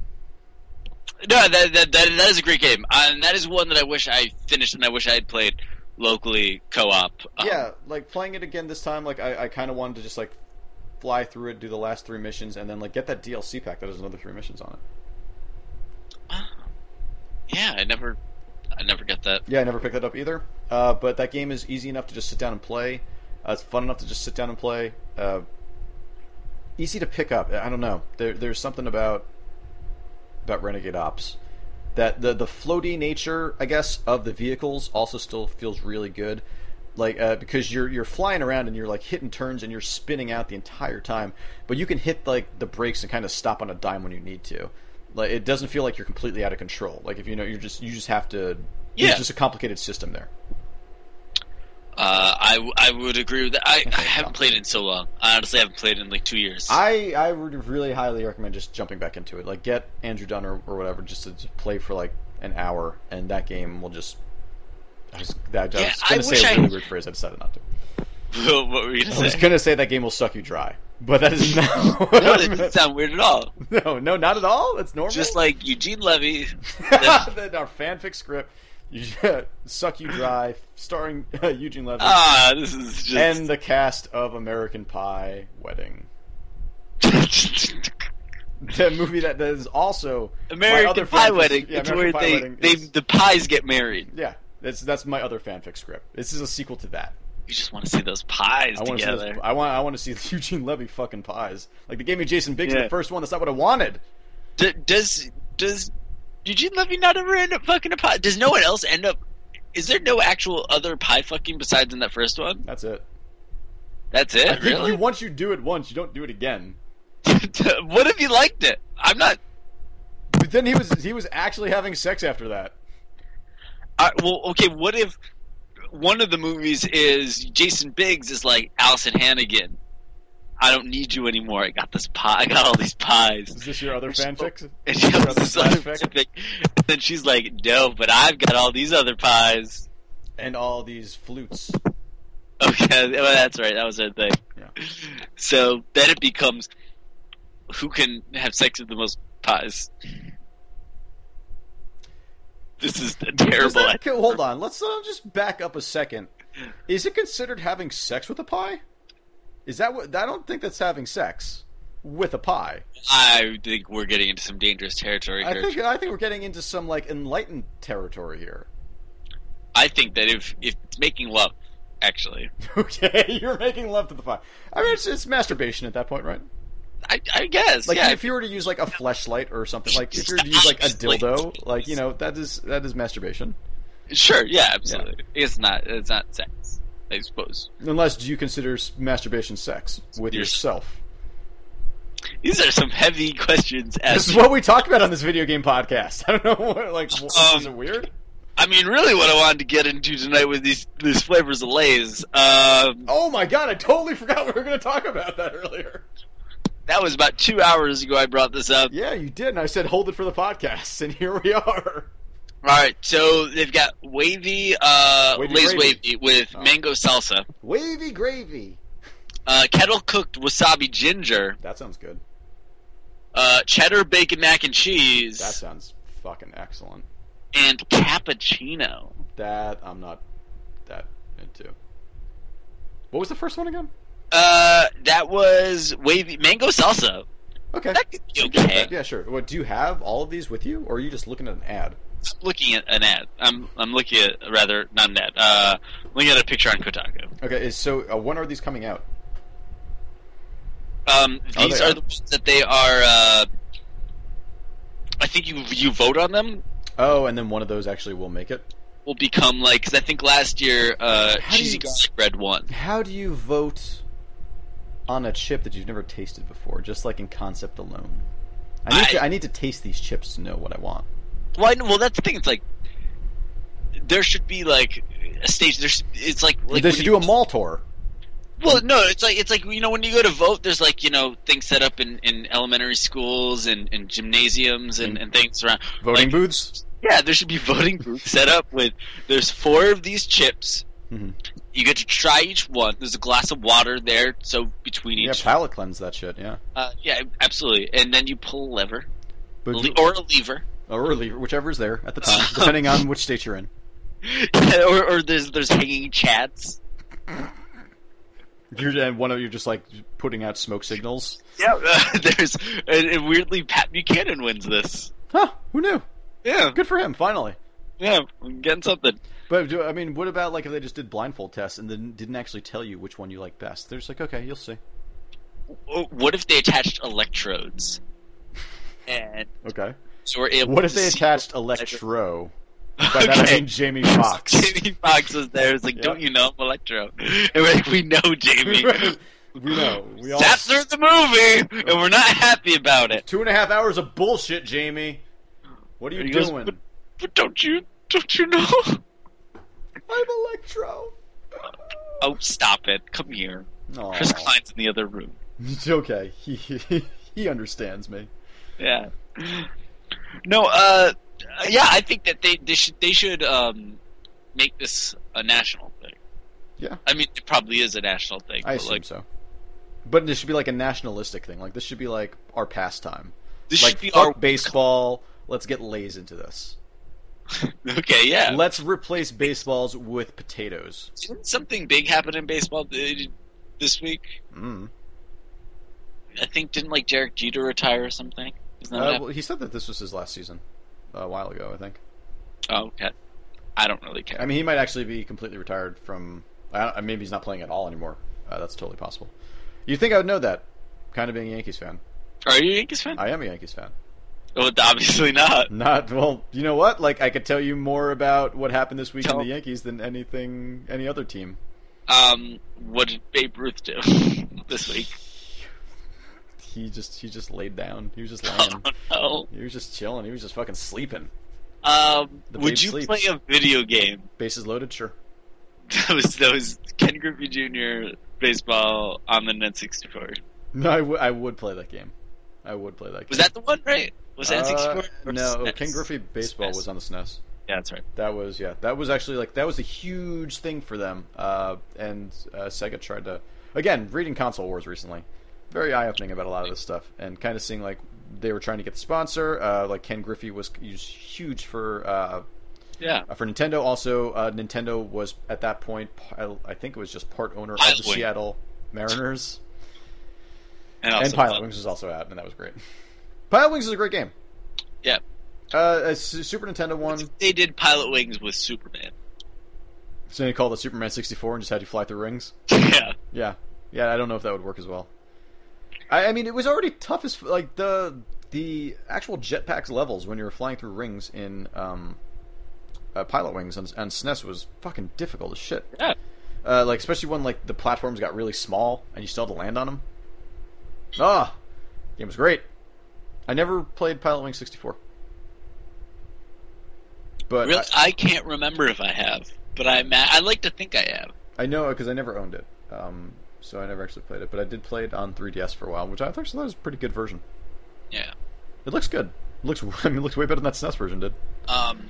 B: no, that, that that that is a great game, Uh, and that is one that I wish I finished, and I wish I had played locally co-op.
A: (sighs)
B: Um,
A: yeah, like playing it again this time, like I, I kind of wanted to just like fly through it, do the last three missions, and then like get that DLC pack that has another three missions on it.
B: yeah, I never, I never got that.
A: Yeah, I never picked that up either. Uh, but that game is easy enough to just sit down and play. Uh, it's fun enough to just sit down and play. Uh, easy to pick up. I don't know. There, there's something about about Renegade Ops that the the floaty nature, I guess, of the vehicles also still feels really good. Like uh, because you're you're flying around and you're like hitting turns and you're spinning out the entire time, but you can hit like the brakes and kind of stop on a dime when you need to. Like it doesn't feel like you're completely out of control. Like if you know you're just you just have to. Yeah.
B: Yeah.
A: There's just a complicated system there.
B: Uh, I w- I would agree with that. I, I
A: Okay,
B: haven't
A: yeah.
B: played in so long. I honestly haven't played in like two years.
A: I I would really highly recommend just jumping back into it. Like get Andrew Dunn or, or whatever just to just play for like an hour, and that game will just. I was, that, I
B: Yeah,
A: was
B: I
A: going to say
B: wish
A: a
B: I-
A: really weird phrase. I decided not to.
B: (laughs) what were you gonna
A: I was
B: say? (laughs)
A: going to say that game will suck you dry, but that is not.
B: No,
A: (laughs)
B: that doesn't sound weird at all.
A: no, no, not at all. That's normal. (laughs)
B: Just like Eugene Levy.
A: That our fanfic script, you- (laughs) suck you dry, starring (laughs) uh, Eugene Levy
B: Ah, this is just.
A: and
B: (laughs)
A: the cast of American Pie Wedding. the movie (laughs) that, that is also my
B: American
A: other
B: Pie
A: fanfic-
B: Wedding.
A: Yeah,
B: it's
A: American
B: where
A: Pie
B: they,
A: Wedding
B: they
A: is-
B: the pies get married.
A: yeah, that's that's my other fanfic script. This is a sequel to that.
B: You just want to see those pies
A: I want to see
B: together.
A: those, I want I want to see (laughs) Eugene Levy fucking pies. Like they gave me Jason Biggs in
B: Yeah.
A: the first one. That's not what I wanted.
B: D- does does Eugene Levy not ever end up fucking a pie? Does no one else end up? Is there no actual other pie fucking besides in that first one?
A: That's it.
B: That's
A: I
B: it,
A: think
B: really.
A: you, once you do it once, you don't do it again.
B: (laughs) what if you liked it? I'm not.
A: But then he was he was actually having sex after that.
B: I, well, okay. What if one of the movies is Jason Biggs is like Allison Hannigan? I don't need you anymore. I got this pie. I got all these pies.
A: Is this your other fanfic?
B: And she
A: Your
B: has
A: other
B: this other
A: fanfic?
B: thing. And then she's like, "No, but I've got all these other pies."
A: And all these flutes.
B: Okay, well, that's right. That was her thing.
A: Yeah.
B: So then it becomes who can have sex with the most pies. This is a
A: Is
B: terrible.
A: that- okay, hold on. Let's uh, just back up a second. Is it considered having sex with a pie? Is that what? I don't think that's having sex with a pie.
B: I think we're getting into some dangerous territory
A: I
B: here.
A: think I think we're getting into some like enlightened territory here. (laughs)
B: I think that if if it's making love, actually,
A: Okay, you're making love to the pie. I mean, it's, it's masturbation at that point, right?
B: I, I guess
A: Like
B: yeah.
A: if you were to use like a fleshlight or something, like if you were to use like a dildo, like you know that is that is masturbation.
B: sure, yeah, absolutely. It's not it's not sex, I suppose.
A: Unless you consider s- masturbation sex with
B: Yes.
A: yourself.
B: These are some heavy (laughs) questions.
A: This
B: As
A: is what we talk about on this video game podcast. (laughs) I don't know what like wh- is it
B: Um,
A: weird?
B: I mean, really, what I wanted to get into tonight with these these flavors of Lay's. Um,
A: Oh my god, I totally forgot we were going to talk about that earlier.
B: that was about two hours ago. I brought this up.
A: Yeah, you did, and I said hold it for the podcast, and (laughs) here we are.
B: All right, so they've got wavy uh,
A: Wavy
B: Lay's
A: gravy.
B: wavy with
A: Oh.
B: mango salsa,
A: Wavy gravy.
B: uh, kettle cooked wasabi ginger,
A: That sounds good.
B: uh, cheddar bacon mac and cheese,
A: That sounds fucking excellent.
B: and cappuccino.
A: That I'm not that into. What was the first one again?
B: Uh, that was wavy mango salsa.
A: Okay.
B: That could be okay.
A: Yeah, sure. What do you have all of these with you, or are you just looking at an ad?
B: I'm looking at an ad. I'm I'm looking at rather not an ad. Uh, looking at a picture on Kotaku.
A: Okay, is, so uh, when are these coming out?
B: Um,
A: Oh,
B: these
A: they
B: are.
A: are.
B: the ones that they are. Uh, I think you you vote on them
A: Oh, and then one of those actually will make it.
B: will become like because I think last year uh,
A: How do
B: cheesy
A: you-
B: garlic bread won.
A: How do you vote on a chip that you've never tasted before, just like in concept alone? I need,
B: I-
A: to, I need to taste these chips to know what I want.
B: Well, I, know- well, that's the thing. It's like there should be like a stage. There's it's like like
A: they
B: when
A: should
B: you-
A: do a mall tour.
B: Well, no, it's like it's like you know when you go to vote, there's like you know things set up in, in elementary schools and, and gymnasiums and, and things around.
A: Voting
B: Like-
A: booths?
B: Yeah, there should be (laughs) voting booths set up with. There's four of these chips.
A: Mhm.
B: You get to try each one. There's a glass of water there, so between
A: Yeah,
B: each.
A: palate cleanse that shit, yeah.
B: Uh, yeah, absolutely. And then you pull a lever
A: But
B: le- or a lever, (laughs)
A: or a lever, whichever is there at the time, depending on which state you're in.
B: or, or there's there's hanging chats.
A: You're, and one of you just like putting out smoke signals.
B: Yeah, uh, (laughs) there's and, and weirdly Pat Buchanan wins this.
A: Huh? Who knew?
B: Yeah,
A: Good for him, finally.
B: yeah, I'm getting something.
A: But do, I mean, what about like if they just did blindfold tests and then didn't actually tell you which one you like best? They're just like, okay, you'll see.
B: W- What if they attached electrodes? And
A: Okay.
B: so we're able.
A: What if
B: to
A: they
B: see- (laughs)
A: attached Electro? By
B: Okay.
A: that I mean Jamie Fox.
B: (laughs) Jamie Fox was there. It's like,
A: Yeah.
B: don't you know I'm Electro? And we're like, we know Jamie.
A: (laughs) (laughs) we know. We all
B: That's through the movie, and we're not happy about it.
A: two and a half hours of bullshit, Jamie. What are you
B: He goes,
A: doing?
B: "But- But don't you, don't you know?
A: I'm Electro.
B: Oh, stop it! Come here.
A: No,
B: Chris Klein's in the other room.
A: (laughs) it's okay. He, he he understands me.
B: Yeah. No. Uh. Yeah, I think that they they should they should um make this a national thing.
A: Yeah.
B: I mean, it probably is a national thing.
A: I
B: but
A: assume
B: like,
A: so. But this should be like a nationalistic thing. Like this should be like our pastime.
B: this
A: like
B: should be
A: fuck
B: our
A: baseball. Let's get lays into this.
B: Okay. Yeah.
A: Let's replace baseballs with potatoes.
B: Didn't something big happen in baseball th- this week?
A: Mm.
B: I think didn't like Derek Jeter retire or something. Isn't that what
A: Uh,
B: happened?
A: well, he said that this was his last season uh, a while ago, I think.
B: oh, okay. I don't really care.
A: I mean, he might actually be completely retired from. I don't, maybe he's not playing at all anymore. Uh, that's totally possible. You think I would know that? Kind of being a Yankees fan,
B: Are you a Yankees fan?
A: I am a Yankees fan. (laughs)
B: Oh, obviously not.
A: Not well. You know what? Like I could tell you more about what happened this week in
B: Tell-
A: the Yankees than anything any other team.
B: Um, what did Babe Ruth do (laughs) this week?
A: He just he just laid down. He was just
B: (laughs) Oh,
A: laying.
B: no.
A: he was just chilling. He was just fucking sleeping.
B: Um,
A: The
B: would
A: Babe
B: you
A: sleeps.
B: play a video game?
A: Bases loaded, sure.
B: That was that was Ken Griffey Jr. baseball on the N sixty four.
A: No, I, w- I would play that game. I would play that.
B: Was
A: game.
B: that the one right? Was that N sixty
A: Uh,
B: four?
A: no, Ken Griffey baseball was on the SNES.
B: Yeah, that's right.
A: That was yeah. That was actually like that was a huge thing for them. Uh, and uh, Sega tried to again reading console wars recently. Very eye opening about a lot of this stuff, and kind of seeing like they were trying to get the sponsor. Uh, like Ken Griffey was, he was huge for uh,
B: Yeah,
A: for Nintendo. Also, uh, Nintendo was at that point, p- I, I think it was just part owner of the
B: Pilotwings.
A: Seattle Mariners,
B: and,
A: and
B: also
A: Pilot Wings was also out, and that was great. (laughs) Pilot Wings is a great game.
B: Yeah.
A: Uh, a Su- Super Nintendo one.
B: They did Pilot Wings with Superman. (laughs)
A: So they called it Superman sixty four and just had you fly through rings.
B: Yeah,
A: Yeah, yeah. I don't know if that would work as well. I, I mean, it was already tough as like the the actual jetpacks levels when you were flying through rings in um, uh, Pilot Wings and, and SNES was fucking difficult as shit.
B: Yeah.
A: Uh, like especially when like the platforms got really small and you still had to land on them. Ah, game was great. I never played Pilot Wing sixty four. But
B: really, I, can't remember if I have, but I ma- I like to think I have.
A: I know because I never owned it, um, so I never actually played it. But I did play it on 3DS for a while, which I actually thought was a pretty good version.
B: Yeah.
A: It looks good. It looks, (laughs) I mean, it looks way better than that SNES version did.
B: Um,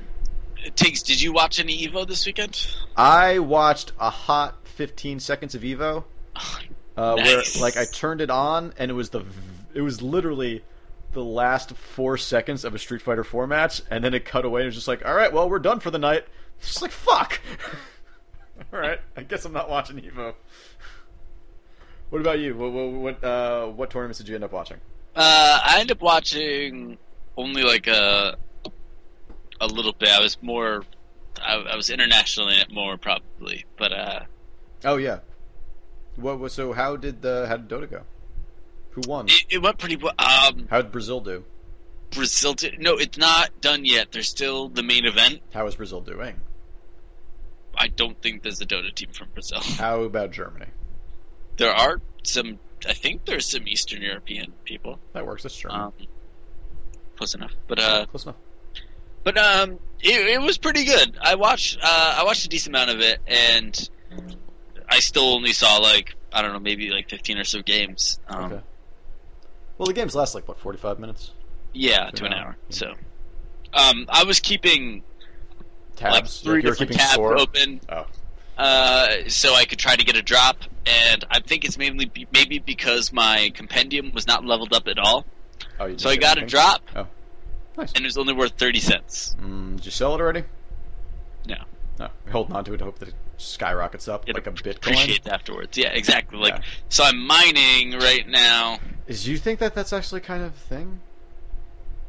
B: Tiggs, did you watch any Evo this weekend?
A: I watched a hot 15 seconds of Evo, uh,
B: Oh, Nice.
A: where like I turned it on and it was the, v- it was literally the last four seconds of a Street Fighter 4 match, and then it cut away and it was just like, all right, well, we're done for the night. It's just like fuck. (laughs) all right, I guess I'm not watching Evo. What about you? What what what, uh, what tournaments did you end up watching?
B: Uh, I ended up watching only like a a little bit. I was more, I, I was international in it more probably, but uh,
A: Oh yeah. What was so? How did the how did Dota go? Who won?
B: it, it went pretty well. Um,
A: How did Brazil do?
B: Brazil, did, no, it's not done yet. There's still the main event.
A: How is Brazil doing?
B: I don't think there's a Dota team from Brazil. (laughs)
A: How about Germany?
B: There are some. I think there's some Eastern European people.
A: That works. That's Germany.
B: Um, close enough, but uh,
A: Close enough.
B: but um, it, it was pretty good. I watched uh, I watched a decent amount of it, and I still only saw like I don't know, maybe like fifteen or so games. Um,
A: okay. Well, the games last like what forty-five minutes.
B: Yeah,
A: To
B: to an
A: an
B: hour.
A: hour.
B: So, um, I was keeping like
A: Tabs.
B: three
A: you were
B: different
A: keeping
B: tabs
A: score.
B: open,
A: Oh,
B: uh, so I could try to get a drop. And I think it's mainly be- maybe because my compendium was not leveled up at all,
A: oh, you
B: so I
A: didn't get
B: got a
A: anything?
B: drop.
A: Oh. Nice.
B: And it was only worth thirty cents.
A: Mm, did you sell it already?
B: No.
A: No. You're holding on to it to hope that it skyrockets up
B: Get
A: like a Bitcoin.
B: Appreciate it afterwards. Yeah, exactly. Like,
A: Yeah.
B: so I'm mining right now.
A: Is you think that that's actually kind of a thing?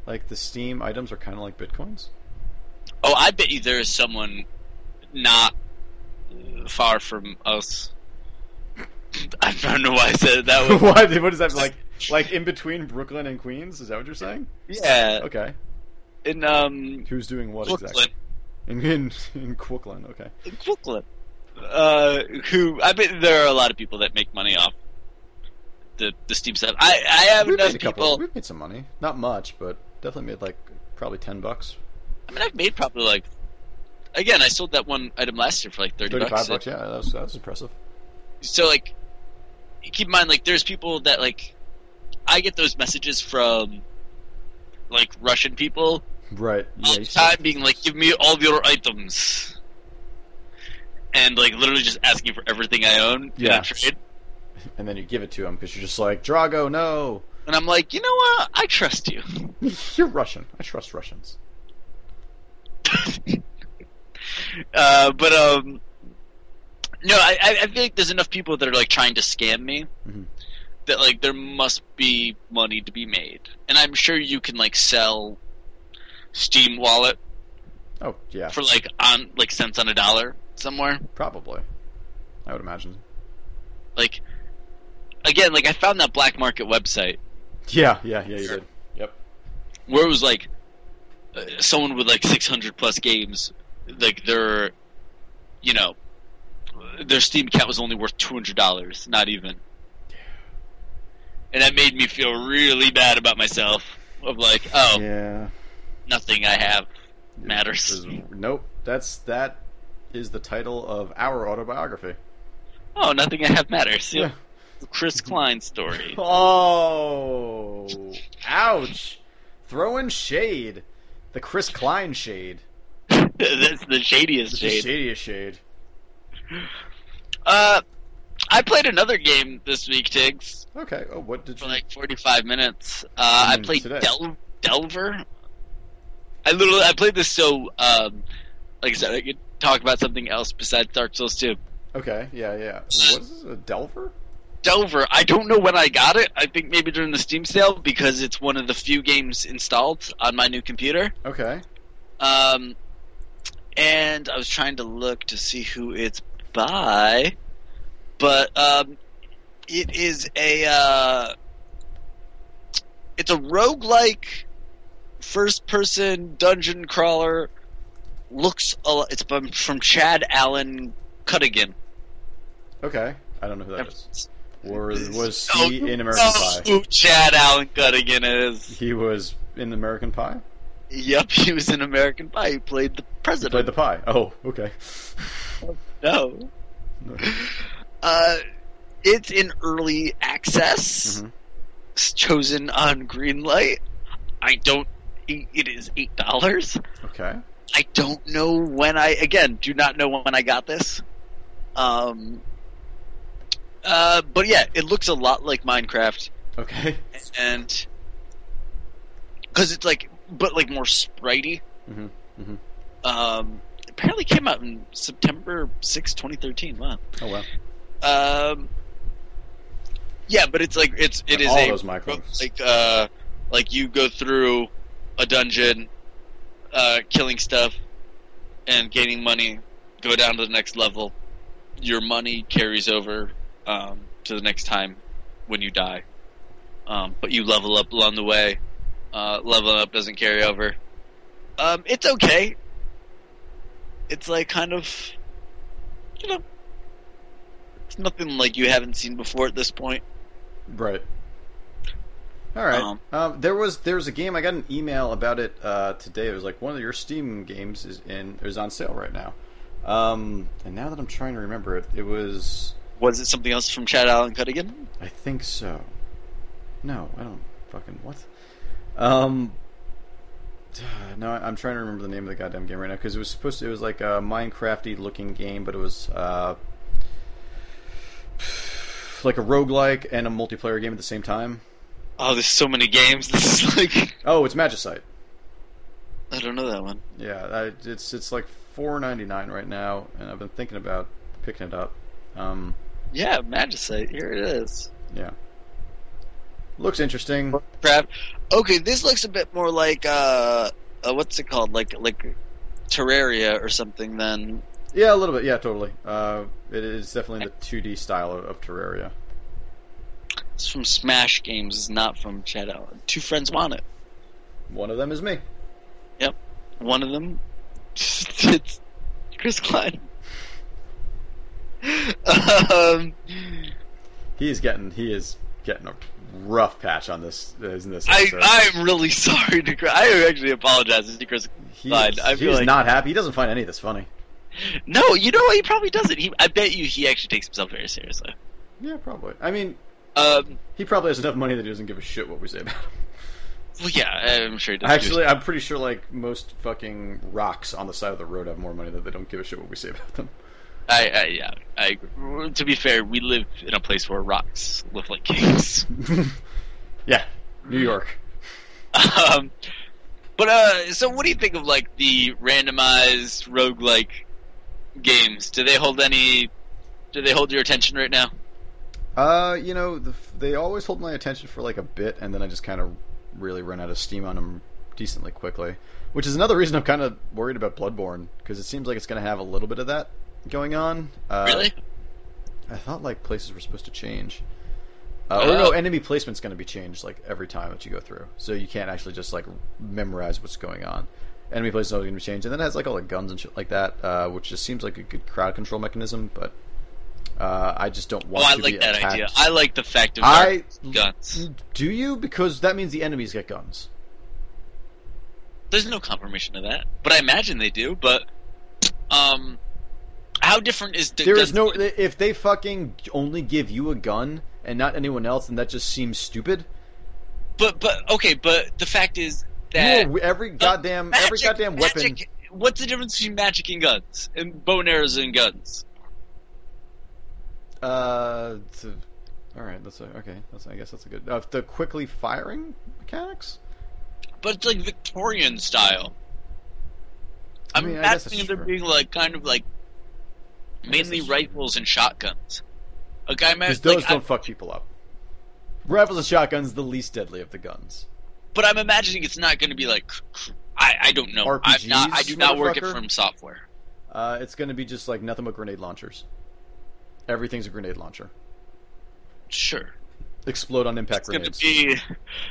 A: Like the Steam items are kind of like Bitcoins. (laughs)
B: Oh, I bet you there is someone not uh, far from us. (laughs) I don't know why I said it
A: (laughs)
B: that way.
A: what? What is that like? Like in between Brooklyn and Queens? Is that what you're saying?
B: yeah,
A: Okay.
B: in um,
A: Who's doing what
B: Brooklyn,
A: exactly? In in in Quicklin, okay.
B: in Brooklyn. Uh, who I bet there are a lot of people that make money off the the Steam stuff. I I have
A: We've made
B: enough
A: a couple.
B: people.
A: We've made some money. Not much, but definitely made like probably ten bucks,
B: I mean, I've made probably like. Again, I sold that one item last year for like thirty
A: thirty-five
B: bucks.
A: bucks. Yeah, that was that was impressive.
B: so like keep in mind like there's people that like i get those messages from like russian people
A: Right. Yeah.
B: all
A: you
B: the
A: said-
B: time being like give me all your items and like literally just asking for everything i own
A: Yeah.
B: in a trade
A: and then you give it to him because you're just like Drago. No, (laughs)
B: and i'm like you know what i trust you
A: you're Russian. I trust Russians.
B: uh, but um no I, I I feel like there's enough people that are like trying to scam me
A: Mhm.
B: that like there must be money to be made, and I'm sure you can like sell Steam Wallet
A: Oh yeah,
B: for like on like cents on a dollar somewhere.
A: probably. I would imagine.
B: Like again, like I found that black market website
A: Yeah, yeah, yeah. You
B: Sure.
A: did. Yep.
B: where it was like uh, someone with like 600 plus games, like their, you know, their Steam account was only worth $200, not even. And that made me feel really bad about myself. Of like, oh,
A: Yeah.
B: nothing I have matters.
A: There's- Nope. That's that is the title of our autobiography.
B: Oh, nothing I have matters. Yep. Chris
A: (laughs)
B: Klein story. (laughs)
A: Oh, ouch! Throwing shade, the Chris Klein shade,
B: That's the shadiest
A: the
B: shade.
A: shadiest shade.
B: Uh, I played another game this week, Tiggs,
A: Okay. Oh, what did
B: for
A: you?
B: like 45 minutes. Uh, I
A: Mm,
B: played
A: today.
B: Del- Delver. I literally I played this so um, like I said I could talk about something else besides Dark Souls 2.
A: Okay. Yeah, yeah. What is this? A Delver?
B: Delver, I don't know when I got it. I think maybe during the Steam sale because it's one of the few games installed on my new computer.
A: Okay.
B: Um, and I was trying to look to see who it's by, but um, it is a uh, it's a roguelike first person dungeon crawler. Looks a lot, it's from, from Chad Allen Cuttigan.
A: Okay. I don't know who that is. Or was
B: Oh,
A: he in American
B: oh,
A: Pie?
B: who Chad Allen Cuttigan is?
A: He was in American Pie.
B: Yep, he was in American Pie. He played the
A: He
B: president.
A: played the pie. Oh, okay.
B: no.
A: (laughs)
B: Uh, it's in early access,
A: Mhm.
B: It's chosen on Greenlight. I don't. It is eight dollars.
A: Okay.
B: I don't know when I again do not know when I got this. Um. Uh, but yeah, it looks a lot like Minecraft,
A: Okay.
B: and because it's like, but like more spritey.
A: Mhm, mhm.
B: Um, apparently came out in September 6, twenty thirteen. Wow.
A: Oh well.
B: Um, yeah, but it's like it's it is
A: All
B: a
A: those microbes.
B: like uh like you go through a dungeon, uh, killing stuff, and gaining money. Go down to the next level. Your money carries over um, to the next time when you die, um, but you level up along the way. Uh, leveling up doesn't carry over. Um, it's okay. It's like kind of, you know, it's nothing like you haven't seen before at this point.
A: Right. All right. Um,
B: Um,
A: there was there was a game I got an email about it uh, today. It was like one of your Steam games is in is on sale right now. Um, and now that I'm trying to remember it, it was
B: Was it something else from Chad Allen Cuttigan?
A: I think so. No, I don't fucking what. Um, (sighs) no, I- I'm trying to remember the name of the goddamn game right now because it was supposed to. It was like a Minecrafty looking game, but it was uh, (sighs) like a roguelike and a multiplayer game at the same time.
B: Oh, there's so many games. (laughs) This is like
A: Oh, it's Magicite.
B: I don't know that one.
A: Yeah, I, it's it's like four ninety nine right now, and I've been thinking about picking it up. Um,
B: Yeah, Magicite. Here it is.
A: yeah, looks interesting.
B: Crap. Okay, this looks a bit more like uh, uh what's it called? Like like Terraria or something. Then
A: Yeah, a little bit. Yeah, totally. Uh, it is definitely the two D style of, of Terraria.
B: it's from Smash Games. It's not from Chad Allen. Two friends want it.
A: One of them is me.
B: One of them, (laughs) it's Chris Klein. (laughs) um,
A: He is getting he is getting a rough patch on this, isn't this? episode.
B: I I'm really (laughs) sorry to Chris. I actually apologize to Chris
A: he
B: fine,
A: is,
B: I
A: he
B: feel
A: is
B: like-
A: not happy. He doesn't find any of this funny.
B: No, you know what? He probably doesn't. He, I bet you he actually takes himself very seriously.
A: Yeah, probably. I mean,
B: Um,
A: he probably has enough money that he doesn't give a shit what we say about him.
B: well, yeah, I'm sure he does.
A: Actually, I'm pretty sure like most fucking rocks on the side of the road have more money that they don't give a shit what we say about them.
B: I, I, yeah, I. agree. To be fair, we live in a place where rocks live
A: (laughs)
B: like kings.
A: yeah, New York.
B: um, but uh, so what do you think of like the randomized roguelike games? Do they hold any? Do they hold your attention right now?
A: Uh, you know, the, f- they always hold my attention for like a bit, and then I just kind of really run out of steam on them decently quickly. Which is another reason I'm kind of worried about Bloodborne because it seems like it's going to have a little bit of that going on. Uh,
B: Really?
A: I thought like places were supposed to change. Uh, or no,
B: Oh.
A: enemy placement's going to be changed like every time that you go through, so you can't actually just like memorize what's going on. Enemy placement's always going to be changed, and then it has like all the guns and shit like that, uh, which just seems like a good crowd control mechanism. But uh, I just don't
B: Oh,
A: want
B: I
A: to be
B: like that
A: attacked.
B: idea. I like the fact of
A: I
B: guns.
A: do you because that means the enemies get guns.
B: There's no confirmation of that, but I imagine they do. But um, how different is
A: There is no if they fucking only give you a gun and not anyone else, then that just seems stupid.
B: But but okay, but the fact is that
A: You are, every goddamn every
B: Magic-
A: goddamn weapon.
B: magic- what's the difference between magic and guns and bow and arrows and guns?
A: Uh, it's a- all right, that's a, okay. That's I guess that's a good. Uh, the quickly firing mechanics.
B: But it's like Victorian style.
A: I
B: I'm
A: mean, I guess
B: imagining
A: that's
B: them
A: true.
B: being like kind of like
A: guess
B: mainly
A: that's true.
B: rifles and shotguns. Like I imagine,
A: Because those
B: like, I-
A: don't fuck people up. Rifles and shotguns, the least deadly of the guns.
B: but I'm imagining it's not going to be like cr- cr- I, I don't know. I'm not. I
A: RPGs,
B: do not work at
A: motherfucker?
B: From Software.
A: Uh, it's going to be just like nothing but grenade launchers. Everything's a grenade launcher.
B: Sure,
A: Explode on impact
B: it's going to
A: grenades.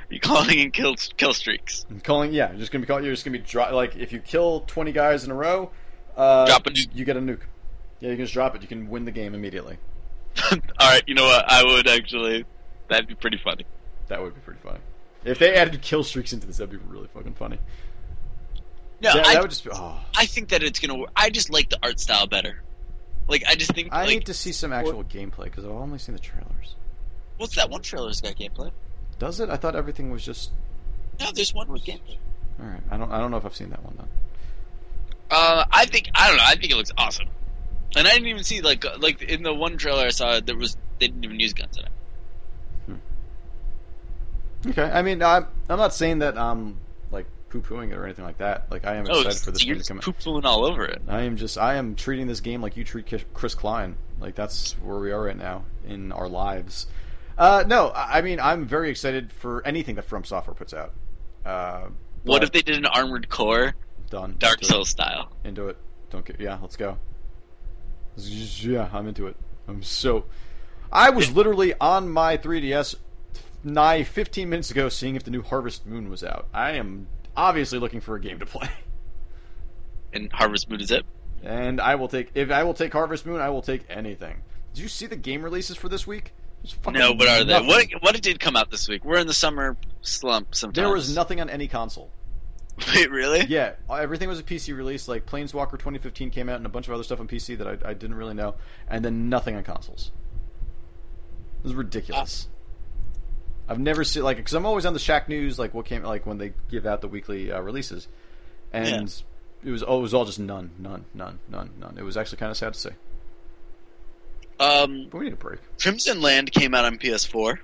B: be (laughs) you calling in kill kill streaks, (laughs)
A: I'm calling, yeah, you're just gonna be calling. You're just gonna be dro- like if you kill 20 guys in a row, uh,
B: Drop a nuke.
A: You get a nuke. Yeah, you can just drop it. You can win the game immediately.
B: All right, you know what? I would actually. That'd be pretty funny.
A: That would be pretty funny. If they added kill streaks into this, that'd be really fucking funny.
B: No,
A: that,
B: I,
A: that would just be. Oh,
B: I think that it's gonna work. I just like the art style better. Like I just think
A: I
B: like
A: need to see some actual gameplay because I've only seen the trailers.
B: what's that one trailer's got gameplay?
A: Does it? I thought everything was just.
B: No, there's one with gameplay.
A: All right, I don't. I don't know if I've seen that one then.
B: Uh, I think I don't know. I think it looks awesome. And I didn't even see like uh, like in the one trailer I saw there was they didn't even use guns in it.
A: Okay, I mean, I'm. I'm not saying that I'm like poo-pooing it or anything like that. Like I am
B: Oh,
A: excited for this
B: you're
A: game to
B: just
A: come. out.
B: poo-pooing all over it.
A: I am just I am treating this game like you treat Ki- Chris Klein. Like that's where we are right now in our lives. Uh, no, I I mean I'm very excited for anything that From Software puts out. Uh,
B: What
A: but-
B: if they did an Armored Core
A: done
B: Dark
A: into
B: Souls style?
A: it, into it? Don't get yeah. Let's go. Yeah, I'm into it. I'm so. I
B: (laughs)
A: was literally on my 3DS nigh 15 minutes ago, seeing if the new Harvest Moon was out. I am obviously looking for a game to play.
B: And Harvest Moon is it?
A: And I will take if I will take Harvest Moon, I will take anything. Did you see the game releases for this week? There's fucking
B: No, what are they?
A: nothing.
B: What what did come out this week? We're in the summer slump sometimes.
A: There was nothing on any console.
B: (laughs) Wait, really?
A: Yeah, everything was a PC release. Like Planeswalker 2015 came out, and a bunch of other stuff on PC that I, I didn't really know, and then nothing on consoles. This is
B: Ah.
A: ridiculous. I've never seen like because I'm always on the Shack News, like what came like when they give out the weekly uh, releases, and it was oh, it was all just none, none, none, none, none. It was actually kind of sad to say,
B: Um,
A: but we need a break.
B: Crimson Land came out on PS4.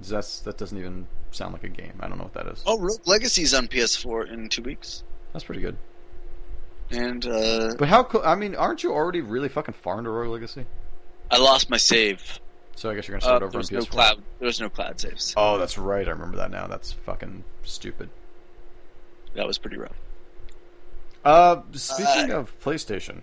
A: That's that doesn't even sound like a game. I don't know what that is.
B: Oh, Rogue Legacy's on PS4 in two weeks.
A: That's pretty good.
B: And uh,
A: But how? Co- I mean, aren't you already really fucking far into Royal Legacy?
B: I lost my save.
A: So I guess you're gonna
B: Uh,
A: start over
B: there
A: on
B: was no
A: PS4.
B: cloud. There was no cloud saves.
A: Oh, that's right. I remember that now. That's fucking stupid.
B: That was pretty rough.
A: Uh, speaking of PlayStation,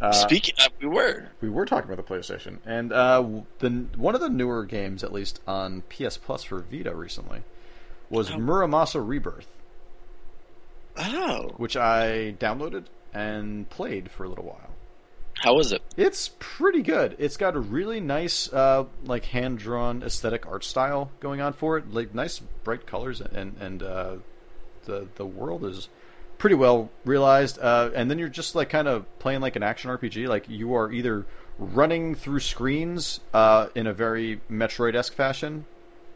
A: uh,
B: Speaking, uh, we were.
A: we were talking about the PlayStation, and uh, w- the one of the newer games, at least on PS Plus for Vita recently, was
B: Oh.
A: Muramasa Rebirth,
B: Oh,
A: which I downloaded and played for a little while.
B: how was it?
A: It's pretty good. It's got a really nice, uh, like hand drawn aesthetic art style going on for it. Like nice bright colors, and and uh, the the world is pretty well realized. Uh, and then you're just like kind of playing like an action RPG. Like you are either running through screens uh, in a very Metroid esque fashion,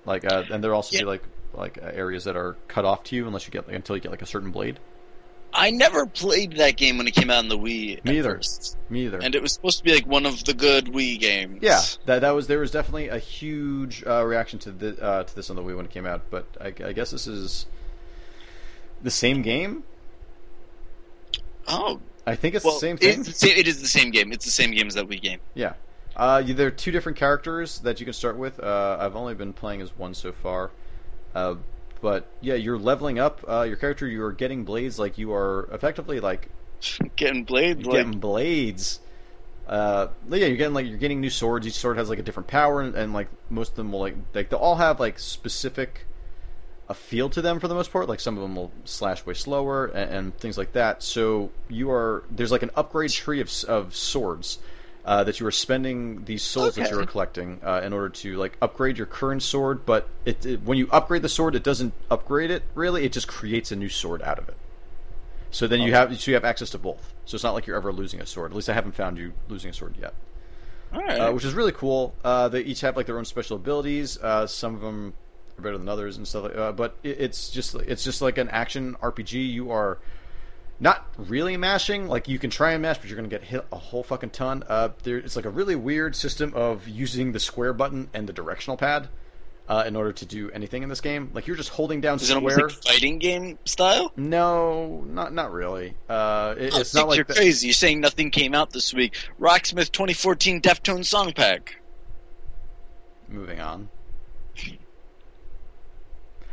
A: like uh, and there also
B: Yeah.
A: be like like uh, areas that are cut off to you unless you get like, until you get like a certain blade.
B: I never played that game when it came out on the Wii. at
A: Me either.
B: first.
A: Me either.
B: And it was supposed to be like one of the good Wii games.
A: Yeah, that that was there was definitely a huge uh, reaction to the uh, to this on the Wii when it came out. But I, I guess this is the same game.
B: Oh,
A: I think it's
B: well,
A: the same
B: it's
A: thing.
B: the same- it is the same game. It's the same game as that Wii game.
A: Yeah, Uh, you- there are two different characters that you can start with. Uh, I've only been playing as one so far, uh, but yeah, you're leveling up uh, your character. You are getting blades, like you are effectively like
B: Getting blade
A: you're
B: like
A: getting blades. Uh, yeah, you're getting like you're getting new swords. Each sword has like a different power, and, and like most of them will like like they all have like specific a feel to them for the most part. Like some of them will slash way slower and, and things like that. So you are there's like an upgrade tree of s- of swords. Uh, that you are spending these souls that
B: Okay.
A: you are collecting uh, in order to like upgrade your current sword, but it, it when you upgrade the sword, it doesn't upgrade it really. It just creates a new sword out of it. So then you have so you have access to both. So it's not like you're ever losing a sword. At least I haven't found you losing a sword yet,
B: all right.
A: uh, which is really cool. Uh, they each have like their own special abilities. Uh, some of them are better than others and stuff. Like, uh, but it, it's just it's just like an action RPG. You are not really mashing. Like you can try and mash, but you're going to get hit a whole fucking ton. Uh, there, it's like a really weird system of using the square button and the directional pad. Uh, in order to do anything in this game, like you're just holding down
B: is it almost
A: square.
B: like fighting game style?
A: No, not not really. Uh, it-
B: Oh,
A: it's not
B: Dick,
A: like
B: you're
A: that-
B: crazy. You're saying nothing came out this week. Rocksmith 2014 Deftones song pack.
A: Moving on.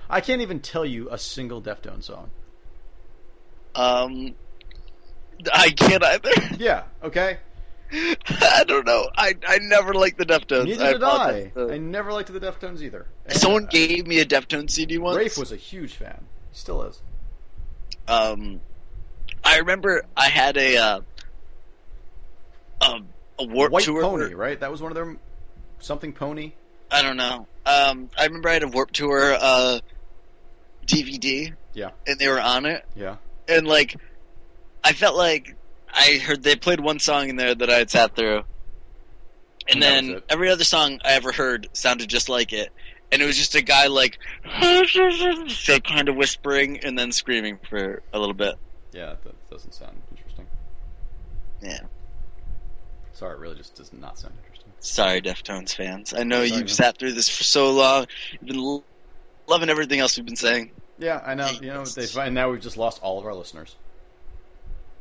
A: I can't even tell you a single Deftone song.
B: Um, I can't either. (laughs)
A: Yeah. Okay.
B: I don't know. I I never liked the Deftones.
A: Neither did I.
B: apologize. Uh,
A: I never liked the Deftones either. And,
B: Someone
A: uh,
B: gave me a Deftones CD once.
A: Rafe was a huge fan. He still is.
B: um, I remember I had a uh, a, a warp
A: White
B: tour.
A: Pony, right? That was one of their something Pony.
B: I don't know. Um, I remember I had a warp tour uh, DVD.
A: Yeah.
B: and they were on it,
A: Yeah.
B: and like, I felt like I heard they played one song in there that I had sat through,
A: And
B: and,
A: that was
B: then
A: it.
B: every other song I ever heard sounded just like it. And it was just a guy like, (laughs) so kind of whispering and then screaming for a little bit.
A: Yeah. That doesn't sound interesting.
B: Yeah.
A: Sorry, it really just does not sound interesting.
B: Sorry, Deftones fans. I know
A: Sorry,
B: you've
A: man.
B: sat through this for so long. You've been lo- loving everything else we've been saying.
A: Yeah, I know. You know, they, and now we've just lost all of our listeners.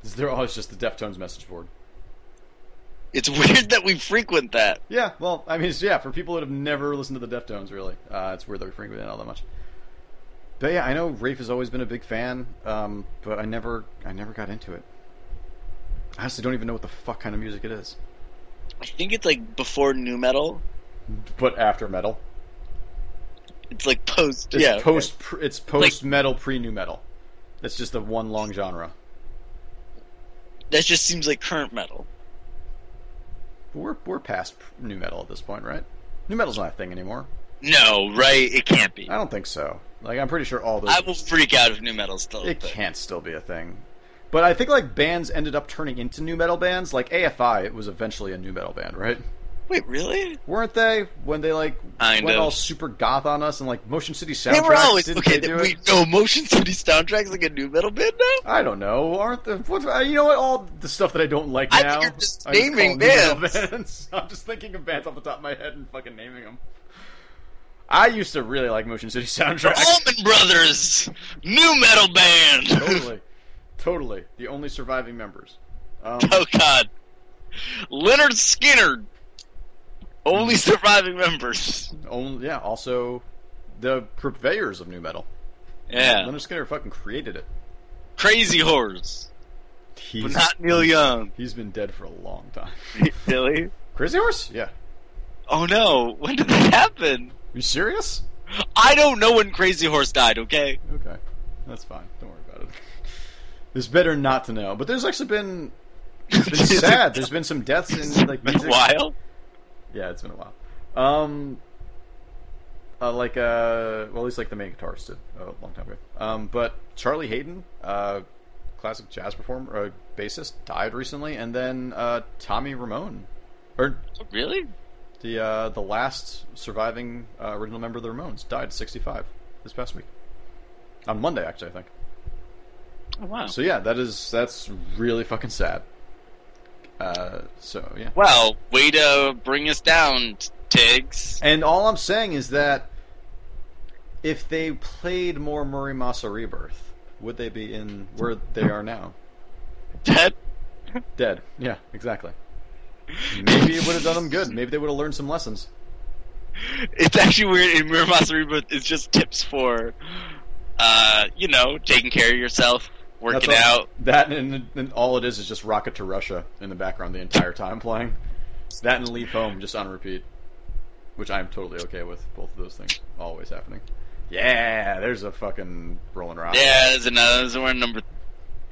A: They're always just the Deftones message board.
B: It's (laughs) weird that we frequent that.
A: Yeah, well, I mean, it's, yeah, for people that have never listened to the Deftones, really, uh, it's weird that we frequent it all that much. But yeah, I know Rafe has always been a big fan, um, but I never, I never got into it. I honestly don't even know what the fuck kind of music it is.
B: I think it's like before new metal.
A: But after metal,
B: It's like post.
A: it's
B: yeah. okay.
A: post, pr it's post metal, pre new metal. It's just a one long genre.
B: That just seems like current metal.
A: But we're we're past new metal at this point, right? New metal's not a thing anymore.
B: No, right? It can't be.
A: I don't think so. Like, I'm pretty sure all those
B: I will freak out if new metal's still. a
A: it
B: thing.
A: can't still be a thing. But I think like bands ended up turning into new metal bands. Like AFI was eventually a new metal band, right?
B: Wait, really?
A: Weren't they when they like
B: Kind
A: went
B: of.
A: all super goth on us and like Motion City soundtracks?
B: They were always
A: didn't
B: okay.
A: they do
B: th- we
A: it?
B: know Motion City soundtracks like a new metal band now.
A: I don't know. Aren't the what, uh, you know what all the stuff that I don't like
B: I think
A: now?
B: you're just
A: I call
B: naming
A: new metal
B: bands.
A: bands. (laughs) I'm just thinking of bands off the top of my head and fucking naming them. I used to really like Motion City soundtracks.
B: Allman Brothers, new metal band.
A: totally, totally. The only surviving members. Um,
B: (laughs) Oh God, Leonard Skinner, only surviving members.
A: Only, yeah, also the purveyors of new metal.
B: Yeah,
A: Leonard Skinner fucking created it.
B: crazy horrors,
A: He's,
B: but not Neil Young. (laughs)
A: he's been dead for a long time.
B: Really?
A: Crazy Horse? Yeah.
B: Oh no! When did that happen?
A: You serious?
B: I don't know when Crazy Horse died. Okay.
A: Okay, that's fine. Don't worry about it. It's better not to know. But there's actually been it's
B: (laughs)
A: been sad. There's been some deaths in like
B: Been a
A: music.
B: while.
A: Yeah, it's been a while. Um, uh, like uh, well, at least like the main guitarist did a long time ago. Um, but Charlie Hayden, uh, classic jazz performer, uh, bassist, died recently, and then uh, Tommy Ramone, or
B: Really?
A: the uh, the last surviving uh, original member of the Ramones, died at 65 this past week. On Monday, actually, I think.
B: Oh, wow.
A: So yeah, that is that's really fucking sad. Uh, so yeah.
B: Wow, way to bring us down, Tiggs.
A: And all I'm saying is that if they played more Murray Masa Rebirth, would they be in where they are now?
B: (laughs) That
A: Dead. Yeah, exactly. Maybe it would have done them good. Maybe they would have learned some lessons.
B: It's actually weird. In Mirror Reboot, it's just tips for, uh, you know, taking care of yourself, working
A: That's all-
B: out.
A: That and, and all it is is just Rocket to Russia in the background the entire time playing. That and Leave Home just on repeat, which I'm totally okay with. Both of those things always happening. Yeah, there's a fucking Rolling Rock.
B: Yeah, there's another. There's one number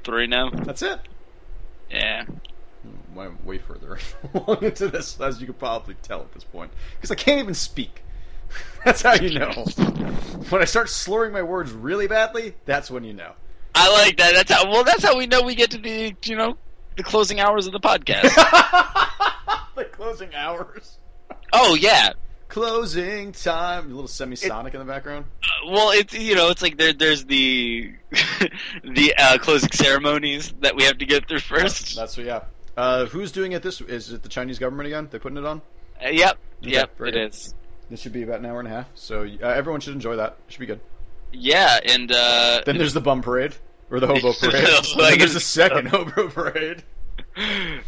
B: three now.
A: That's it.
B: Yeah.
A: Went way further (laughs) along into this as you could probably tell at this point because I can't even speak. (laughs) That's how you know. When I start slurring my words really badly, that's when you know.
B: (laughs)
A: (laughs)
B: I like that. That's how. Well, that's how we know we get to the you know the closing hours of the
A: (laughs)
B: podcast.
A: the closing hours.
B: oh yeah.
A: Closing time. A little semi-sonic in the background.
B: Uh, Well, it's you know it's like there there's the (laughs) the uh, closing ceremonies that we have to get through first.
A: That's what, yeah. Uh, who's doing it this? Is it the Chinese government again? They're putting it on.
B: Uh, yep.
A: Okay,
B: Yep.
A: very
B: It
A: good.
B: is.
A: This should be about an hour and a half, so uh, everyone should enjoy that. It should be good.
B: Yeah, and uh,
A: Then there's the bum parade or the hobo parade.
B: Like-
A: then there's a second hobo parade.
B: (laughs)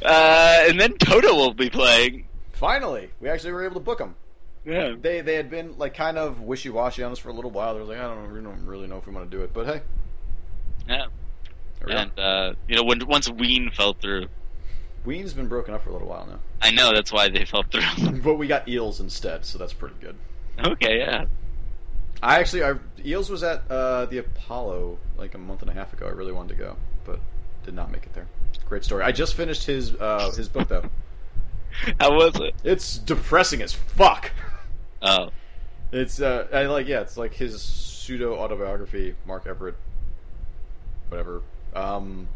B: uh, and then Toto will be playing.
A: Finally, we actually were able to book them.
B: Yeah.
A: They they had been like kind of wishy washy on us for a little while. They were like, I don't, we don't really know if we want to do it, but hey,
B: Yeah.
A: there we are.
B: And uh, you know, when once Ween fell through,
A: Ween's been broken up for a little while now, (laughs)
B: I know that's why they fell through. (laughs)
A: but we got eels instead, so that's pretty good.
B: okay. Yeah.
A: I actually, I, Eels was at uh, the Apollo like a month and a half ago. I really wanted to go, but did not make it there. Great story. I just finished his uh, his book though.
B: How was it?
A: It's depressing as fuck. (laughs)
B: Oh.
A: It's uh, I like yeah, it's like his pseudo autobiography, Mark Everett, whatever. Um,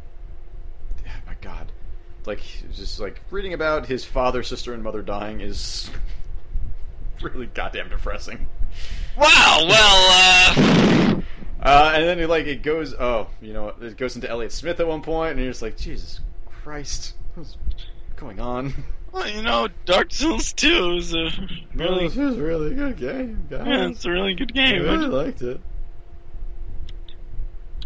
A: yeah, my God, like just like reading about his father, sister, and mother dying is (laughs) really goddamn depressing.
B: Wow. Well. Uh,
A: Uh, and then it, like it goes, oh, you know, it goes into Elliot Smith at one point, and you're just like, Jesus Christ, what's going on?
B: well, you know, Dark Souls Two is a
A: (laughs)
B: really,
A: was a really good game,
B: yeah, it's a really good game.
A: liked it.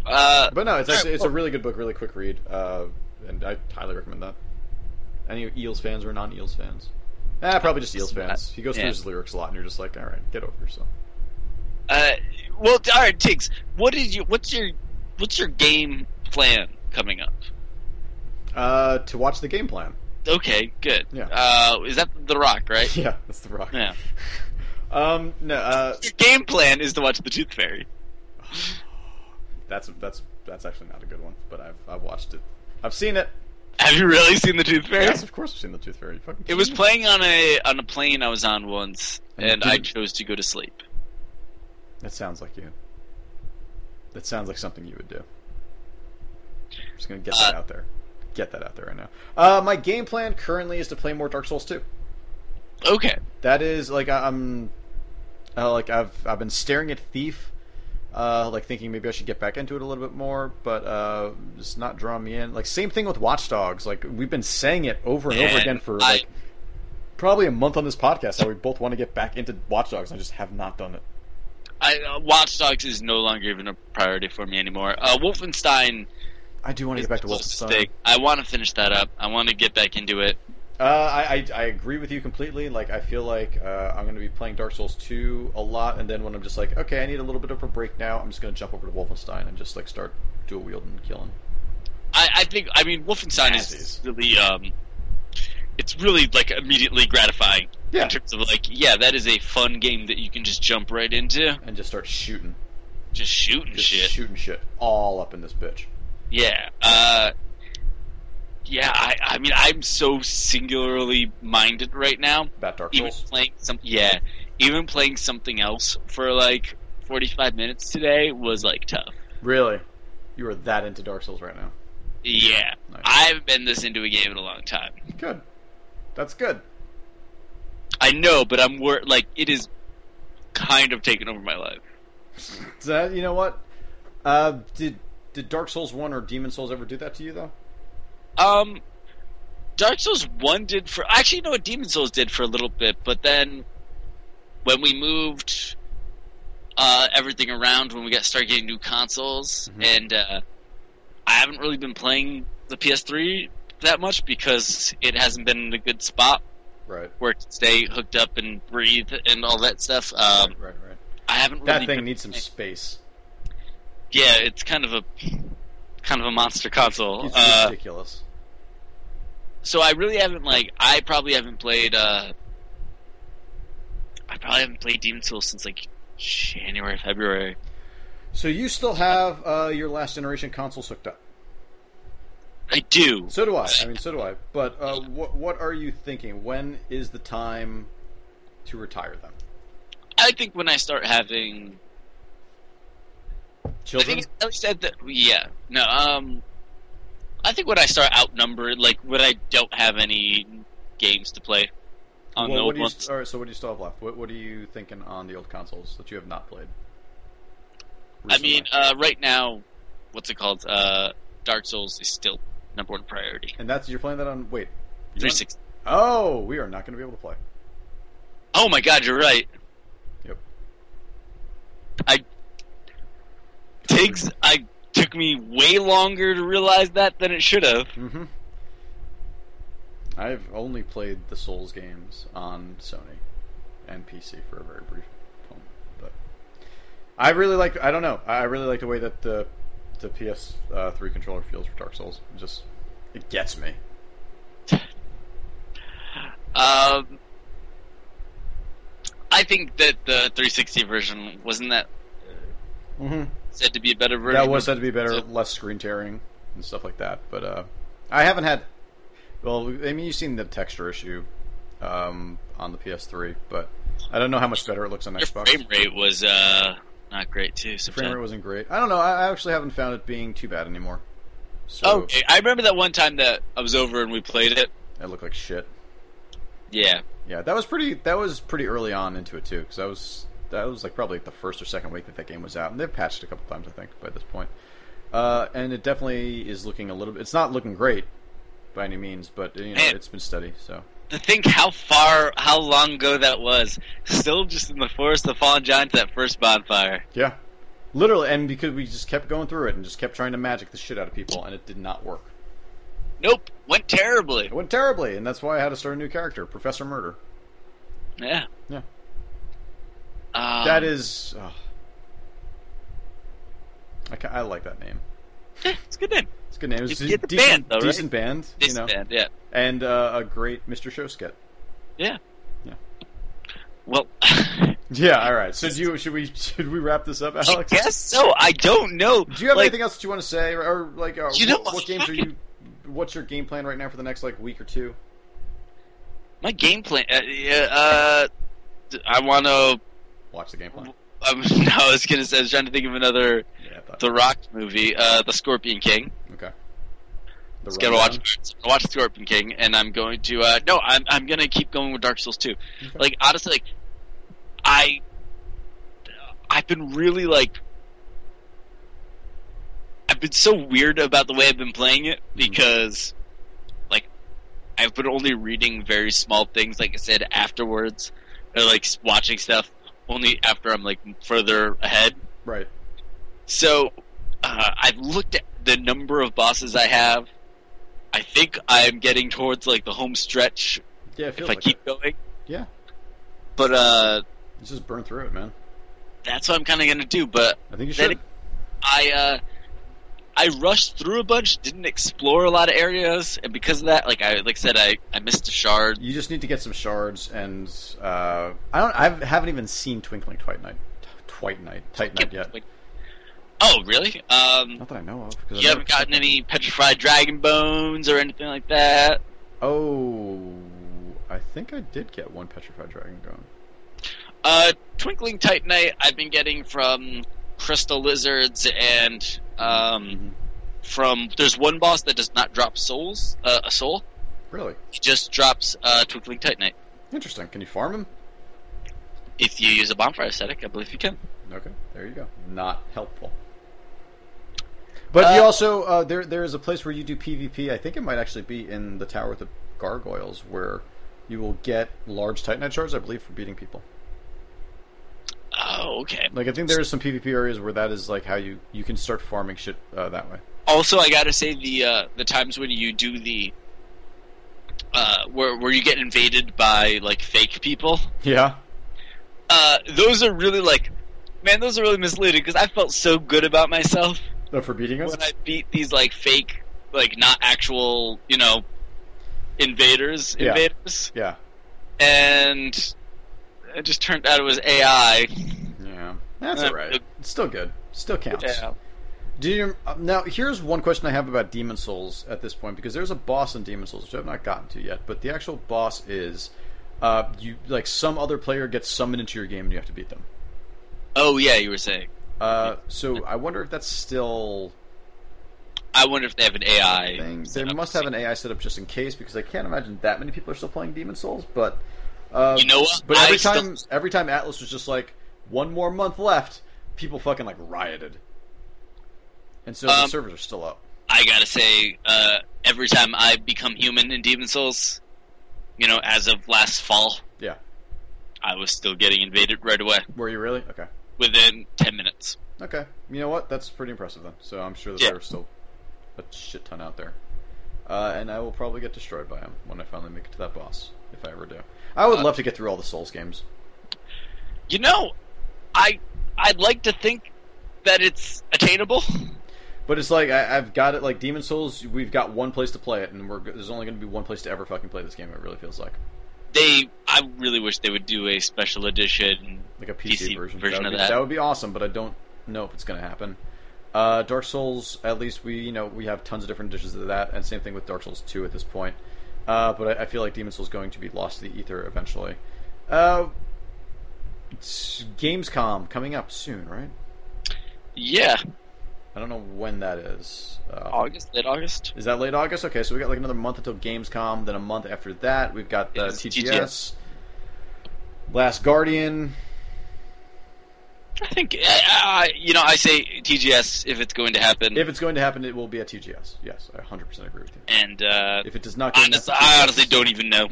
B: Uh,
A: But no, it's
B: All right,
A: actually, it's a
B: well-
A: really good book, really quick read, uh, and I highly recommend that. Any Eels fans or non-Eels fans? Ah, probably just Eels fans. He goes
B: Yeah.
A: through his lyrics a lot, and you're just like, all right, get over yourself.
B: uh, well, all right, Tiggs. What is you? What's your? What's your game plan coming up?
A: Uh, to watch the game plan.
B: Okay, good.
A: Yeah.
B: Uh, is that The Rock, right?
A: (laughs) Yeah, that's the rock.
B: Yeah.
A: Um, no, uh, (sighs)
B: Your game plan is to watch The Tooth Fairy.
A: That's that's that's actually not a good one, but I've I've watched it. I've seen it.
B: Have you really seen The Tooth Fairy?
A: Yes, of course I've seen the Tooth Fairy. You fucking
B: It was
A: kidding
B: playing on a on a plane I was on once,
A: And you
B: and I
A: didn't-
B: chose to go to sleep.
A: me? That sounds like you. That sounds like something you would do. I'm just gonna get that out there. Get that out there right now. Uh, my game plan currently is to play more Dark Souls 2.
B: Okay.
A: That is like I- I'm, uh, like I've I've been staring at Thief, uh, like thinking maybe I should get back into it a little bit more, but uh, it's not drawing me in. Like same thing with Watch Dogs. Like we've been saying it over and over
B: And
A: again for
B: I-
A: like probably a month on this podcast that we both want to get back into Watch Dogs. and I just have not done it.
B: I, uh, Watch Dogs is no longer even a priority for me anymore. Uh, Wolfenstein
A: I do want to
B: is
A: get back to
B: the closest
A: Wolfenstein.
B: thing. I want to finish that up. I want to get back into it.
A: Uh, I, I I agree with you completely. Like I feel like uh, I'm going to be playing Dark Souls 2 a lot, and then when I'm just like, okay, I need a little bit of a break now, I'm just going to jump over to Wolfenstein and just like start dual wielding and killing.
B: I, I think. I mean, Wolfenstein
A: Asses.
B: is really. Um, it's really like immediately gratifying
A: Yeah.
B: in terms of like, yeah, that is a fun game that you can just jump right into,
A: and just start shooting,
B: just shooting
A: just
B: shit.
A: shooting shit all up in this bitch.
B: Yeah. Uh, yeah, I, I mean, I'm so singularly minded right now.
A: About Dark
B: Even
A: Souls.
B: playing some, yeah, even playing something else for like 45 minutes today was like tough.
A: Really, you are that into Dark Souls right now.
B: Yeah,
A: Nice.
B: I haven't been this into a game in a long time.
A: Good, that's good.
B: I know, but I'm wor- like it is kind of taken over my life.
A: Is that- you know what? Uh, did did Dark Souls one or Demon Souls ever do that to you though?
B: Um, Dark Souls One did for actually, you know what Demon Souls did for a little bit, but then when we moved uh, everything around, when we got started getting new consoles,
A: Mhm.
B: and uh, I haven't really been playing the PS3 that much because it hasn't been in a good spot
A: Right.
B: where it can stay hooked up and breathe and all that stuff. Um,
A: right, right.
B: I haven't really
A: That thing
B: been-
A: needs some space.
B: Yeah, it's kind of a kind of a monster console.
A: It's
B: Uh,
A: ridiculous.
B: so I really haven't like I probably haven't played uh I probably haven't played Demon Souls since like January, February.
A: So you still have uh, your last generation consoles hooked up.
B: I do.
A: So do I. I mean, so do I. But uh, what what are you thinking? When is the time to retire them?
B: I think when I start having I
A: Children.
B: think at least at the yeah. No, um I think when I start outnumbered, like when I don't have any games to play on
A: Well,
B: the
A: what
B: old
A: do you, oh,
B: ones.
A: all right. So what do you still have left? What what are you thinking on the old consoles that you have not played?
B: I mean,
A: recently?
B: uh right now what's it called? Uh Dark Souls is still number one priority.
A: and that's you're playing that on wait. you're
B: Three
A: on-
B: six
A: Oh, we are not going to be able to play.
B: Oh my god, you're right.
A: Yep.
B: I takes I took me way longer to realize that than it should have.
A: Mm-hmm. I've only played the Souls games on Sony and PC for a very brief moment, but I really like. I don't know. I really like the way that the the PS3 controller feels for Dark Souls. It just it gets me.
B: Um, I think that the 360 version wasn't that
A: Mm-hmm.
B: said to be a better version.
A: That was said to be better,
B: So-
A: less screen tearing and stuff like that. But uh, I haven't had. Well, I mean, you've seen the texture issue um, on the PS3, but I don't know how much better it looks on
B: Your
A: Xbox.
B: frame rate was uh not great
A: The
B: too.
A: frame
B: sometimes.
A: rate wasn't great. I don't know. I I actually haven't found it being too bad anymore. So
B: Okay, Oh, I remember that one time that I was over and we played it.
A: it looked like shit.
B: Yeah,
A: Yeah, that was pretty. That was pretty early on into it too, because that was that was like probably like the first or second week that that game was out, and they've patched it a couple times I think by this point. Uh, and it definitely is looking a little. bit... It's not looking great by any means, but you know
B: Man.
A: it's been steady. So
B: to think how far, how long ago that was. Still just in the forest of fallen giants, that first bonfire.
A: yeah, literally, and because we just kept going through it and just kept trying to magic the shit out of people, and it did not work.
B: Nope, went terribly.
A: It went terribly, and that's why I had to start a new character, Professor Murder.
B: Yeah.
A: Yeah.
B: Um,
A: That is. Oh. I, ca- I like that name.
B: yeah, eh, it's a good name.
A: It's a good name. It's
B: You get the
A: decent,
B: band, though, right?
A: decent band, you know,
B: Disband, yeah.
A: and uh, a great Mr. Show skit.
B: Well, (laughs)
A: Yeah. All right. So do you should we should we wrap this up,
B: I
A: Alex?
B: guess so. I don't know.
A: Oh, Do you have
B: like,
A: anything else that you want to say, or, or, like uh,
B: You know
A: what, what
B: what?
A: games are you? What's your game plan right now for the next like week or two?
B: My game plan. Uh, yeah, uh, d- I want to. (laughs)
A: Watch the game plan.
B: Um, no, I was gonna say. I was trying to think of another
A: Yeah. I thought-
B: The Rock movie, uh, The Scorpion King.
A: okay. The
B: Just gotta
A: rundown?
B: watch watch Scorpion King, and I'm going to uh, no, I'm I'm gonna keep going with Dark Souls 2.
A: Okay.
B: Like honestly, like I I've been really like I've been so weird about the way I've been playing it
A: Mm-hmm.
B: because like I've been only reading very small things, like I said afterwards, or like s- watching stuff only after I'm like further ahead.
A: Right.
B: So uh, I've looked at the number of bosses I have. I think I'm getting towards like the home stretch
A: Yeah. It
B: if
A: feels
B: I
A: like
B: keep
A: it.
B: going.
A: Yeah.
B: But uh,
A: Let's just burn through it, man.
B: that's what I'm kind of gonna do. But
A: I think you
B: Then
A: should.
B: I uh, I rushed through a bunch, didn't explore a lot of areas, and because of that, like I like I said, I I missed a shard.
A: You just need to get some shards, and uh, I don't. I haven't even seen Twinkling Twilight Night, Twilight Night, Tight Night yet.
B: Like, oh really? Um,
A: Not that I know of. 'cause I
B: you haven't
A: never-
B: gotten any petrified dragon bones or anything like that.
A: Oh, I think I did get one Petrified Dragon going.
B: Uh, Twinkling Titanite, I've been getting from Crystal Lizards and um,
A: Mm-hmm.
B: from there's one boss that does not drop souls, uh, a soul.
A: Really
B: He just drops uh, Twinkling Titanite.
A: interesting. Can you farm him?
B: If you use a bonfire aesthetic, I believe you can.
A: Okay, there you go. Not helpful. But
B: Uh,
A: you also uh, there there is a place where you do PvP. I think it might actually be in the tower with the gargoyles, where you will get large Titanite shards. I believe for beating people.
B: Oh, okay.
A: Like I think there is some PvP areas where that is like how you you can start farming shit uh, that way.
B: Also, I gotta say the uh, the times when you do the uh, where where you get invaded by like fake people.
A: Yeah.
B: Uh, those are really like, man, those are really misleading because I felt so good about myself
A: Oh, for beating us?
B: when I beat these like fake, like not actual, you know, invaders,
A: Yeah.
B: invaders,
A: Yeah.
B: and it just turned out it was AI.
A: Yeah. That's
B: Uh,
A: all right.
B: it-
A: It's still good. Still counts.
B: Yeah.
A: Do you uh, now? Here's one question I have about Demon Souls at this point because there's a boss in Demon Souls which I've not gotten to yet, but the actual boss is uh, you like some other player gets summoned into your game and you have to beat them.
B: Oh yeah, you were saying.
A: Uh, so I wonder if that's still
B: I wonder if they have an AI.
A: thing. They
B: set up
A: must
B: to
A: have an AI setup just in case because I can't imagine that many people are still playing Demon Souls. But uh,
B: You know what?
A: But every
B: I still-
A: time, every time Atlas was just like one more month left, people fucking like rioted, and so the
B: Um,
A: servers are still up.
B: I gotta say, uh, every time I become human in Demon Souls, you know, as of last fall,
A: Yeah,
B: I was still getting invaded right away
A: were you really okay?
B: within ten minutes.
A: Okay. You know what? That's pretty impressive then. So I'm sure that
B: Yeah.
A: there's still a shit ton out there. Uh, and I will probably get destroyed by him when I finally make it to that boss, if I ever do. I would
B: Uh,
A: love to get through all the Souls games.
B: You know, I I'd like to think that it's attainable.
A: But it's like, I, I've got it, like, Demon Souls, we've got one place to play it, and we're, there's only going to be one place to ever fucking play this game, it really feels like.
B: They, I really wish they would do a special edition.
A: Like a PC,
B: PC
A: version.
B: version
A: that would
B: of
A: be,
B: that.
A: would be awesome, but I don't know if it's going to happen. Uh, Dark Souls, at least we, you know, we have tons of different editions of that, and same thing with Dark Souls 2 at this point. Uh, but I, I feel like Demon Souls is going to be lost to the ether eventually. Uh, it's Gamescom coming up soon, right?
B: Yeah,
A: I don't know when that is. Uh,
B: August, late August.
A: is that late August? Okay, so we got like another month until Gamescom. Then a month after that, we've got the
B: It is
A: TGS,
B: TGS.
A: Last Guardian.
B: I think, I, I, you know, I say TGS if it's going to happen,
A: If it's going to happen, it will be at TGS. Yes, I 100% agree with you.
B: and uh,
A: If it does not get announced at
B: honestly, I
A: TGS,
B: honestly don't even know.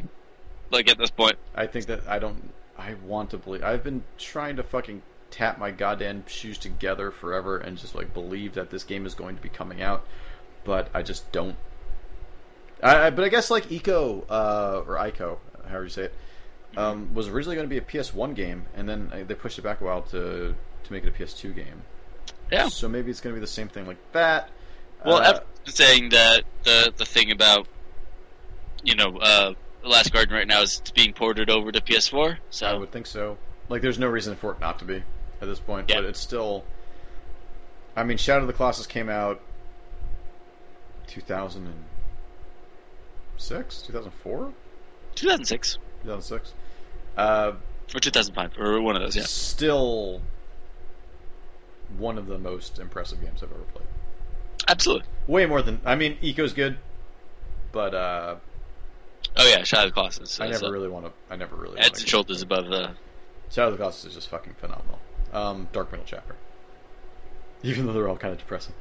B: Like at this point.
A: I think that I don't. I want to believe. I've been trying to fucking tap my goddamn shoes together forever and just like believe that this game is going to be coming out, but I just don't. I, I but I guess like Eco uh, or Ico, however you say it,
B: Mm-hmm.
A: um, was originally going to be a PS1 game, and then uh, they pushed it back a while to to make it a PS2 game.
B: Yeah.
A: So maybe it's going to be the same thing like that.
B: Well,
A: Uh,
B: everyone's been saying that the the thing about you know uh, The Last Guardian right now is it's being ported over to PS4.
A: I
B: So
A: would think so. Like, there's no reason for it not to be at this point.
B: Yeah.
A: But it's still. I mean, Shadow of the Colossus came out 2006, 2004,
B: 2006
A: 2006. Uh,
B: or 2005 or one of those. Yeah.
A: Still one of the most impressive games I've ever played.
B: Absolutely.
A: Way more than I mean, Eco's good, but uh,
B: Oh yeah, Shadow of the Colossus.
A: I
B: is,
A: never
B: uh,
A: really want to. I never really. wanna
B: Heads and
A: get-
B: shoulders above uh, the.
A: Shadow of the Colossus is just fucking phenomenal. Um, Dark Middle Chapter. (laughs) Even though they're all kind of depressing.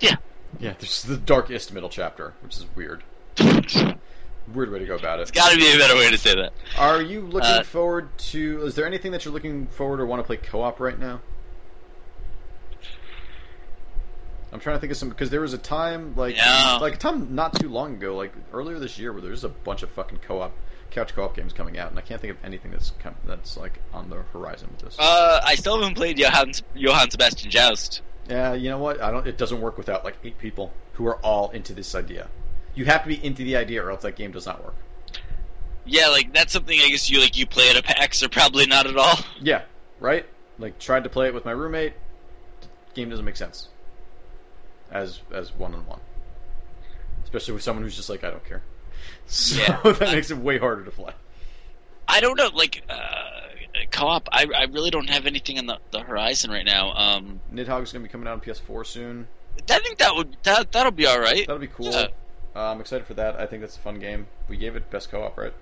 B: Yeah.
A: Yeah, there's the darkest middle chapter, which is weird.
B: (laughs) it's
A: Weird way to go about it.
B: got to be a better way to say that.
A: Are you looking
B: uh,
A: forward to. Is there anything that you're looking forward or want to play co op right now? I'm trying to think of some. Because there was a time, like.
B: Yeah.
A: Like, a time not too long ago, like earlier this year, where there was a bunch of fucking co op. Couch co-op games coming out, and I can't think of anything that's come, that's like on the horizon with this.
B: Uh, I still haven't played Johann Johann Sebastian Joust.
A: Yeah, you know what? I don't. It doesn't work without like eight people who are all into this idea. You have to be into the idea, or else that game does not work.
B: Yeah, like that's something I guess you like you play at a PAX or probably not at all. (laughs)
A: Yeah, right. Like tried to play it with my roommate. Game doesn't make sense. As as one on one, especially with someone who's just like I don't care. (laughs) So
B: Yeah.
A: (laughs) that makes it way harder to play.
B: I don't know, like uh, co-op. I, I really don't have anything on the, the horizon right now. Um,
A: Nidhogg's gonna be coming out on PS4 soon.
B: I think that would that that'll be all right.
A: That'll be cool.
B: Yeah.
A: Uh, I'm excited for that. I think that's a fun game. We gave it best co-op, right?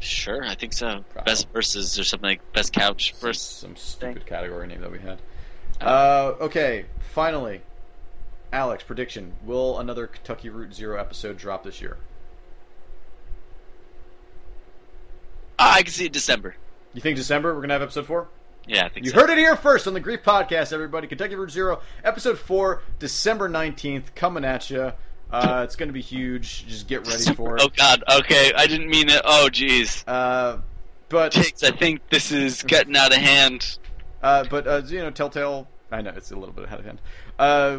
B: Sure, I think so.
A: Probably.
B: Best versus or something like best couch versus.
A: some stupid category name that we had.
B: Uh,
A: Uh, okay, finally, Alex, prediction: Will another Kentucky Route Zero episode drop this year?
B: Ah, I can see it December.
A: You think December we're gonna have episode four?
B: Yeah, I think
A: You
B: so.
A: heard it here first on the Grief Podcast, everybody. Kentucky Route Zero, episode four, December nineteenth, coming at you. Uh, it's going to be huge. Just get ready for
B: (laughs) Oh
A: it.
B: God. Okay, I didn't mean it. Oh
A: (laughs)
B: jeez.
A: Uh, but
B: Jakes, I think this is getting out of hand.
A: uh, but uh, you know, Telltale. I know it's a little bit ahead of hand. Uh,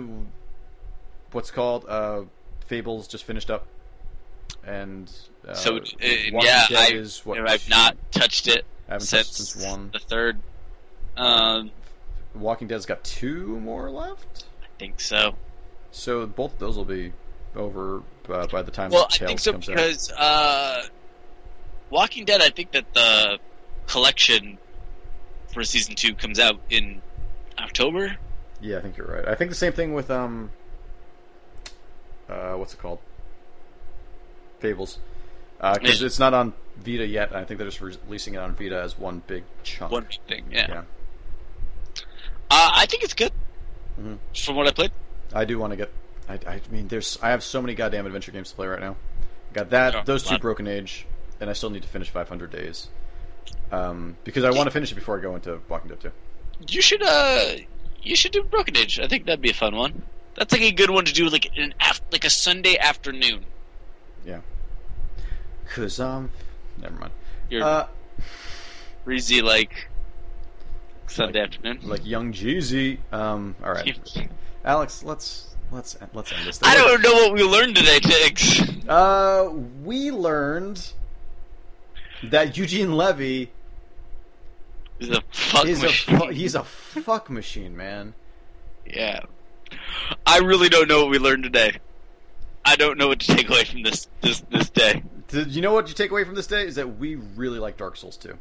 A: what's it called uh, Fables just finished up, and uh,
B: So, uh,
A: Walking
B: yeah,
A: Dead
B: I-
A: is what
B: I've not touched it
A: haven't touched
B: since,
A: since one.
B: the third. Um,
A: Walking Dead's got two more left,
B: I think so.
A: so both of those will be over uh, by the time
B: Well, I
A: Tales
B: think so
A: comes out.
B: because uh, Walking Dead. I think that the collection for season two comes out in October.
A: Yeah, I think you're right. I think the same thing with um, uh, what's it called? Fables, because
B: Yeah.
A: it's not on Vita yet. I think they're just re- releasing it on Vita as one big chunk.
B: One big thing. Yeah.
A: Yeah.
B: Uh, I think it's good.
A: Mhm.
B: From what I played.
A: I do want to get. I, I mean, there's. I have so many goddamn adventure games to play right now. I got that,
B: Oh,
A: those two,
B: wow.
A: Broken Age, and I still need to finish 500 Days. Um, because I want to finish it before I go into Walking Dead 2.
B: You should uh you should do Broken Age. I think that'd be a fun one. That's like a good one to do like an af- like a Sunday afternoon.
A: Cause um, never mind.
B: You're
A: Uh,
B: breezy like Sunday afternoon. (laughs)
A: like Young Jeezy. Um, all right, Alex, let's let's let's end this. Thing.
B: I don't know what we learned today, Tiggs.
A: Uh, we learned that Eugene Levy
B: He's a fuck
A: is a
B: machine.
A: fu- he's a fuck machine, man.
B: yeah. I really don't know what we learned today. I don't know what to take away from this this this day.
A: Did you know what you take away from this day is that we really like Dark Souls 2.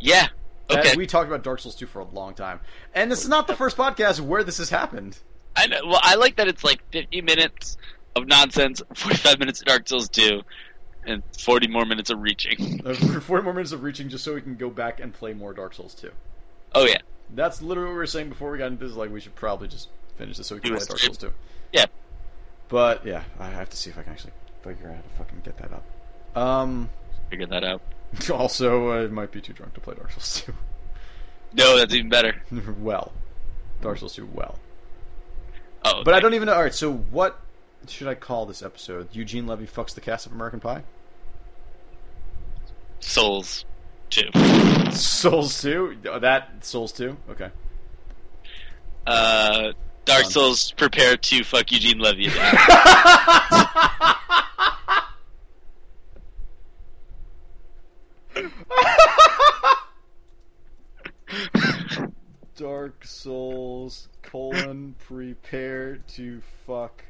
B: Yeah.
A: That-
B: Okay.
A: we talked about Dark Souls 2 for a long time, and this is not the first podcast where this has
B: (laughs)
A: happened.
B: I know. Well, I like that it's like 50 minutes of nonsense, (laughs) 45 minutes of Dark Souls 2, and 40 more minutes of reaching.
A: Uh, Four more minutes of reaching just so we can go back and play more Dark Souls 2.
B: Oh yeah,
A: That's literally what we were saying before we got into this. Like, we should probably just finish this so we can
B: Do a
A: play Dark
B: stream.
A: Souls 2.
B: Yeah.
A: But yeah, I have to see if I can actually figure out how to fucking get that up. Um. (laughs)
B: figure that out.
A: Also, I might be too drunk to play Dark Souls 2.
B: No, that's even better.
A: (laughs) well, Dark Souls 2 well.
B: Oh,
A: But I don't even know. All right, so what should I call this episode? Eugene Levy fucks the cast of American Pie? (laughs)
B: Souls two.
A: Souls 2? Oh, That Souls 2? Okay.
B: Uh, Dark
A: Fun.
B: Souls, prepare to fuck Eugene Levy. again. (laughs)
A: (laughs) Dark Souls colon prepare to fuck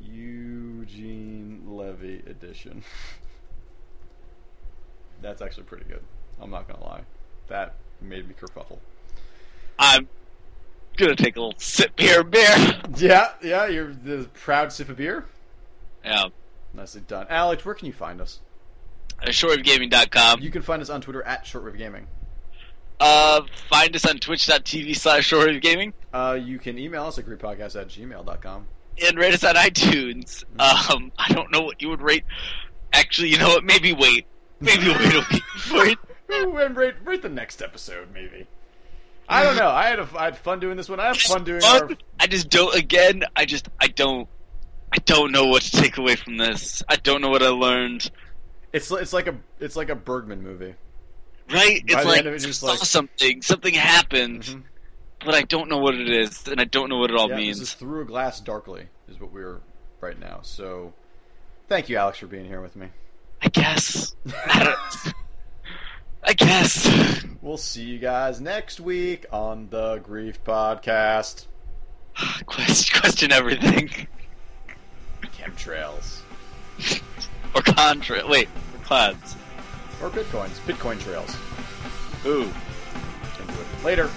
A: Eugene Levy edition. (laughs) That's actually pretty good. I'm not gonna lie. That made me kerfuffle.
B: I'm gonna take a little sip here, of beer.
A: Yeah, yeah, you're the proud sip of beer.
B: Yeah,
A: Nicely done. Alex, where can you find us?
B: shortwavegaming.com.
A: You can find us on Twitter at Shortwave Gaming.
B: Uh, find us on twitch.tv slash shortwavegaming
A: Uh, you can email us at greetpodcast at gmail.com.
B: and rate us on iTunes.
A: Mm-hmm.
B: Um, I don't know what you would rate. Actually, you know what? Maybe wait. Maybe wait a week for
A: (laughs)
B: it.
A: Ooh, and rate, rate the next episode, maybe. I don't know. I had, a, I had fun doing this one. I had fun doing our.
B: Fun. I just don't. Again, I just I don't. I don't know what to take away from this. I don't know what I learned.
A: It's it's like a it's like a Bergman movie.
B: Right?
A: By
B: It's
A: the
B: like
A: end of it,
B: I
A: just
B: saw
A: like-
B: something. Something happened,
A: Mhm.
B: but I don't know what it is, and I don't know what it all
A: Yeah,
B: means.
A: this is through a glass darkly is what we're right now. So, thank you, Alex, for being here with me.
B: I guess.
A: (laughs)
B: I, don't, I guess. (sighs)
A: We'll see you guys next week on the Grief Podcast.
B: Quest, question everything. (laughs)
A: Chemtrails
B: Or contra. Wait, or clouds.
A: or bitcoins, Bitcoin trails.
B: Ooh.
A: Into it. Later.